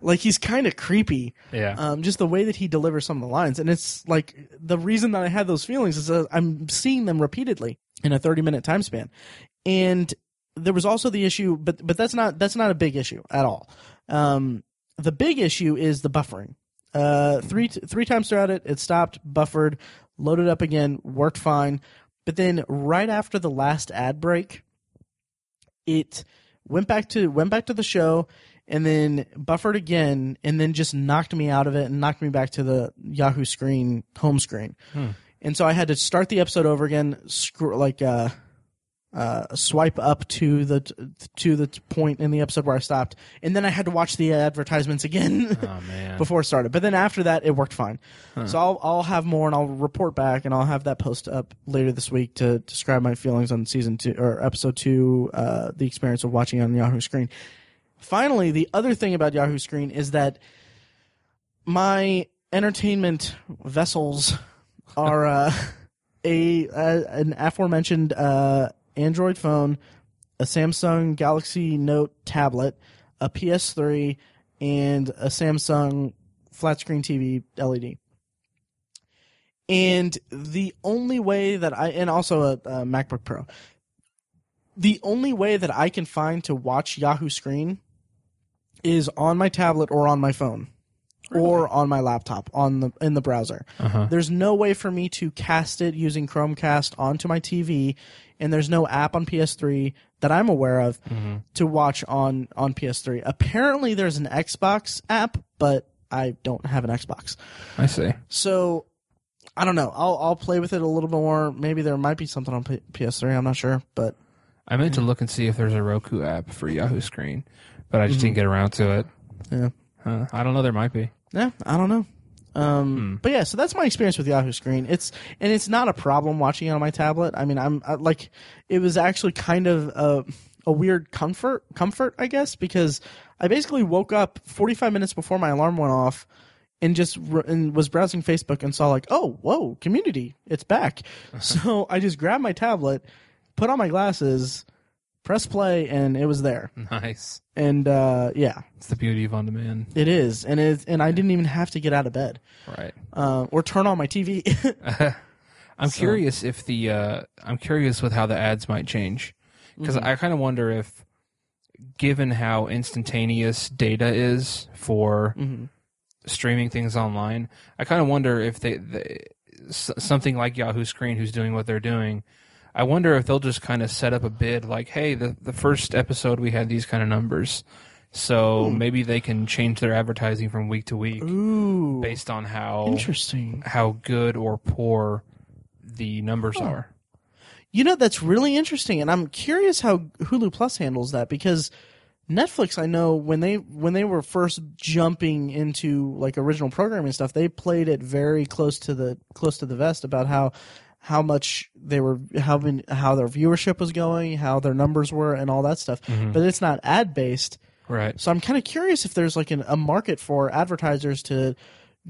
[SPEAKER 1] like he's kind of creepy.
[SPEAKER 2] Yeah. Uh,
[SPEAKER 1] Um just the way that he delivers some of the lines and it's like the reason that I had those feelings is that I'm seeing them repeatedly in a 30 minute time span. And there was also the issue but but that's not that's not a big issue at all. Um the big issue is the buffering. Uh, three three times throughout it, it stopped, buffered, loaded up again, worked fine. But then right after the last ad break, it went back to went back to the show and then buffered again and then just knocked me out of it and knocked me back to the Yahoo screen home screen.
[SPEAKER 2] Hmm.
[SPEAKER 1] And so I had to start the episode over again, scr- like uh uh, swipe up to the to the point in the episode where I stopped, and then I had to watch the advertisements again
[SPEAKER 2] Oh man.
[SPEAKER 1] before it started. But then after that, it worked fine. So I'll I'll have more and I'll report back and I'll have that post up later this week to describe my feelings on season two or episode two, uh, the experience of watching on Yahoo Screen. Finally, the other thing about Yahoo Screen is that my entertainment vessels are uh, a uh, an aforementioned uh, Android phone, a Samsung Galaxy Note tablet, a PS3, and a Samsung flat screen TV LED. E And the only way that I, and also a, a MacBook Pro, the only way that I can find to watch Yahoo Screen is on my tablet or on my phone. Or on my laptop, on the in the browser.
[SPEAKER 2] Uh-huh.
[SPEAKER 1] There's no way for me to cast it using Chromecast onto my TV, and there's no app on PS3 that I'm aware of
[SPEAKER 2] Mhm.
[SPEAKER 1] to watch on on PS3. Apparently, there's an Xbox app, but I don't have an Xbox,
[SPEAKER 2] I see.
[SPEAKER 1] so I don't know. I'll I'll play with it a little bit more. Maybe there might be something on P- PS3. I'm not sure, but
[SPEAKER 2] I meant to look and see if there's a Roku app for Yahoo Screen, but I just didn't get around to it.
[SPEAKER 1] Yeah.
[SPEAKER 2] Huh. I don't know. There might be.
[SPEAKER 1] Yeah, I don't know. Um, But yeah, so that's my experience with Yahoo Screen. It's and it's not a problem watching it on my tablet. I mean, I'm I, like, it was actually kind of a, a weird comfort, comfort, I guess, because I basically woke up 45 minutes before my alarm went off, and just r and was browsing Facebook and saw like, oh, whoa, community, it's back. so I just grabbed my tablet, put on my glasses, press play, and it was there.
[SPEAKER 2] Nice.
[SPEAKER 1] And uh, yeah,
[SPEAKER 2] It's the beauty of on demand.
[SPEAKER 1] it is, and it and I didn't even have to get out of bed
[SPEAKER 2] Right.
[SPEAKER 1] uh, or turn on my TV.
[SPEAKER 2] I'm curious if the uh, I'm curious with how the ads might change because I kind of wonder if, given how instantaneous data is for streaming things online, I kind of wonder if they, they s- something like Yahoo Screen, who's doing what they're doing, I wonder if they'll just kind of set up a bid like, hey, the the first episode we had these kind of numbers, so maybe they can change their advertising from week to week
[SPEAKER 1] Ooh,
[SPEAKER 2] based on how
[SPEAKER 1] interesting.
[SPEAKER 2] how good or poor the numbers are.
[SPEAKER 1] You know that's really interesting, and I'm curious how Hulu Plus handles that because Netflix. I know when they when they were first jumping into like original programming stuff, they played it very close to the close to the vest about how how much they were how many- how their viewership was going, how their numbers were, and all that stuff.
[SPEAKER 2] Hmm.
[SPEAKER 1] But it's not ad based.
[SPEAKER 2] Right.
[SPEAKER 1] So I'm kind of curious if there's like an, a market for advertisers to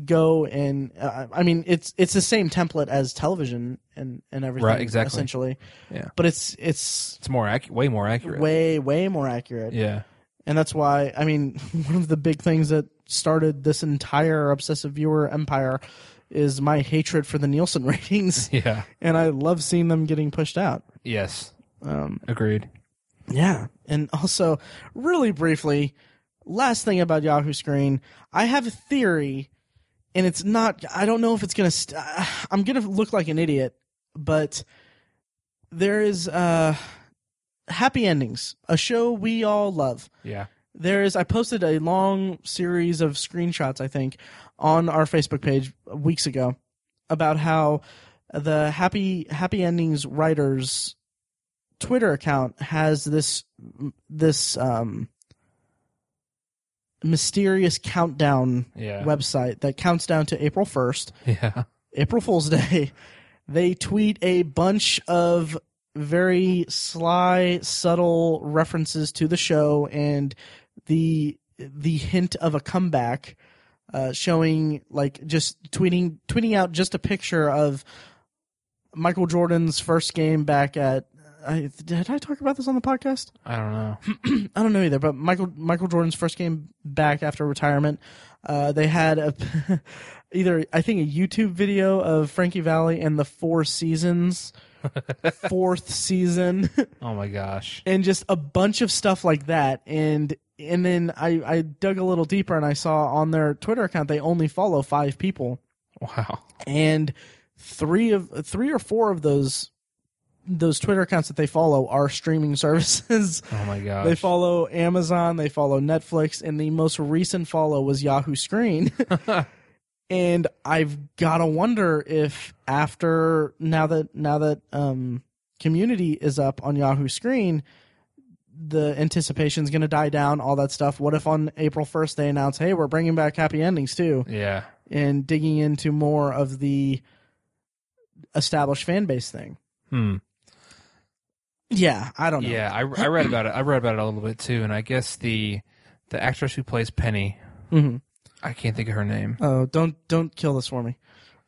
[SPEAKER 1] go and uh, I mean it's it's the same template as television and and everything
[SPEAKER 2] Right, exactly.
[SPEAKER 1] essentially.
[SPEAKER 2] Yeah.
[SPEAKER 1] But it's it's
[SPEAKER 2] It's more accurate, way more accurate.
[SPEAKER 1] way way more accurate.
[SPEAKER 2] yeah.
[SPEAKER 1] And that's why I mean one of the big things that started this entire obsessive viewer empire is my hatred for the Nielsen ratings
[SPEAKER 2] Yeah.
[SPEAKER 1] and I love seeing them getting pushed out.
[SPEAKER 2] Yes.
[SPEAKER 1] Um
[SPEAKER 2] Agreed.
[SPEAKER 1] yeah. And also, really briefly, last thing about Yahoo Screen, I have a theory, and it's not, I don't know if it's going to, st- uh, I'm going to look like an idiot, but there is uh, Happy Endings, a show we all love
[SPEAKER 2] Yeah.
[SPEAKER 1] there is i posted a long series of screenshots i think on our facebook page weeks ago about how the happy happy endings writers twitter account has this this um mysterious countdown
[SPEAKER 2] Yeah.
[SPEAKER 1] website that counts down to april 1st
[SPEAKER 2] yeah.
[SPEAKER 1] April Fool's Day, they tweet a bunch of very sly, subtle references to the show and the the hint of a comeback, uh, showing like just tweeting tweeting out just a picture of Michael Jordan's first game back at. I, did I talk about this on the podcast?
[SPEAKER 2] I don't know.
[SPEAKER 1] I don't know either, but Michael Michael Jordan's first game back after retirement, uh, they had a either I think a YouTube video of Frankie Valley and the Four Seasons, fourth season,
[SPEAKER 2] Oh my gosh.
[SPEAKER 1] and just a bunch of stuff like that. And and then I I dug a little deeper and I saw on their Twitter account they only follow five people
[SPEAKER 2] Wow.
[SPEAKER 1] and three of three or four of those those Twitter accounts that they follow are streaming services.
[SPEAKER 2] Oh my gosh.
[SPEAKER 1] They follow Amazon, they follow Netflix, and the most recent follow was Yahoo Screen. and I've gotta wonder if after now that now that um community is up on Yahoo Screen, the anticipation's going to die down, all that stuff. What if on April 1st they announce, hey, we're bringing back happy endings too,
[SPEAKER 2] Yeah.
[SPEAKER 1] and digging into more of the established fan base thing?
[SPEAKER 2] Hmm.
[SPEAKER 1] Yeah, I don't know.
[SPEAKER 2] Yeah, I, I read about it. I read about it a little bit too, and I guess the the actress who plays Penny,
[SPEAKER 1] hmm
[SPEAKER 2] I can't think of her name.
[SPEAKER 1] Oh, don't don't kill this for me.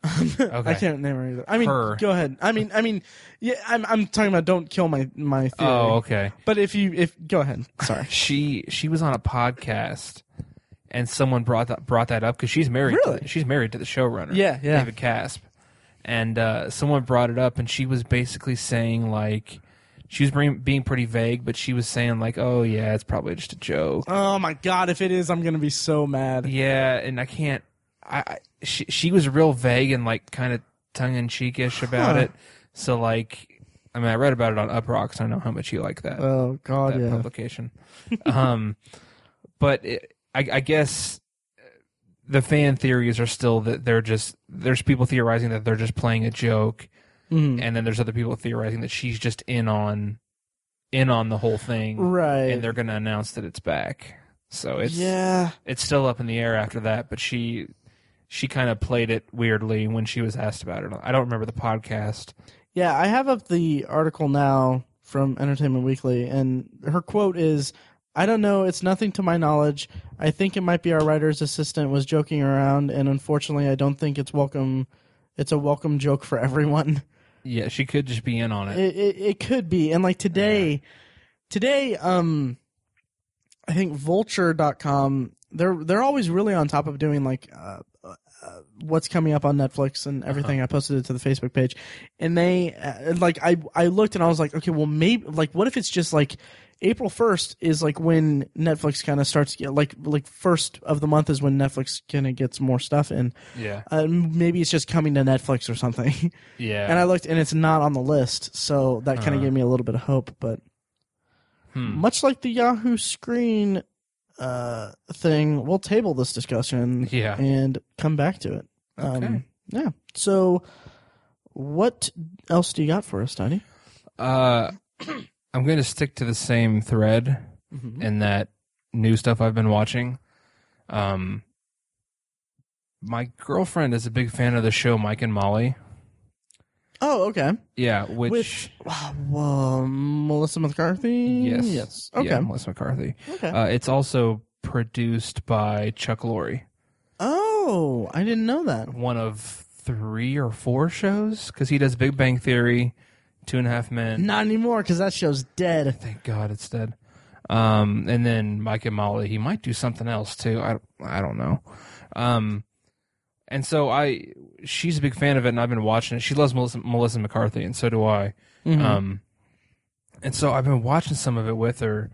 [SPEAKER 1] I
[SPEAKER 2] Okay.
[SPEAKER 1] can't name her either. I mean,
[SPEAKER 2] Her.
[SPEAKER 1] go ahead. I mean, I mean, yeah, I'm I'm talking about don't kill my my theory.
[SPEAKER 2] Oh, okay.
[SPEAKER 1] But if you if go ahead, sorry.
[SPEAKER 2] She she was on a podcast, and someone brought that brought that up because she's married. to
[SPEAKER 1] Really?
[SPEAKER 2] the- she's married to the showrunner.
[SPEAKER 1] Yeah, yeah.
[SPEAKER 2] David Casp, and uh, someone brought it up, and she was basically saying like. She was being, being pretty vague, but she was saying like, "Oh yeah, it's probably just a joke."
[SPEAKER 1] oh my god, if it is, I'm gonna be so mad.
[SPEAKER 2] Yeah, and I can't. I, I she she was real vague and like kind of tongue in cheekish about
[SPEAKER 1] Huh.
[SPEAKER 2] it. So like, I mean, I read about it on Up Rocks. I know how much you like that
[SPEAKER 1] Oh god,
[SPEAKER 2] that
[SPEAKER 1] yeah.
[SPEAKER 2] publication. um, but it, I, I guess the fan theories are still that they're just there's people theorizing that they're just playing a joke,
[SPEAKER 1] Mhm.
[SPEAKER 2] and then there's other people theorizing that she's just in on in on the whole thing,
[SPEAKER 1] Right.
[SPEAKER 2] and they're going to announce that it's back. So it's
[SPEAKER 1] yeah.
[SPEAKER 2] it's still up in the air after that, but she she kind of played it weirdly when she was asked about it. I don't remember the podcast.
[SPEAKER 1] Yeah, I have up the article now from Entertainment Weekly, and her quote is I don't know, it's nothing to my knowledge. I think it might be our writer's assistant was joking around, and unfortunately, I don't think it's welcome. It's a welcome joke for everyone.
[SPEAKER 2] Yeah, she could just be in on it.
[SPEAKER 1] It, it, it could be. And like today, today, um, I think vulture.com, they're, they're always really on top of doing like, uh, uh, what's coming up on Netflix and everything. I posted it to the Facebook page and they, uh, like, I, I looked and I was like, okay, well maybe, like, what if it's just like April 1st is like when Netflix kind of starts, to get- like, like first of the month is when Netflix kind of gets more stuff in.
[SPEAKER 2] Yeah,
[SPEAKER 1] Uh, maybe it's just coming to Netflix or something.
[SPEAKER 2] yeah.
[SPEAKER 1] And I looked, and it's not on the list, so that kind of
[SPEAKER 2] Uh-huh.
[SPEAKER 1] gave me a little bit of hope. But
[SPEAKER 2] Hmm.
[SPEAKER 1] much like the Yahoo screen uh, thing, we'll table this discussion
[SPEAKER 2] Yeah.
[SPEAKER 1] and come back to it. Um,
[SPEAKER 2] Okay.
[SPEAKER 1] yeah. So, what else do you got for us, Tiny?
[SPEAKER 2] Uh, I'm going to stick to the same thread in that new stuff I've been watching. Um, my girlfriend is a big fan of the show Mike and Molly.
[SPEAKER 1] Oh, okay.
[SPEAKER 2] Yeah, which,
[SPEAKER 1] Which wow, whoa, Melissa McCarthy.
[SPEAKER 2] yes,
[SPEAKER 1] Yes. Okay.
[SPEAKER 2] yeah, Melissa McCarthy.
[SPEAKER 1] Okay.
[SPEAKER 2] Uh, it's also produced by Chuck Lorre.
[SPEAKER 1] oh, I didn't know that.
[SPEAKER 2] one of three or four shows because he does Big Bang Theory, Two and a Half Men.
[SPEAKER 1] Not anymore, because that show's dead.
[SPEAKER 2] Thank God it's dead. Um, and then Mike and Molly. He might do something else too. I I don't know. Um, and so I she's a big fan of it, and I've been watching it. She loves Melissa, Melissa McCarthy, and so do I.
[SPEAKER 1] Mhm.
[SPEAKER 2] Um, and so I've been watching some of it with her,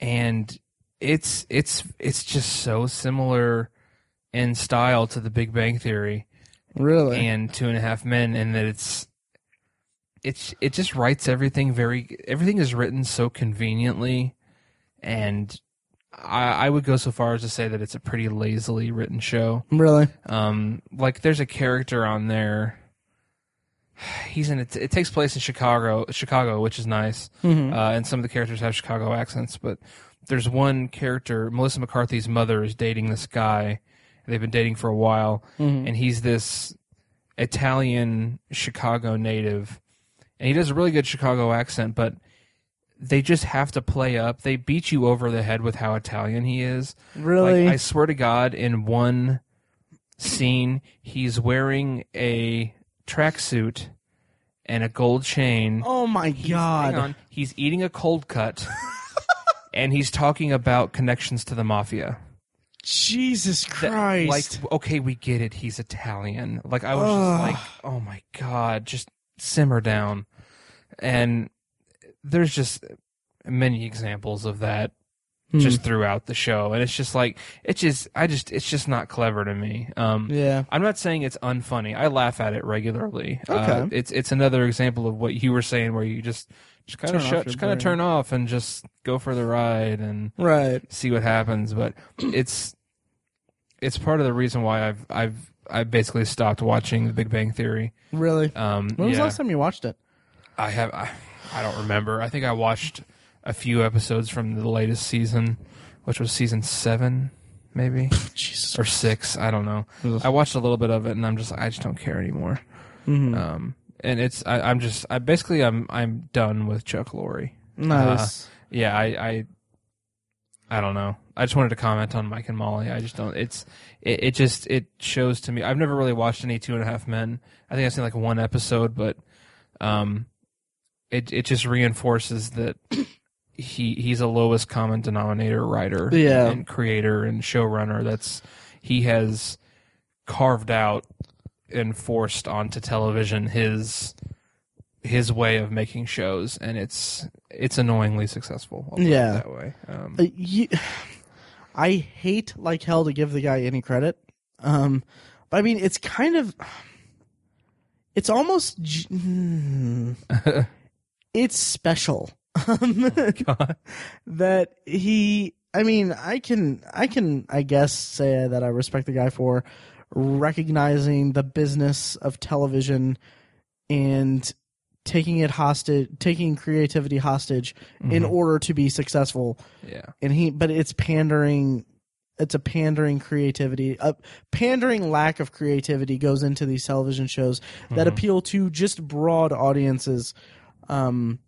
[SPEAKER 2] and it's it's it's just so similar in style to The Big Bang Theory
[SPEAKER 1] Mm-hmm. really?
[SPEAKER 2] and Two and a Half Men, and that it's it's it just writes everything very everything is written so conveniently, and I, I would go so far as to say that it's a pretty lazily written show.
[SPEAKER 1] really?
[SPEAKER 2] Um, like there's a character on there. He's in it. It takes place in Chicago, Chicago, which is nice.
[SPEAKER 1] Mhm.
[SPEAKER 2] Uh, and some of the characters have Chicago accents, but there's one character. Melissa McCarthy's mother is dating this guy. They've been dating for a while,
[SPEAKER 1] Mhm.
[SPEAKER 2] and he's this Italian Chicago native, and he does a really good Chicago accent, but they just have to play up. They beat you over the head with how Italian he is.
[SPEAKER 1] Really?
[SPEAKER 2] Like, I swear to God, in one scene, he's wearing a tracksuit and a gold chain.
[SPEAKER 1] Oh my
[SPEAKER 2] He's-
[SPEAKER 1] god.
[SPEAKER 2] hang on. He's eating a cold cut, and he's talking about connections to the mafia.
[SPEAKER 1] Jesus
[SPEAKER 2] That-
[SPEAKER 1] Christ.
[SPEAKER 2] Like, okay, we get it. He's Italian. Like, I was
[SPEAKER 1] Ugh.
[SPEAKER 2] just like, oh my god, just simmer down. And there's just many examples of that
[SPEAKER 1] Hmm.
[SPEAKER 2] just throughout the show, and it's just like it's just I just it's just not clever to me. Um,
[SPEAKER 1] Hmm. yeah.
[SPEAKER 2] I'm not saying it's unfunny. I laugh at it regularly. Uh,
[SPEAKER 1] Okay.
[SPEAKER 2] it's it's another example of what you were saying, where you just just kind
[SPEAKER 1] Turn
[SPEAKER 2] of
[SPEAKER 1] off your
[SPEAKER 2] shut, just kind
[SPEAKER 1] brain.
[SPEAKER 2] of turn off and just go for the ride and
[SPEAKER 1] Right.
[SPEAKER 2] see what happens. But it's it's part of the reason why I've I've I basically stopped watching The Big Bang Theory.
[SPEAKER 1] Really.
[SPEAKER 2] Um,
[SPEAKER 1] When was
[SPEAKER 2] yeah.
[SPEAKER 1] the last time you watched it?
[SPEAKER 2] I have I, I don't remember. I think I watched a few episodes from the latest season, which was season seven, maybe
[SPEAKER 1] Jesus.
[SPEAKER 2] or six. I don't know. I watched a little bit of it, and I'm just I just don't care anymore.
[SPEAKER 1] Mm-hmm. Hmm.
[SPEAKER 2] Um, and it's I, I'm just I basically I'm I'm done with Chuck Lorre. uh,
[SPEAKER 1] Nice.
[SPEAKER 2] Yeah, I, I I don't know. I just wanted to comment on Mike and Molly. I just don't. It's it, it just it shows to me. I've never really watched any Two and a Half Men. I think I've seen like one episode, but um, it it just reinforces that he he's a lowest common denominator writer,
[SPEAKER 1] Yeah.
[SPEAKER 2] and creator and showrunner. That's he has carved out and forced onto television his his way of making shows, and it's it's annoyingly successful. I'll put it
[SPEAKER 1] Yeah.
[SPEAKER 2] that way. Um,
[SPEAKER 1] Uh, you, I hate like hell to give the guy any credit. Um, but I mean, it's kind of, it's almost, j- hmm. it's special. Um,
[SPEAKER 2] God.
[SPEAKER 1] that he, I mean, I can, I can, I guess, say that I respect the guy for recognizing the business of television and taking it hostage, taking creativity hostage in
[SPEAKER 2] Mhm.
[SPEAKER 1] order to be successful
[SPEAKER 2] yeah.
[SPEAKER 1] and he but it's pandering it's a pandering creativity a pandering lack of creativity goes into these television shows that
[SPEAKER 2] Mhm.
[SPEAKER 1] appeal to just broad audiences um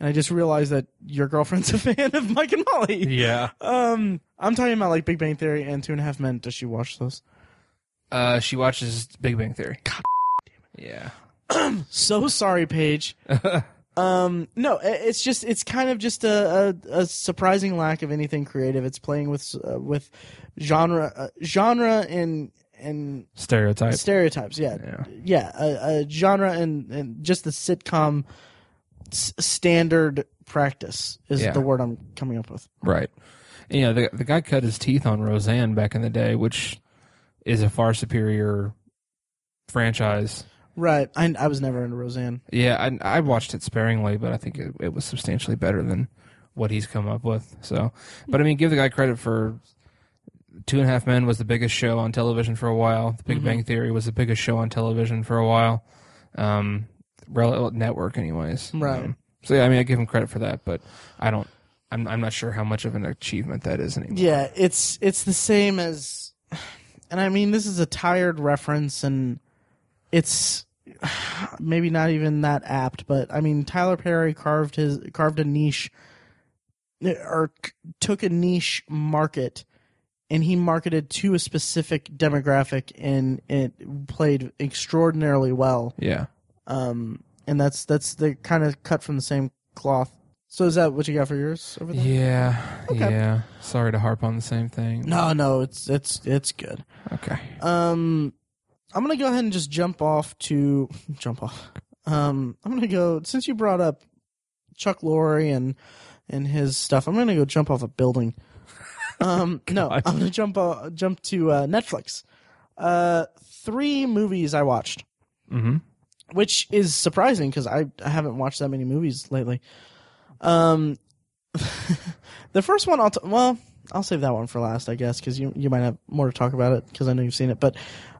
[SPEAKER 1] and i just realized that your girlfriend's a fan of mike and molly
[SPEAKER 2] Yeah.
[SPEAKER 1] um i'm talking about like big bang theory and two and a half men does she watch those
[SPEAKER 2] Uh, she watches Big Bang Theory. God damn
[SPEAKER 1] so sorry paige
[SPEAKER 2] Yeah.
[SPEAKER 1] Um, no, i- it's just it's kind of just a, a, a surprising lack of anything creative. It's playing with uh, with genre uh, genre and and
[SPEAKER 2] Stereotype.
[SPEAKER 1] stereotypes. Yeah,
[SPEAKER 2] Yeah.
[SPEAKER 1] yeah, uh, uh, genre and and just the sitcom s- standard practice is
[SPEAKER 2] Yeah.
[SPEAKER 1] the word I'm coming up with.
[SPEAKER 2] Right. You know, the the guy cut his teeth on Roseanne back in the day, which is a far superior franchise.
[SPEAKER 1] Right. I I was never into Roseanne.
[SPEAKER 2] Yeah, I I watched it sparingly, but I think it, it was substantially better than what he's come up with. So, but I mean, give the guy credit for Two and a Half Men was the biggest show on television for a while. The Big
[SPEAKER 1] Mhm.
[SPEAKER 2] Bang Theory was the biggest show on television for a while. Um, rel- network, anyways.
[SPEAKER 1] Right.
[SPEAKER 2] Um, so yeah, I mean, I give him credit for that, but I don't. I'm I'm not sure how much of an achievement that is anymore.
[SPEAKER 1] Yeah, it's it's the same as, and I mean this is a tired reference, and it's maybe not even that apt, but I mean Tyler Perry carved his carved a niche, or c- took a niche market, and he marketed to a specific demographic, and it played extraordinarily well.
[SPEAKER 2] Yeah.
[SPEAKER 1] Um, and that's that's the kind of cut from the same cloth. So is that what you got for yours over there?
[SPEAKER 2] Yeah.
[SPEAKER 1] Okay.
[SPEAKER 2] Yeah. Sorry to harp on the same thing.
[SPEAKER 1] No, no, it's it's it's good.
[SPEAKER 2] Okay.
[SPEAKER 1] Um, I'm gonna go ahead and just jump off to jump off. Um, I'm gonna go since you brought up Chuck Lorre and and his stuff. I'm gonna go jump off a building. Um, no, I'm
[SPEAKER 2] God.
[SPEAKER 1] gonna jump uh, jump to uh, Netflix. Uh, three movies I watched,
[SPEAKER 2] Mm-hmm.
[SPEAKER 1] which is surprising because I, I haven't watched that many movies lately. Um, the first one, I'll t- well, I'll save that one for last, I guess, because you you might have more to talk about it because I know you've seen it. But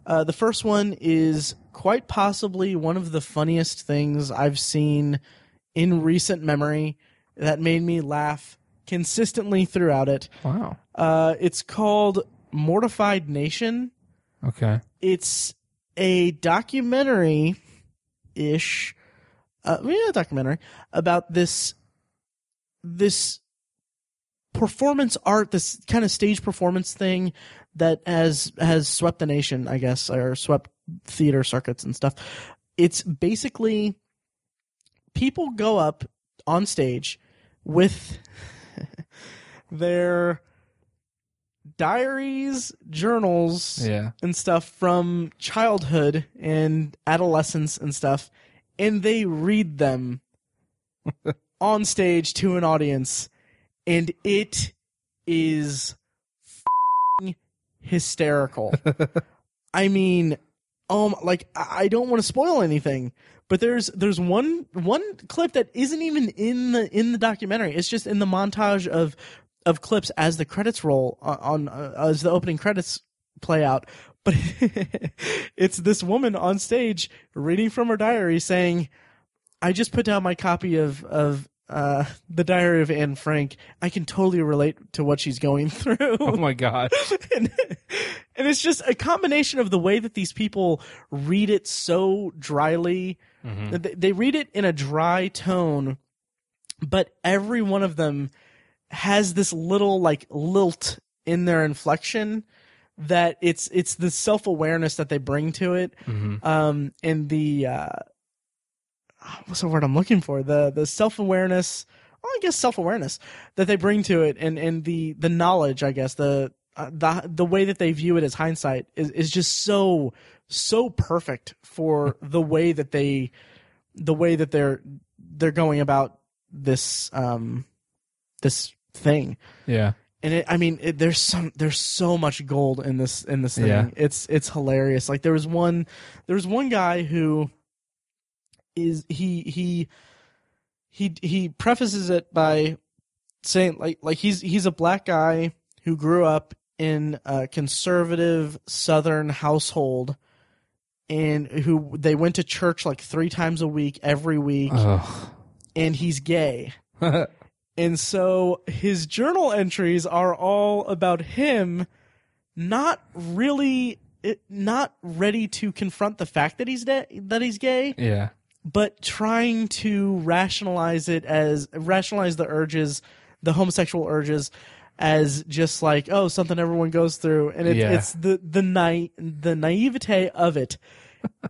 [SPEAKER 1] uh, the first one is quite possibly one of the funniest things I've seen in recent memory that made me laugh consistently throughout it.
[SPEAKER 2] Wow.
[SPEAKER 1] Uh, it's called Mortified Nation
[SPEAKER 2] Okay.
[SPEAKER 1] it's a documentary ish uh yeah documentary about this this performance art this kind of stage performance thing that has has swept the nation i guess or swept theater circuits and stuff it's basically people go up on stage with their diaries journals
[SPEAKER 2] Yeah.
[SPEAKER 1] and stuff from childhood and adolescence and stuff, and they read them on stage to an audience, and it is fing hysterical. I mean, um, like I I don't want to spoil anything, but there's there's one one clip that isn't even in the in the documentary. It's just in the montage of of clips as the credits roll on, on uh, as the opening credits play out. But it's this woman on stage reading from her diary saying, I just put down my copy of of uh, the Diary of Anne Frank. I can totally relate to what she's going through.
[SPEAKER 2] Oh my god.
[SPEAKER 1] and, and it's just a combination of the way that these people read it so dryly.
[SPEAKER 2] Mhm.
[SPEAKER 1] They, they read it in a dry tone, but every one of them has this little like lilt in their inflection that it's it's the self awareness that they bring to it
[SPEAKER 2] Mhm.
[SPEAKER 1] um and the uh what's the word i'm looking for the the self-awareness well, i guess self-awareness that they bring to it and and the the knowledge i guess the uh, the the way that they view it as hindsight is is just so so perfect for the way that they the way that they're they're going about this um this thing
[SPEAKER 2] Yeah.
[SPEAKER 1] and it, I mean, it, there's some, there's so much gold in this, in this thing.
[SPEAKER 2] Yeah.
[SPEAKER 1] It's, it's hilarious. Like there was one, there was one guy who is he, he, he, he prefaces it by saying like, like he's, he's a black guy who grew up in a conservative Southern household, and who they went to church like three times a week, every week,
[SPEAKER 2] Uh. Ugh.
[SPEAKER 1] and he's gay. And so his journal entries are all about him not really it- not ready to confront the fact that he's de- that he's gay,
[SPEAKER 2] yeah.
[SPEAKER 1] but trying to rationalize it as rationalize the urges, the homosexual urges as just like oh something everyone goes through and it,
[SPEAKER 2] Yeah.
[SPEAKER 1] it's the the na- the naivete of it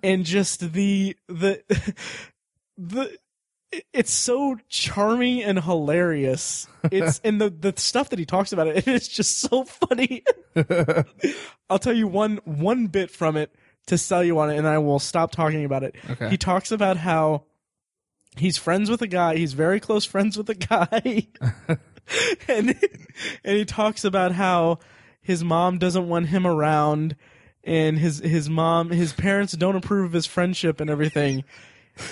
[SPEAKER 1] and just the the the it- it's so charming and hilarious. It's and the the stuff that he talks about it, it's just so funny. I'll tell you one one bit from it to sell you on it, and I will stop talking about it.
[SPEAKER 2] Okay.
[SPEAKER 1] He talks about how he's friends with a guy. He's very close friends with a guy, and and he talks about how his mom doesn't want him around, and his his mom his parents don't approve of his friendship and everything.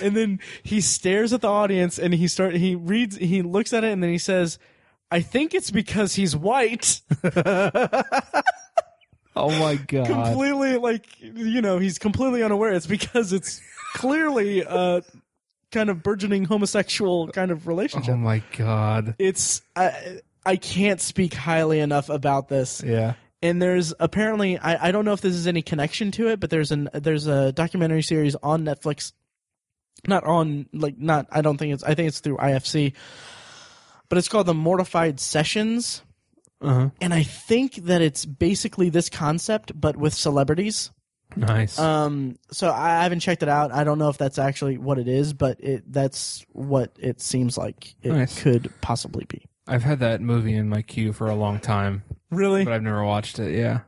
[SPEAKER 1] And then he stares at the audience and he start he reads he looks at it and then he says, "I think it's because he's white."
[SPEAKER 2] Oh my god.
[SPEAKER 1] completely like you know he's completely unaware it's because it's clearly a kind of burgeoning homosexual kind of relationship
[SPEAKER 2] oh my god.
[SPEAKER 1] it's I, I can't speak highly enough about this
[SPEAKER 2] Yeah.
[SPEAKER 1] and there's apparently I, I don't know if this is any connection to it but there's an there's a documentary series on netflix not on like not i don't think it's i think it's through ifc but it's called the mortified sessions
[SPEAKER 2] Uh-huh.
[SPEAKER 1] and i think that it's basically this concept but with celebrities
[SPEAKER 2] Nice.
[SPEAKER 1] um, so I I haven't checked it out. I don't know if that's actually what it is, but it that's what it seems like it
[SPEAKER 2] Nice.
[SPEAKER 1] could possibly be.
[SPEAKER 2] I've had that movie in my queue for a long time,
[SPEAKER 1] Really?
[SPEAKER 2] but I've never watched it. Yeah.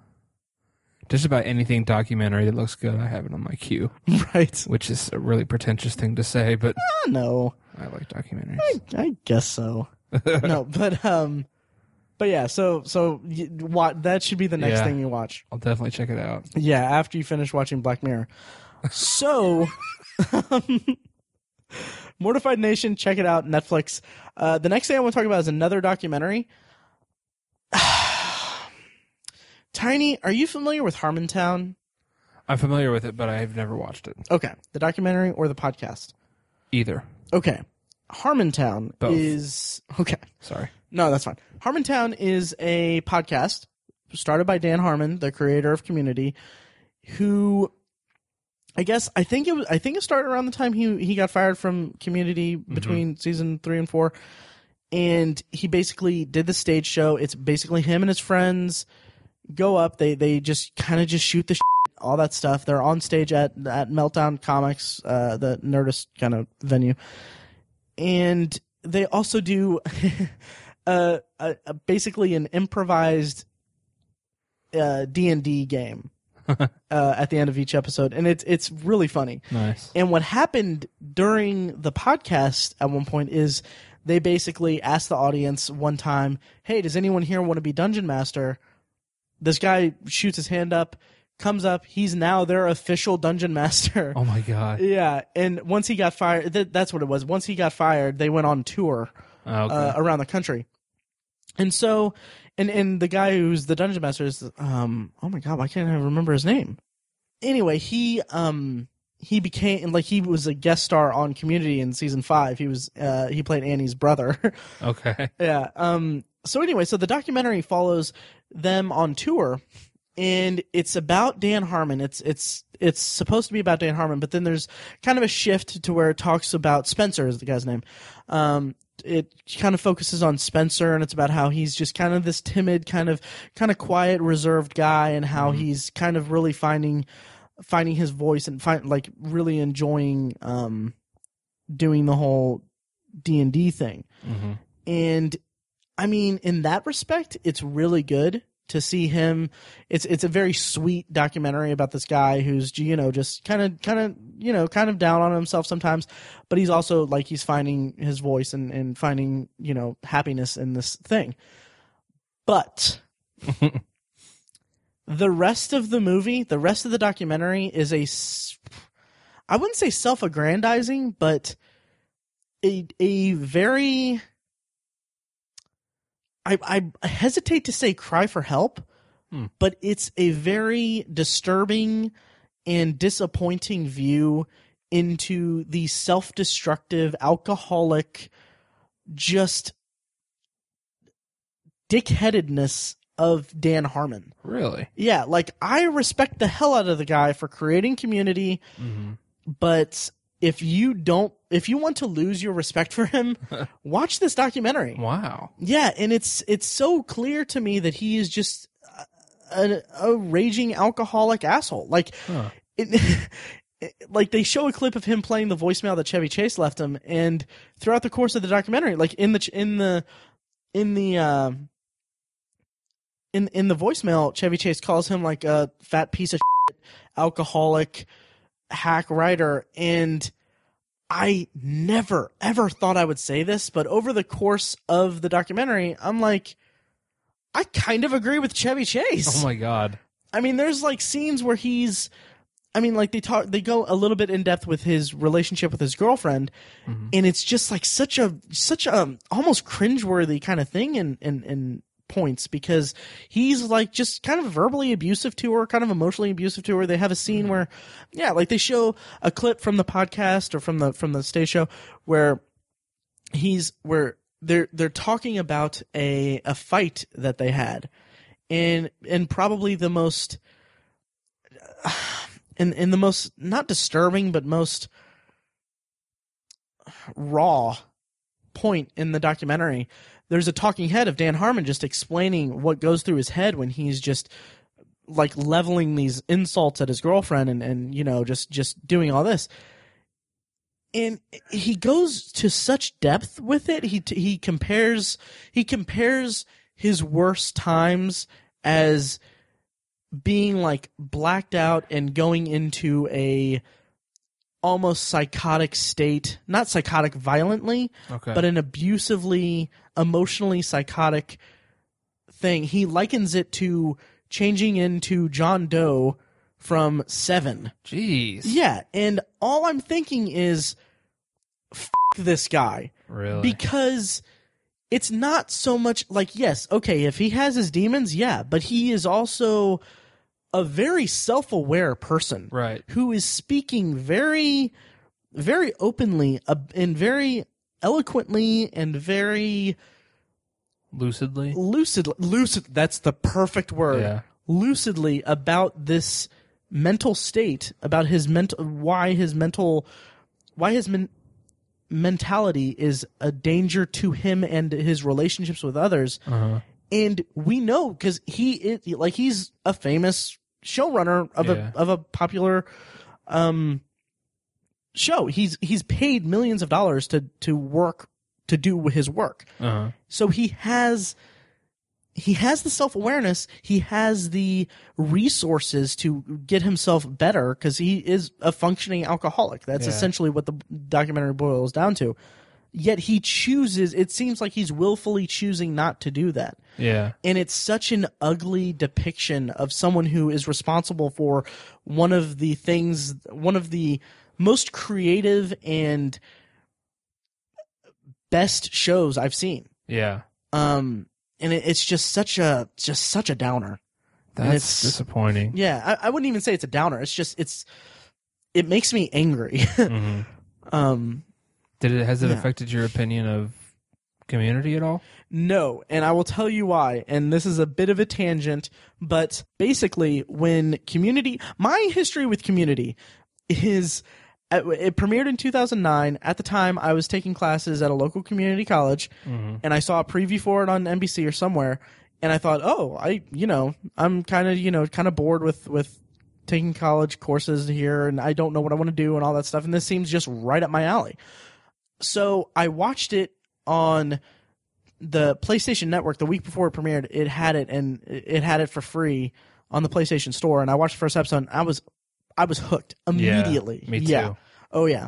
[SPEAKER 2] Just about anything documentary that looks good, I have it on my queue,
[SPEAKER 1] Right.
[SPEAKER 2] which is a really pretentious thing to say, but
[SPEAKER 1] I know.
[SPEAKER 2] I like documentaries.
[SPEAKER 1] I guess so. no, but um, but yeah. So so y- what? That should be the next
[SPEAKER 2] Yeah.
[SPEAKER 1] thing you watch.
[SPEAKER 2] I'll definitely check it out.
[SPEAKER 1] Yeah, after you finish watching Black Mirror. So, um, Mortified Nation, check it out, Netflix. Uh, the next thing I want to talk about is another documentary. Tiny, are you familiar with Harmontown?
[SPEAKER 2] I'm familiar with it, but I've never watched it
[SPEAKER 1] Okay, the documentary or the podcast?
[SPEAKER 2] either.
[SPEAKER 1] Okay, Harmontown
[SPEAKER 2] Both.
[SPEAKER 1] is okay.
[SPEAKER 2] Sorry.
[SPEAKER 1] No, that's fine. Harmontown is a podcast started by Dan Harmon, the creator of Community, who I guess I think it was I think it started around the time he he got fired from Community between season 3 and 4 and he basically did the stage show. It's basically him and his friends go up. They they just kind of just shoot the shit, all that stuff. They're on stage at at Meltdown Comics, uh, the Nerdist kind of venue, and they also do uh, a, a basically an improvised uh, D and D game uh, at the end of each episode, and it's it's really funny.
[SPEAKER 2] Nice.
[SPEAKER 1] And what happened during the podcast at one point is they basically asked the audience one time, "Hey, does anyone here want to be dungeon master?" This guy shoots his hand up, comes up. He's now their official dungeon master.
[SPEAKER 2] Oh my god.
[SPEAKER 1] Yeah, and once he got fired, th- that's what it was. Once he got fired, they went on tour
[SPEAKER 2] Oh, okay.
[SPEAKER 1] uh, around the country. And so, and and the guy who's the dungeon master is, um, oh my god, why can't I remember his name? Anyway, he um he became like he was a guest star on Community in season five. He was uh, he played Annie's brother.
[SPEAKER 2] Okay.
[SPEAKER 1] yeah. Um. So anyway, so the documentary follows them on tour, and it's about Dan Harmon. It's it's it's supposed to be about Dan Harmon, but then there's kind of a shift to where it talks about Spencer is the guy's name. Um, it kind of focuses on Spencer and it's about how he's just kind of this timid, kind of kind of quiet, reserved guy, and how
[SPEAKER 2] Mhm.
[SPEAKER 1] he's kind of really finding finding his voice and find like really enjoying um doing the whole D and D thing
[SPEAKER 2] hmm
[SPEAKER 1] and I mean, in that respect, it's really good to see him. It's it's a very sweet documentary about this guy who's you know just kind of kind of you know kind of down on himself sometimes, but he's also like he's finding his voice and and finding you know happiness in this thing. But the rest of the movie, the rest of the documentary is a s- I wouldn't say self-aggrandizing, but a a very I, I hesitate to say cry for help,
[SPEAKER 2] Hmm.
[SPEAKER 1] but it's a very disturbing and disappointing view into the self destructive, alcoholic, just dickheadedness of Dan Harmon.
[SPEAKER 2] Really?
[SPEAKER 1] Yeah, like I respect the hell out of the guy for creating community,
[SPEAKER 2] hmm
[SPEAKER 1] but if you don't, if you want to lose your respect for him, watch this documentary.
[SPEAKER 2] Wow.
[SPEAKER 1] Yeah, and it's it's so clear to me that he is just a, a raging alcoholic asshole. Like
[SPEAKER 2] Huh.
[SPEAKER 1] it, it- like they show a clip of him playing the voicemail that Chevy Chase left him, and throughout the course of the documentary, like in the ch- in the in the uh, in in the voicemail, Chevy Chase calls him like a fat piece of shit, alcoholic hack writer, and I never ever thought I would say this, but over the course of the documentary, I'm like. I kind of agree with Chevy Chase.
[SPEAKER 2] Oh my God.
[SPEAKER 1] I mean, there's like scenes where he's. I mean, like they talk, they go a little bit in depth with his relationship with his girlfriend,
[SPEAKER 2] Mhm.
[SPEAKER 1] and it's just like such a such a um, almost cringeworthy kind of thing in in in points because he's like just kind of verbally abusive to her, kind of emotionally abusive to her. They have a scene where, yeah, like they show a clip from the podcast or from the from the stage show where he's where they're they're talking about a a fight that they had, and and probably the most in in the most not disturbing but most raw point in the documentary there's a talking head of Dan Harmon just explaining what goes through his head when he's just like leveling these insults at his girlfriend and and you know just just doing all this and he goes to such depth with it he he compares he compares his worst times as being like blacked out and going into a almost psychotic state not psychotic violently
[SPEAKER 2] Okay.
[SPEAKER 1] but an abusively emotionally psychotic thing he likens it to changing into john doe from seven
[SPEAKER 2] Jeez.
[SPEAKER 1] yeah and all i'm thinking is F- this guy
[SPEAKER 2] Really?
[SPEAKER 1] because it's not so much like yes okay if he has his demons yeah but he is also a very self-aware person
[SPEAKER 2] right.
[SPEAKER 1] who is speaking very very openly uh, and very eloquently and very
[SPEAKER 2] Lucidly.
[SPEAKER 1] lucid lucid that's the perfect word
[SPEAKER 2] Yeah.
[SPEAKER 1] lucidly about this mental state about his mental why his mental why his men- mentality is a danger to him and his relationships with others
[SPEAKER 2] Uh-huh.
[SPEAKER 1] and we know cuz he is like he's a famous showrunner of
[SPEAKER 2] Yeah.
[SPEAKER 1] a of a popular um show he's he's paid millions of dollars to to work to do his work
[SPEAKER 2] Uh-huh.
[SPEAKER 1] so he has he has the self-awareness, he has the resources to get himself better cuz he is a functioning alcoholic. That's
[SPEAKER 2] Yeah.
[SPEAKER 1] essentially what the documentary boils down to. Yet he chooses, it seems like he's willfully choosing not to do that.
[SPEAKER 2] Yeah.
[SPEAKER 1] And it's such an ugly depiction of someone who is responsible for one of the things, one of the most creative and best shows I've seen
[SPEAKER 2] Yeah.
[SPEAKER 1] um and it, it's just such a just such a downer
[SPEAKER 2] That's
[SPEAKER 1] it's-
[SPEAKER 2] disappointing.
[SPEAKER 1] yeah I, I wouldn't even say it's a downer it's just it's it makes me angry.
[SPEAKER 2] Mhm.
[SPEAKER 1] um,
[SPEAKER 2] Did it has it
[SPEAKER 1] Yeah.
[SPEAKER 2] affected your opinion of community at all?
[SPEAKER 1] No, and I will tell you why. And this is a bit of a tangent, but basically, when community, my history with community is it premiered in 2009. At the time, I was taking classes at a local community college,
[SPEAKER 2] Mm-hmm.
[SPEAKER 1] and I saw a preview for it on NBC or somewhere, and I thought, oh, I, you know, I'm kind of, you know, kind of bored with with taking college courses here, and I don't know what I want to do and all that stuff, and this seems just right up my alley. So I watched it on the PlayStation Network the week before it premiered. It had it and it had it for free on the PlayStation Store, and I watched the first episode. And I was, I was hooked immediately.
[SPEAKER 2] Me too.
[SPEAKER 1] Yeah. Oh yeah.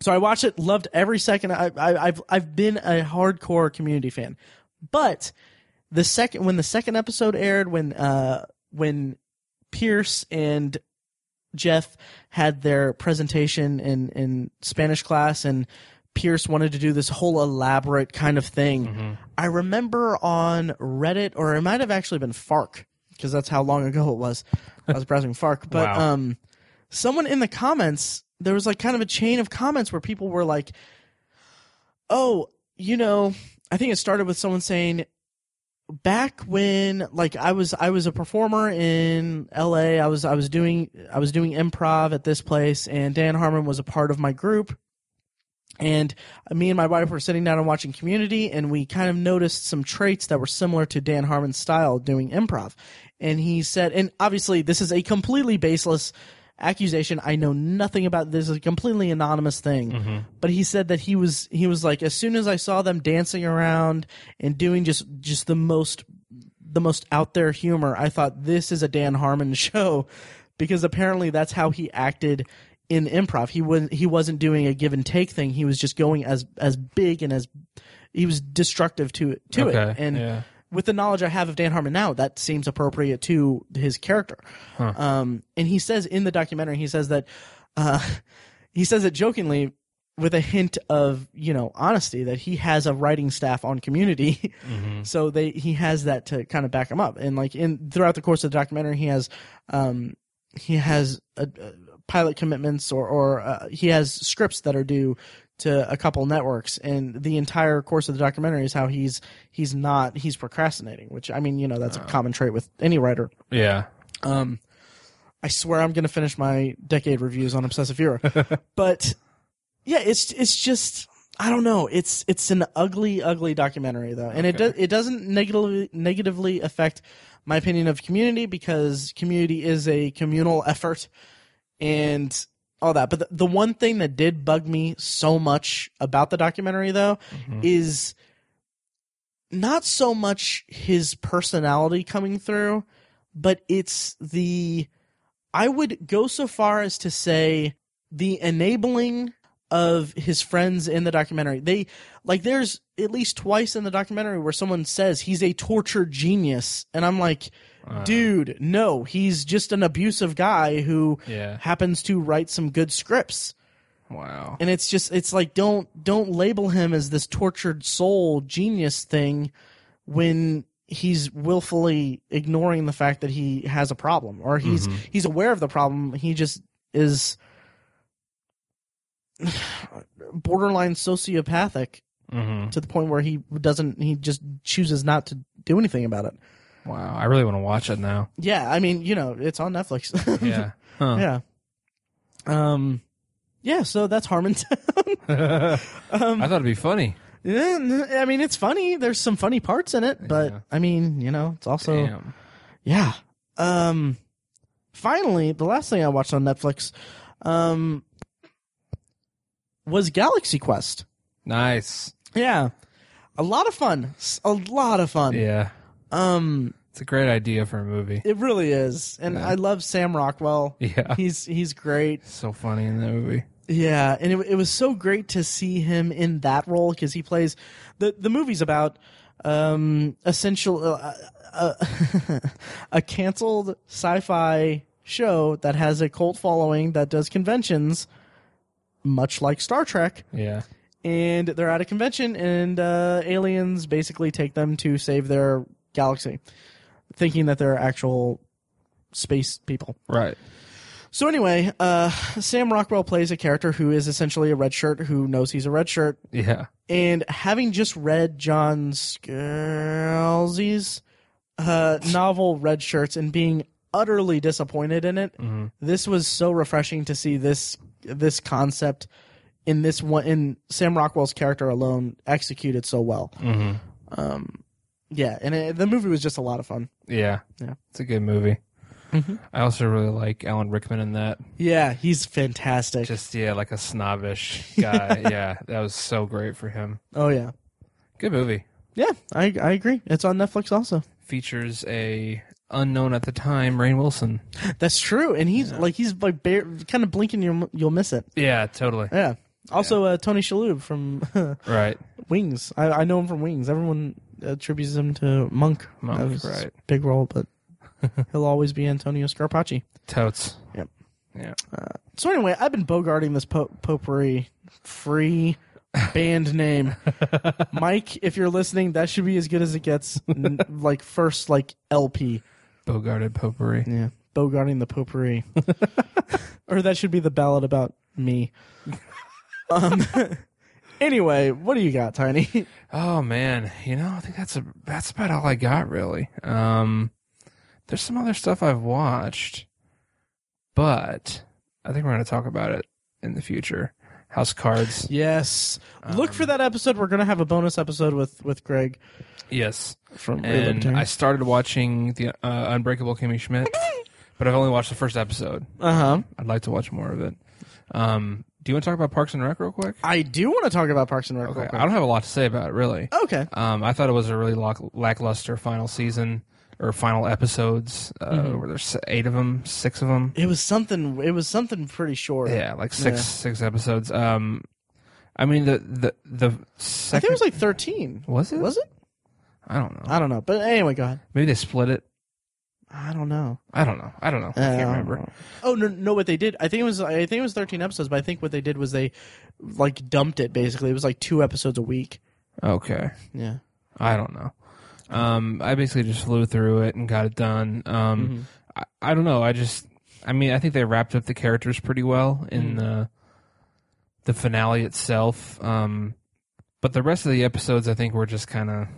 [SPEAKER 1] So I watched it, loved every second. I, I, I've I've been a hardcore community fan, but the second when the second episode aired, when uh when Pierce and Jeff had their presentation in in Spanish class, and Pierce wanted to do this whole elaborate kind of thing.
[SPEAKER 2] Mhm.
[SPEAKER 1] I remember on Reddit, or it might have actually been Fark, because that's how long ago it was. I was browsing Fark, but
[SPEAKER 2] Wow.
[SPEAKER 1] um, someone in the comments, there was like kind of a chain of comments where people were like, "Oh, you know," I think it started with someone saying, "Back when, like, I was I was a performer in L.A. I was I was doing I was doing improv at this place, and Dan Harmon was a part of my group, and me and my wife were sitting down and watching Community, and we kind of noticed some traits that were similar to Dan Harmon's style doing improv. And he said, and obviously, this is a completely baseless accusation. I know nothing about this. is a completely anonymous thing.
[SPEAKER 2] Mhm.
[SPEAKER 1] But he said that he was he was like, as soon as I saw them dancing around and doing just just the most the most out there humor, I thought this is a Dan Harmon show because apparently that's how he acted in improv. He was he wasn't doing a give and take thing. He was just going as as big and as he was destructive to it to
[SPEAKER 2] Okay,
[SPEAKER 1] it. And
[SPEAKER 2] yeah.
[SPEAKER 1] with the knowledge I have of Dan Harmon now, that seems appropriate to his character.
[SPEAKER 2] Huh.
[SPEAKER 1] Um, and he says in the documentary, he says that uh, he says it jokingly with a hint of you know honesty that he has a writing staff on community
[SPEAKER 2] Mhm.
[SPEAKER 1] so they he has that to kind of back him up and like in throughout the course of the documentary he has um he has uh uh pilot commitments or or uh, he has scripts that are due to a couple networks and the entire course of the documentary is how he's he's not he's procrastinating which i mean you know that's a common trait with any writer
[SPEAKER 2] Yeah.
[SPEAKER 1] um, I swear I'm going to finish my decade reviews on Obsessive Viewer, but yeah, it's it's just I don't know. It's it's an ugly, ugly documentary though, and it
[SPEAKER 2] Okay.
[SPEAKER 1] does it doesn't negatively negatively affect my opinion of Community because Community is a communal effort and all that. But the, the one thing that did bug me so much about the documentary though
[SPEAKER 2] Mhm.
[SPEAKER 1] is not so much his personality coming through, but it's the I would go so far as to say the enabling of his friends in the documentary. They like there's at least twice in the documentary where someone says he's a tortured genius and I'm like,
[SPEAKER 2] Uh,
[SPEAKER 1] dude, no, he's just an abusive guy who
[SPEAKER 2] Yeah.
[SPEAKER 1] happens to write some good scripts
[SPEAKER 2] Wow.
[SPEAKER 1] and it's just it's like don't don't label him as this tortured soul genius thing when he's willfully ignoring the fact that he has a problem or he's
[SPEAKER 2] Mhm.
[SPEAKER 1] he's aware of the problem he just is borderline sociopathic
[SPEAKER 2] Mhm.
[SPEAKER 1] to the point where he doesn't he just chooses not to do anything about it
[SPEAKER 2] Wow. I really want to watch it now.
[SPEAKER 1] yeah i mean you know it's on netflix
[SPEAKER 2] Yeah. Huh.
[SPEAKER 1] yeah um yeah so that's harmontown um
[SPEAKER 2] I thought it'd be funny.
[SPEAKER 1] Yeah, n- I mean it's funny. There's some funny parts in it, but
[SPEAKER 2] Yeah.
[SPEAKER 1] I mean, you know, it's also
[SPEAKER 2] Damn.
[SPEAKER 1] yeah. Um, finally, the last thing I watched on Netflix, um, was Galaxy Quest.
[SPEAKER 2] Nice.
[SPEAKER 1] Yeah, a lot of fun. S- A lot of fun.
[SPEAKER 2] Yeah.
[SPEAKER 1] Um,
[SPEAKER 2] It's a great idea for a movie.
[SPEAKER 1] it really is, and
[SPEAKER 2] Yeah.
[SPEAKER 1] I love Sam Rockwell.
[SPEAKER 2] Yeah.
[SPEAKER 1] He's he's great.
[SPEAKER 2] So funny in that movie.
[SPEAKER 1] Yeah, and it, it was so great to see him in that role because he plays the the movie's about um essential uh, uh, a canceled sci-fi show that has a cult following that does conventions much like Star Trek
[SPEAKER 2] Yeah.
[SPEAKER 1] and they're at a convention and uh aliens basically take them to save their galaxy thinking that they're actual space people
[SPEAKER 2] Right.
[SPEAKER 1] So anyway, uh, Sam Rockwell plays a character who is essentially a red shirt who knows he's a red shirt,
[SPEAKER 2] Yeah.
[SPEAKER 1] and having just read John Scalzi's uh, novel Red Shirts and being utterly disappointed in it,
[SPEAKER 2] Mhm.
[SPEAKER 1] this was so refreshing to see this this concept in this one in Sam Rockwell's character alone executed so well.
[SPEAKER 2] hmm
[SPEAKER 1] Um, yeah, and it, the movie was just a lot of fun.
[SPEAKER 2] Yeah.
[SPEAKER 1] Yeah.
[SPEAKER 2] It's a good movie.
[SPEAKER 1] Mhm.
[SPEAKER 2] I also really like Alan Rickman in that.
[SPEAKER 1] Yeah, he's fantastic.
[SPEAKER 2] Just yeah, like a snobbish guy. yeah, that was so great for him.
[SPEAKER 1] oh yeah,
[SPEAKER 2] Good movie.
[SPEAKER 1] yeah, I I agree. It's on Netflix also.
[SPEAKER 2] Features a unknown at the time, Rain Wilson.
[SPEAKER 1] That's true, and he's like he's like bare, kind of blinking, you'll you'll miss it.
[SPEAKER 2] Yeah, totally.
[SPEAKER 1] Yeah. Also, Uh, Tony Shalhoub from
[SPEAKER 2] Right.
[SPEAKER 1] Wings. I, I know him from Wings. Everyone attributes him to Monk.
[SPEAKER 2] Monk,
[SPEAKER 1] That was his
[SPEAKER 2] right.
[SPEAKER 1] Big role, but he'll always be Antonio Scarpacci.
[SPEAKER 2] Totes.
[SPEAKER 1] Yep.
[SPEAKER 2] Yeah.
[SPEAKER 1] So anyway, I've been bogarting this po- potpourri free band name. Mike, if you're listening, that should be as good as it gets. N- like first, like LP.
[SPEAKER 2] Bogarted potpourri.
[SPEAKER 1] Yeah, bogarting the potpourri, or that should be the ballad about me. Um. anyway, what do you got, Tiny?
[SPEAKER 2] Oh man, you know, I think that's a that's about all I got really. Um there's some other stuff I've watched, but I think we're going to talk about it in the future. House Cards.
[SPEAKER 1] Yes. Look
[SPEAKER 2] Um,
[SPEAKER 1] for that episode. We're gonna have a bonus episode with with Greg
[SPEAKER 2] Yes.
[SPEAKER 1] from Ray
[SPEAKER 2] And
[SPEAKER 1] Libertarian.
[SPEAKER 2] I started watching the uh, Unbreakable Kimmy Schmidt, but I've only watched the first episode.
[SPEAKER 1] Uh huh.
[SPEAKER 2] I'd like to watch more of it. Um do you want to talk about Parks and Rec real quick?
[SPEAKER 1] I do want to talk about Parks and Rec.
[SPEAKER 2] Okay.
[SPEAKER 1] real
[SPEAKER 2] I
[SPEAKER 1] quick.
[SPEAKER 2] don't have a lot to say about it really.
[SPEAKER 1] okay.
[SPEAKER 2] Um, I thought it was a really lack- lackluster final season or final episodes. Uh,
[SPEAKER 1] Mm-hmm.
[SPEAKER 2] Where there's eight of them, six of them.
[SPEAKER 1] It was something. It was something pretty short.
[SPEAKER 2] Yeah, like six
[SPEAKER 1] Yeah.
[SPEAKER 2] six episodes. Um, I mean the the the second
[SPEAKER 1] I think it was like thirteen.
[SPEAKER 2] was it
[SPEAKER 1] Was it?
[SPEAKER 2] I don't know.
[SPEAKER 1] I don't know. But anyway, go ahead.
[SPEAKER 2] Maybe they split it.
[SPEAKER 1] I don't know.
[SPEAKER 2] I don't know. I don't know. I can't
[SPEAKER 1] Um,
[SPEAKER 2] remember.
[SPEAKER 1] Oh no, no. What they did, I think it was. I think it was thirteen episodes. But I think what they did was they like dumped it. Basically, it was like two episodes a week.
[SPEAKER 2] Okay,
[SPEAKER 1] Yeah.
[SPEAKER 2] I don't know. Um, I basically just flew through it and got it done. Um,
[SPEAKER 1] Mhm.
[SPEAKER 2] I, I don't know. I just, I mean, I think they wrapped up the characters pretty well in the the finale itself. Um, but the rest of the episodes, I think, were just kind of,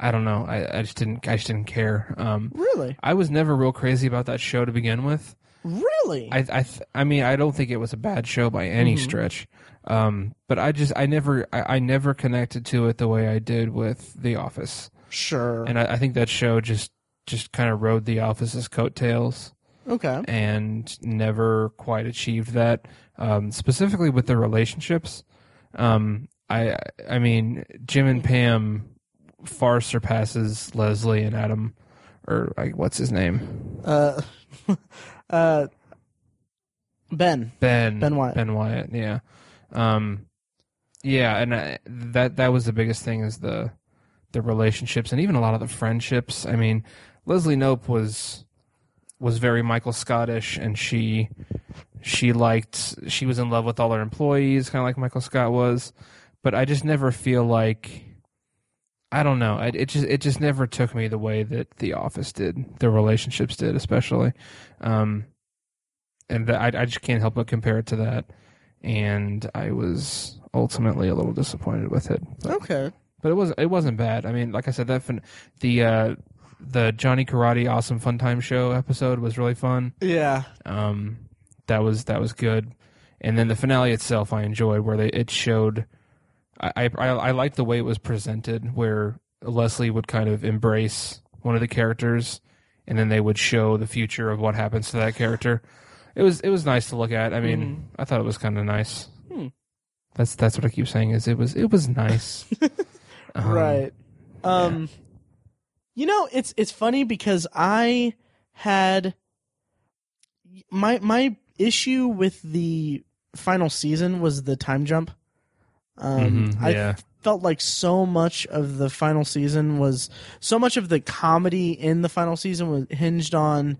[SPEAKER 2] I don't know. I, I just didn't, I just didn't care. Um,
[SPEAKER 1] Mm-hmm. Really,
[SPEAKER 2] I was never real crazy about that show to begin with.
[SPEAKER 1] really.
[SPEAKER 2] I, I, th- I mean, I don't think it was a bad show by any
[SPEAKER 1] Mhm.
[SPEAKER 2] stretch. Um, but I just, I never, I, I never connected to it the way I did with The Office,
[SPEAKER 1] sure.
[SPEAKER 2] and I, I think that show just, just kind of rode The Office's coattails
[SPEAKER 1] okay.
[SPEAKER 2] and never quite achieved that. Um, specifically with the relationships, um, I I mean Jim and Pam far surpasses Leslie and Adam, or like what's his name
[SPEAKER 1] Uh. uh. Ben.
[SPEAKER 2] Ben
[SPEAKER 1] Ben Wyatt.
[SPEAKER 2] Ben Wyatt yeah, um, yeah and I, that that was the biggest thing is the the relationships and even a lot of the friendships. I mean Leslie Nope was was very Michael Scottish, and she she liked she was in love with all her employees, kind of like Michael Scott was. But I just never feel like I don't know. It, it just it just never took me the way that The Office did, the relationships did, especially. Um, and th- I I just can't help but compare it to that, and I was ultimately a little disappointed with it. But
[SPEAKER 1] Okay.
[SPEAKER 2] but it was it wasn't bad. I mean, like I said, that fin- the uh, the Johnny Karate Awesome Fun Time Show episode was really fun.
[SPEAKER 1] Yeah.
[SPEAKER 2] Um, that was that was good, and then the finale itself I enjoyed, where they it showed. I I, I liked the way it was presented, where Leslie would kind of embrace one of the characters, and then they would show the future of what happens to that character. It was it was nice to look at. I mean, I thought it was kind of nice.
[SPEAKER 1] Mm-hmm. Hmm.
[SPEAKER 2] That's that's what I keep saying is it was it was nice. Um,
[SPEAKER 1] right. Um You know, it's it's funny because I had my my issue with the final season was the time jump. Um
[SPEAKER 2] Mhm,
[SPEAKER 1] I
[SPEAKER 2] yeah.
[SPEAKER 1] felt like so much of the final season was so much of the comedy in the final season was hinged on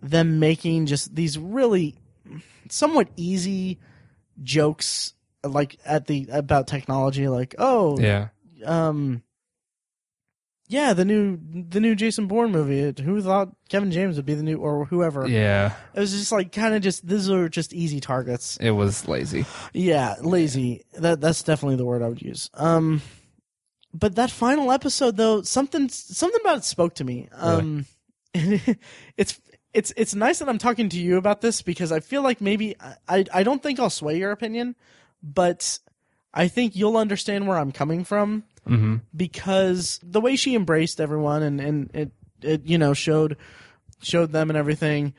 [SPEAKER 1] them making just these really somewhat easy jokes like at the about technology like oh
[SPEAKER 2] Yeah.
[SPEAKER 1] um yeah, the new the new Jason Bourne movie. It- Who thought Kevin James would be the new or whoever?
[SPEAKER 2] Yeah,
[SPEAKER 1] It was just like kind of just these are just easy targets.
[SPEAKER 2] it was lazy.
[SPEAKER 1] Yeah, lazy. That that's definitely the word I would use. Um, but that final episode though, something something about it spoke to me. Um, it's it's it's nice that I'm talking to you about this because I feel like maybe I I, I don't think I'll sway your opinion, but I think you'll understand where I'm coming from
[SPEAKER 2] Mm-hmm.
[SPEAKER 1] because the way she embraced everyone and and it it you know showed showed them and everything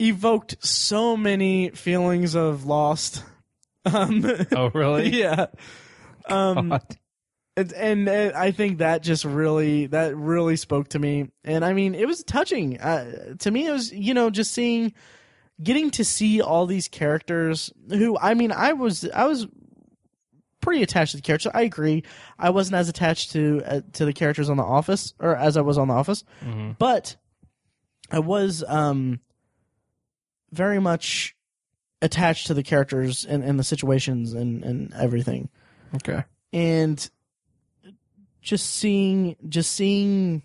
[SPEAKER 1] evoked so many feelings of lost um
[SPEAKER 2] Oh, really?
[SPEAKER 1] yeah um
[SPEAKER 2] God.
[SPEAKER 1] it- and uh, I think that just really that really spoke to me, and I mean it was touching. Uh, to me, it was you know just seeing, getting to see all these characters who I mean I was I was pretty attached to the characters. I agree, I wasn't as attached to uh, to the characters on The Office or as I was on The Office,
[SPEAKER 2] Mhm.
[SPEAKER 1] but I was um very much attached to the characters and, and the situations and and everything
[SPEAKER 2] Okay.
[SPEAKER 1] and just seeing just seeing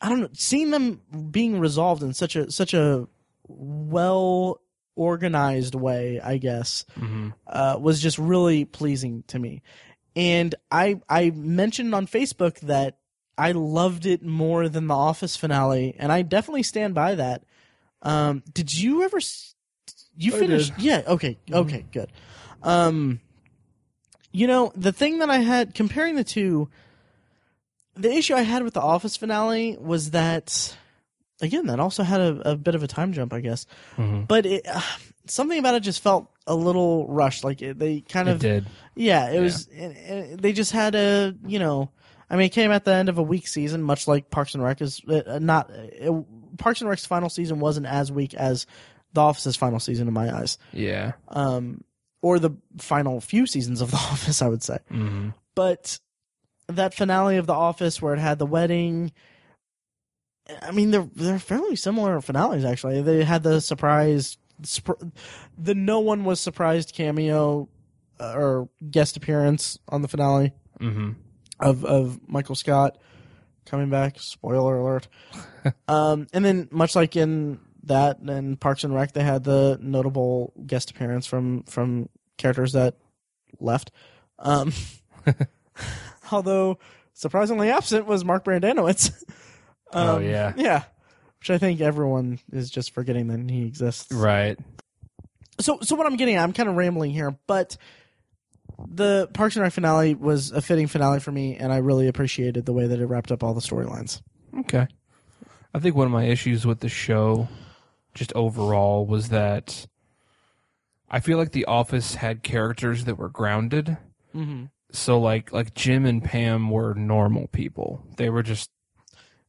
[SPEAKER 1] i don't know seeing them being resolved in such a such a well organized way i guess
[SPEAKER 2] hmm
[SPEAKER 1] uh, was just really pleasing to me and i i mentioned on facebook that i loved it more than the office finale and i definitely stand by that um did you ever s- you
[SPEAKER 2] I
[SPEAKER 1] finished yeah okay okay good um you know the thing that i had comparing the two the issue i had with the office finale was that again that also had a, a bit of a time jump i guess
[SPEAKER 2] hmm
[SPEAKER 1] but it, uh, something about it just felt a little rushed like it, they kind
[SPEAKER 2] It
[SPEAKER 1] of
[SPEAKER 2] did.
[SPEAKER 1] yeah, it
[SPEAKER 2] Yeah.
[SPEAKER 1] was. It, it, they just had a, you know, I mean, it came at the end of a weak season, much like Parks and Rec is uh, not. It, Parks and Rec's final season wasn't as weak as The Office's final season in my eyes,
[SPEAKER 2] Yeah.
[SPEAKER 1] um, or the final few seasons of The Office, I would say.
[SPEAKER 2] hmm
[SPEAKER 1] But that finale of The Office, where it had the wedding. I mean, they're they're fairly similar finales actually. They had the surprise, sp- the no one was surprised cameo uh, or guest appearance on the finale
[SPEAKER 2] hmm
[SPEAKER 1] of of Michael Scott coming back. Spoiler alert. um, and then much like in that and Parks and Rec, they had the notable guest appearance from from characters that left. Um, although surprisingly absent was Mark Brandanowitz. Um,
[SPEAKER 2] Oh, yeah.
[SPEAKER 1] yeah. Which I think everyone is just forgetting that he exists
[SPEAKER 2] Right. Okay. I think one of my issues with the show, just overall, was that I feel like The Office had characters that were grounded.
[SPEAKER 1] Mm-hmm.
[SPEAKER 2] So like like Jim and Pam were normal people. They were just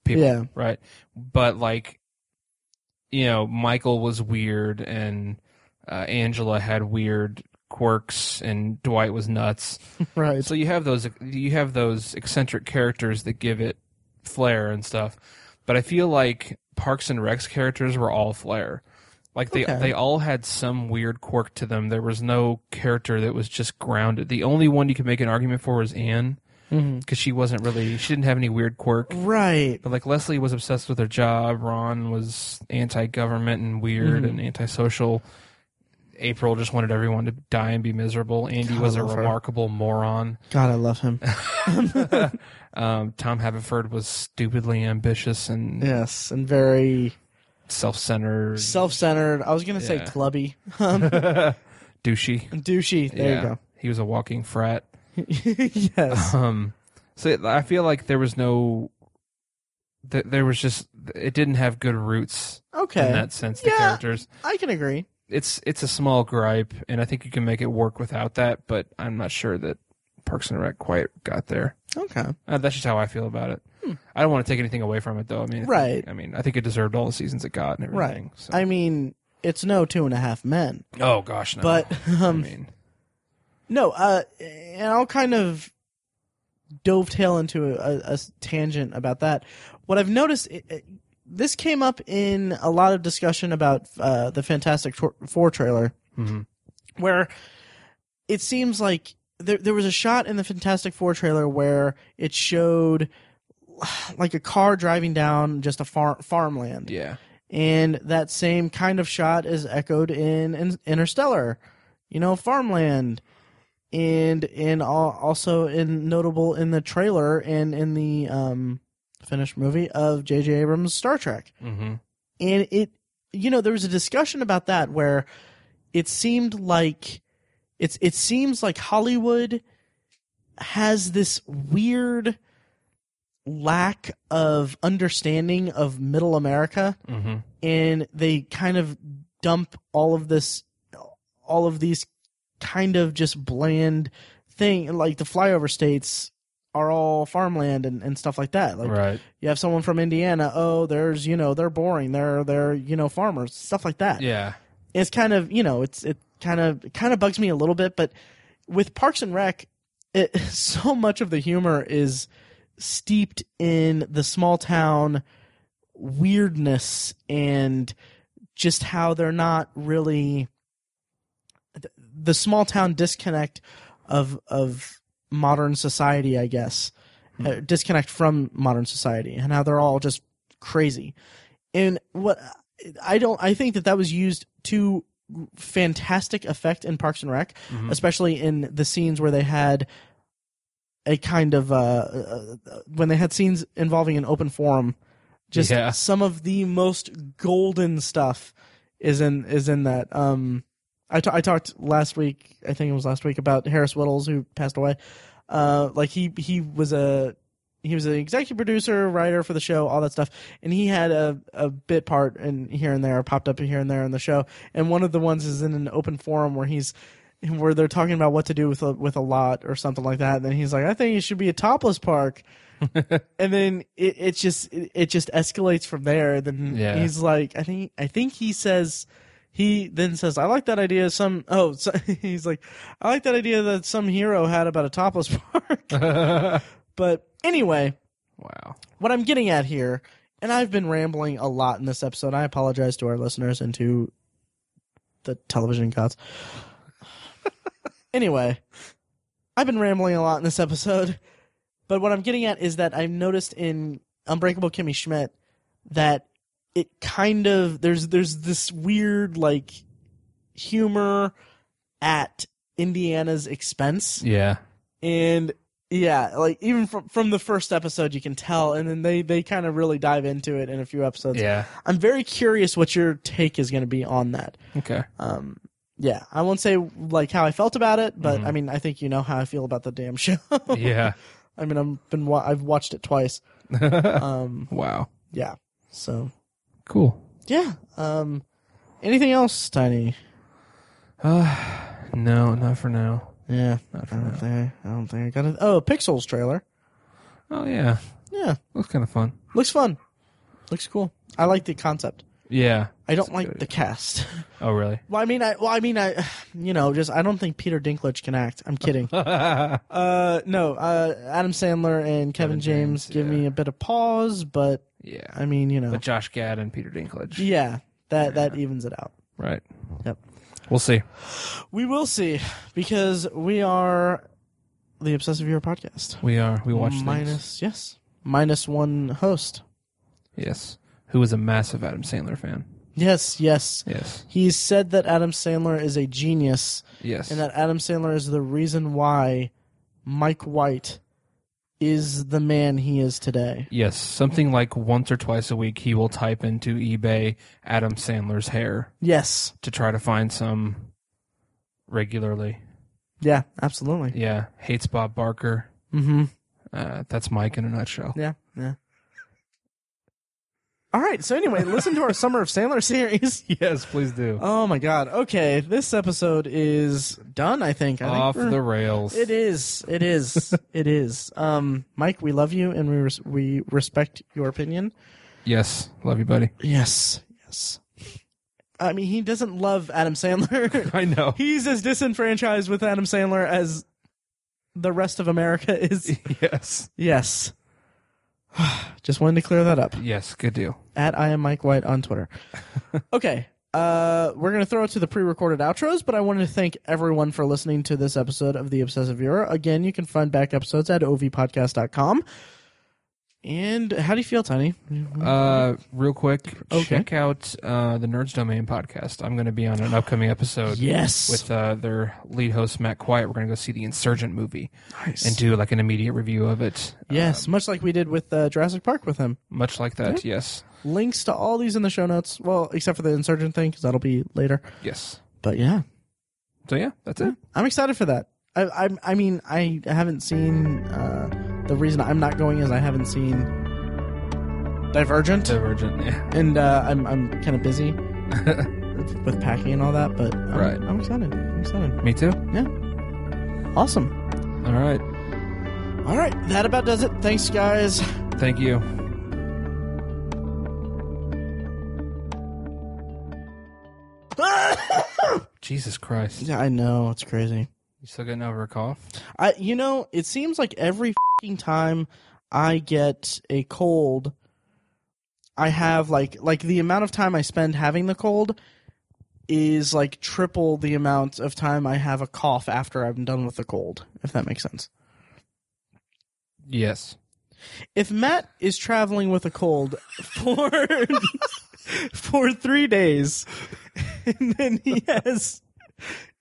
[SPEAKER 2] people,
[SPEAKER 1] Yeah.
[SPEAKER 2] right? But like, you know, Michael was weird, and uh, Angela had weird quirks, and Dwight was nuts.
[SPEAKER 1] Right.
[SPEAKER 2] So you have those you have those eccentric characters that give it flair and stuff. But I feel like Parks and Rec's characters were all flair. Like they
[SPEAKER 1] Okay.
[SPEAKER 2] they all had some weird quirk to them. There was no character that was just grounded. The only one you could make an argument for was Anne
[SPEAKER 1] Mhm.
[SPEAKER 2] because she wasn't really she didn't have any weird quirk.
[SPEAKER 1] Right.
[SPEAKER 2] But like Leslie was obsessed with her job. Ron was anti-government and weird
[SPEAKER 1] Mhm.
[SPEAKER 2] and antisocial. April just wanted everyone to die and be miserable. Andy
[SPEAKER 1] God,
[SPEAKER 2] was
[SPEAKER 1] I
[SPEAKER 2] a
[SPEAKER 1] love her.
[SPEAKER 2] remarkable moron.
[SPEAKER 1] God, I love him.
[SPEAKER 2] um, Tom Haverford was stupidly ambitious and
[SPEAKER 1] yes, and very
[SPEAKER 2] self-centered,
[SPEAKER 1] self-centered. I was gonna say
[SPEAKER 2] Yeah.
[SPEAKER 1] clubby, um,
[SPEAKER 2] douchey.
[SPEAKER 1] douchey. There
[SPEAKER 2] Yeah. He was a walking frat.
[SPEAKER 1] you go. yes.
[SPEAKER 2] Um, so it- I feel like there was no, th- there was just it didn't have good roots in
[SPEAKER 1] Okay.
[SPEAKER 2] that sense. The
[SPEAKER 1] Yeah.
[SPEAKER 2] characters.
[SPEAKER 1] I can agree.
[SPEAKER 2] It's it's a small gripe, and I think you can make it work without that. But I'm not sure that Parks and Rec quite got there.
[SPEAKER 1] Okay.
[SPEAKER 2] Uh, that's just how I feel about it. I don't want to take anything away from it, though. I mean, I think-
[SPEAKER 1] Right.
[SPEAKER 2] I mean, I think it deserved all the seasons it got and everything. So.
[SPEAKER 1] I mean, it's no two and a half men,
[SPEAKER 2] Oh gosh, no.
[SPEAKER 1] but
[SPEAKER 2] I
[SPEAKER 1] um,
[SPEAKER 2] mean,
[SPEAKER 1] No, uh, and I'll kind of dovetail into a, a, a tangent about that. What I've noticed, it, it- this came up in a lot of discussion about
[SPEAKER 2] mm-hmm.
[SPEAKER 1] uh, the Fantastic Tor- Four trailer,
[SPEAKER 2] mhm.
[SPEAKER 1] where it seems like there there was a shot in the Fantastic Four trailer where it showed like a car driving down just a far, farmland,
[SPEAKER 2] Yeah.
[SPEAKER 1] and that same kind of shot is echoed in, in Interstellar, you know, farmland, and in all, also in notable in the trailer and in the um, finished movie of J.J. Abrams' Star Trek
[SPEAKER 2] Mm-hmm.
[SPEAKER 1] and it you know there was a discussion about that where it seemed like it's it seems like hollywood has this weird lack of understanding of middle america
[SPEAKER 2] Mm-hmm.
[SPEAKER 1] and they kind of dump all of this all of these kind of just bland thing like the flyover states are all farmland and, and stuff like that like
[SPEAKER 2] right.
[SPEAKER 1] you have someone from Indiana. Oh, there's you know they're boring. They're they're you know farmers stuff like that.
[SPEAKER 2] Yeah.
[SPEAKER 1] It's kind of you know it's it kind of it kind of bugs me a little bit, but with Parks and Rec, it, so much of the humor is steeped in the small town weirdness and just how they're not really th- the small town disconnect of of modern society, I guess, uh, disconnect from modern society, and how they're all just crazy. And what I don't, I think that that was used to fantastic effect in Parks and Rec,
[SPEAKER 2] Mhm.
[SPEAKER 1] especially in the scenes where they had a kind of uh, uh, uh, when they had scenes involving an open forum. Just
[SPEAKER 2] Yeah.
[SPEAKER 1] some of the most golden stuff is in is in that. Um, I ta- I talked last week, I think it was last week, about Harris Whittles who passed away. Uh, like he he was a he was an executive producer, writer for the show, all that stuff, and he had a a bit part and here and there popped up here and there in the show. And one of the ones is in an open forum where he's where they're talking about what to do with a, with a lot or something like that. And then he's like, I think it should be a topless park. and then it, it just it, it just escalates from there. Then
[SPEAKER 2] Yeah.
[SPEAKER 1] he's like, I think I think he says he then says, I like that idea. Some oh so, he's like, I like that idea that some hero had about a topless park. but anyway,
[SPEAKER 2] wow.
[SPEAKER 1] what I'm getting at here, and I've been rambling a lot in this episode. I apologize to our listeners and to the television gods. anyway, I've been rambling a lot in this episode, but what I'm getting at is that I've noticed in Unbreakable Kimmy Schmidt that it kind of there's there's this weird like humor at Indiana's expense
[SPEAKER 2] Yeah.
[SPEAKER 1] and yeah like even from from the first episode you can tell and then they they kind of really dive into it in a few episodes
[SPEAKER 2] Yeah.
[SPEAKER 1] i'm very curious what your take is going to be on that
[SPEAKER 2] Okay.
[SPEAKER 1] um yeah i won't say like how i felt about it but
[SPEAKER 2] Mhm.
[SPEAKER 1] i mean i think you know how i feel about the damn show
[SPEAKER 2] Yeah.
[SPEAKER 1] i mean i've been wa- i've watched it twice um
[SPEAKER 2] wow.
[SPEAKER 1] yeah so
[SPEAKER 2] Cool.
[SPEAKER 1] yeah um anything else tiny
[SPEAKER 2] Uh, no, not for now.
[SPEAKER 1] yeah
[SPEAKER 2] Not for
[SPEAKER 1] i don't
[SPEAKER 2] now.
[SPEAKER 1] think i don't think i got it oh pixels trailer
[SPEAKER 2] Oh yeah,
[SPEAKER 1] yeah
[SPEAKER 2] looks kind of fun.
[SPEAKER 1] looks fun looks cool i like the concept
[SPEAKER 2] Yeah.
[SPEAKER 1] I don't
[SPEAKER 2] It's
[SPEAKER 1] like
[SPEAKER 2] good.
[SPEAKER 1] the cast.
[SPEAKER 2] Oh really?
[SPEAKER 1] Well, I mean, I well, I mean, I, you know, just I don't think Peter Dinklage can act. I'm kidding. uh, no, uh, Adam Sandler and Kevin,
[SPEAKER 2] Kevin
[SPEAKER 1] James,
[SPEAKER 2] James,
[SPEAKER 1] give me
[SPEAKER 2] yeah.
[SPEAKER 1] a bit of pause, but
[SPEAKER 2] yeah.
[SPEAKER 1] I mean, you know,
[SPEAKER 2] But Josh Gad and Peter Dinklage.
[SPEAKER 1] yeah, that that evens it out.
[SPEAKER 2] Right.
[SPEAKER 1] Yep.
[SPEAKER 2] We'll see.
[SPEAKER 1] We will see because we are the Obsessive Viewer podcast.
[SPEAKER 2] We are. We watch things.
[SPEAKER 1] minus yes, minus one host.
[SPEAKER 2] Yes. Who is a massive Adam Sandler fan?
[SPEAKER 1] Yes, yes.
[SPEAKER 2] Yes.
[SPEAKER 1] He said that Adam Sandler is a genius.
[SPEAKER 2] Yes.
[SPEAKER 1] and that Adam Sandler is the reason why Mike White is the man he is today.
[SPEAKER 2] yes. Something like once or twice a week, he will type into eBay Adam Sandler's hair
[SPEAKER 1] Yes.
[SPEAKER 2] to try to find some regularly.
[SPEAKER 1] Yeah, absolutely.
[SPEAKER 2] Yeah. Hates Bob Barker.
[SPEAKER 1] Mm-hmm.
[SPEAKER 2] Uh, that's Mike in a nutshell.
[SPEAKER 1] Yeah, yeah. All right, so anyway, listen to our Summer of Sandler series.
[SPEAKER 2] Yes, please do.
[SPEAKER 1] Oh my god. Okay, this episode is done, I think. I think
[SPEAKER 2] Off
[SPEAKER 1] we're-
[SPEAKER 2] the rails.
[SPEAKER 1] It is. It is. it is. Um Mike, we love you and we res- we respect your opinion.
[SPEAKER 2] Yes. Love you, buddy.
[SPEAKER 1] Yes. Yes. I mean, he doesn't love Adam Sandler.
[SPEAKER 2] I know.
[SPEAKER 1] he's as disenfranchised with Adam Sandler as the rest of America is.
[SPEAKER 2] yes.
[SPEAKER 1] yes. Just wanted to clear that up.
[SPEAKER 2] Yes. Good deal.
[SPEAKER 1] At I am Mike White on Twitter. Okay. Uh, we're going to throw it to the pre-recorded outros, but I wanted to thank everyone for listening to this episode of The Obsessive Viewer. Again, you can find back episodes at ovpodcast.com. And how do you feel, Tiny?
[SPEAKER 2] Uh, real quick,
[SPEAKER 1] Okay.
[SPEAKER 2] check out uh, the Nerds Domain podcast. I'm going to be on an upcoming episode
[SPEAKER 1] yes.
[SPEAKER 2] with uh, their lead host Matt Quiet. We're going to go see the Insurgent movie
[SPEAKER 1] nice.
[SPEAKER 2] and do like an immediate review of it.
[SPEAKER 1] yes, much like we did with uh, Jurassic Park with him.
[SPEAKER 2] Much like that. Yes.
[SPEAKER 1] Links to all these in the show notes. Well, except for the insurgent thing, because that'll be later.
[SPEAKER 2] Yes.
[SPEAKER 1] But yeah,
[SPEAKER 2] So yeah, that's it.
[SPEAKER 1] I'm excited for that. I, I, I mean, I haven't seen. Uh, the reason I'm not going is I haven't seen Divergent.
[SPEAKER 2] Divergent. Yeah.
[SPEAKER 1] and uh, I'm I'm kind of busy with packing and all that, but I'm,
[SPEAKER 2] Right.
[SPEAKER 1] I'm excited. I'm excited.
[SPEAKER 2] Me too.
[SPEAKER 1] Awesome.
[SPEAKER 2] All right.
[SPEAKER 1] All right, that about does it. Thanks, guys.
[SPEAKER 2] Thank you. Jesus Christ.
[SPEAKER 1] yeah, I know it's crazy.
[SPEAKER 2] You still getting over a cough?
[SPEAKER 1] I you know it seems like every fing time I get a cold, I have like like the amount of time I spend having the cold is like triple the amount of time I have a cough after I'm done with the cold. If that makes sense.
[SPEAKER 2] Yes.
[SPEAKER 1] if Matt is traveling with a cold for for three days, and then he has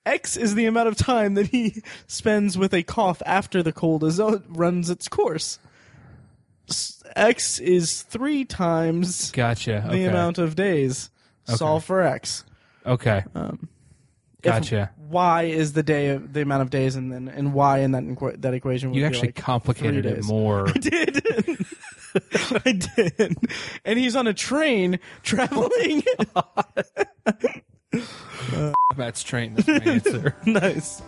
[SPEAKER 1] X is the amount of time that he spends with a cough after the cold is out, runs its course. S- X is three times
[SPEAKER 2] Gotcha.
[SPEAKER 1] the
[SPEAKER 2] okay.
[SPEAKER 1] amount of days. Solve for X.
[SPEAKER 2] Okay.
[SPEAKER 1] Um, if
[SPEAKER 2] Gotcha.
[SPEAKER 1] Y is the day of the amount of days, and then and Y in that equa- that equation. Would
[SPEAKER 2] You
[SPEAKER 1] be
[SPEAKER 2] actually
[SPEAKER 1] like
[SPEAKER 2] complicated
[SPEAKER 1] three
[SPEAKER 2] it
[SPEAKER 1] days.
[SPEAKER 2] more.
[SPEAKER 1] did. I did. And he's on a train traveling.
[SPEAKER 2] Matt's train. That's my answer.
[SPEAKER 1] nice.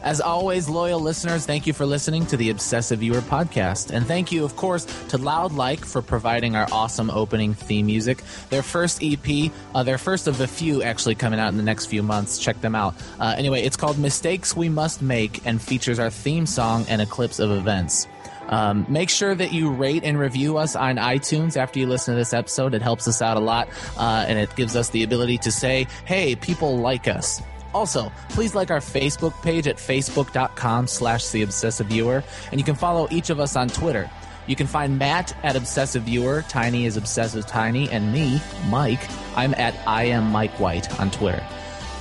[SPEAKER 3] As always, loyal listeners, thank you for listening to the Obsessive Viewer podcast. And thank you, of course, to Loud Like for providing our awesome opening theme music. Their first EP, uh, their first of a few actually coming out in the next few months. Check them out. Uh, anyway, it's called Mistakes We Must Make and features our theme song and a clips of events. Um, make sure that you rate and review us on iTunes after you listen to this episode. It helps us out a lot, uh, and it gives us the ability to say, hey, people like us. Also, please like our Facebook page at facebook.com slash the obsessive viewer, and you can follow each of us on Twitter. You can find Matt at Obsessive Viewer, Tiny is Obsessive Tiny, and me, Mike. I'm at I am Mike White on Twitter.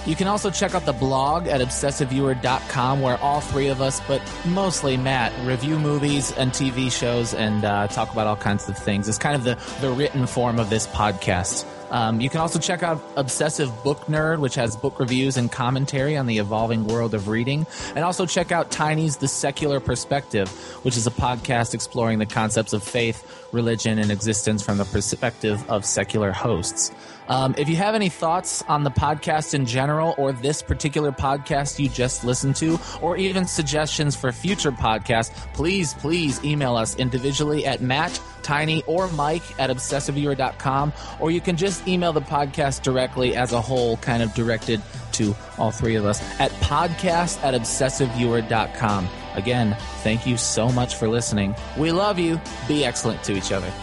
[SPEAKER 3] You can also check out the blog at obsessiveviewer.com where all three of us, but mostly Matt, review movies and TV shows and uh, talk about all kinds of things. It's kind of the, the written form of this podcast. Um, you can also check out Obsessive Book Nerd, which has book reviews and commentary on the evolving world of reading. And also check out Tiny's The Secular Perspective, which is a podcast exploring the concepts of faith, religion, and existence from the perspective of secular hosts. Um, if you have any thoughts on the podcast in general, or this particular podcast you just listened to, or even suggestions for future podcasts, please, please email us individually at Matt, Tiny, or Mike at obsessiveviewer.com, or you can just email the podcast directly as a whole, kind of directed to all three of us at podcast at obsessiveviewer.com. Again, thank you so much for listening. We love you. Be excellent to each other.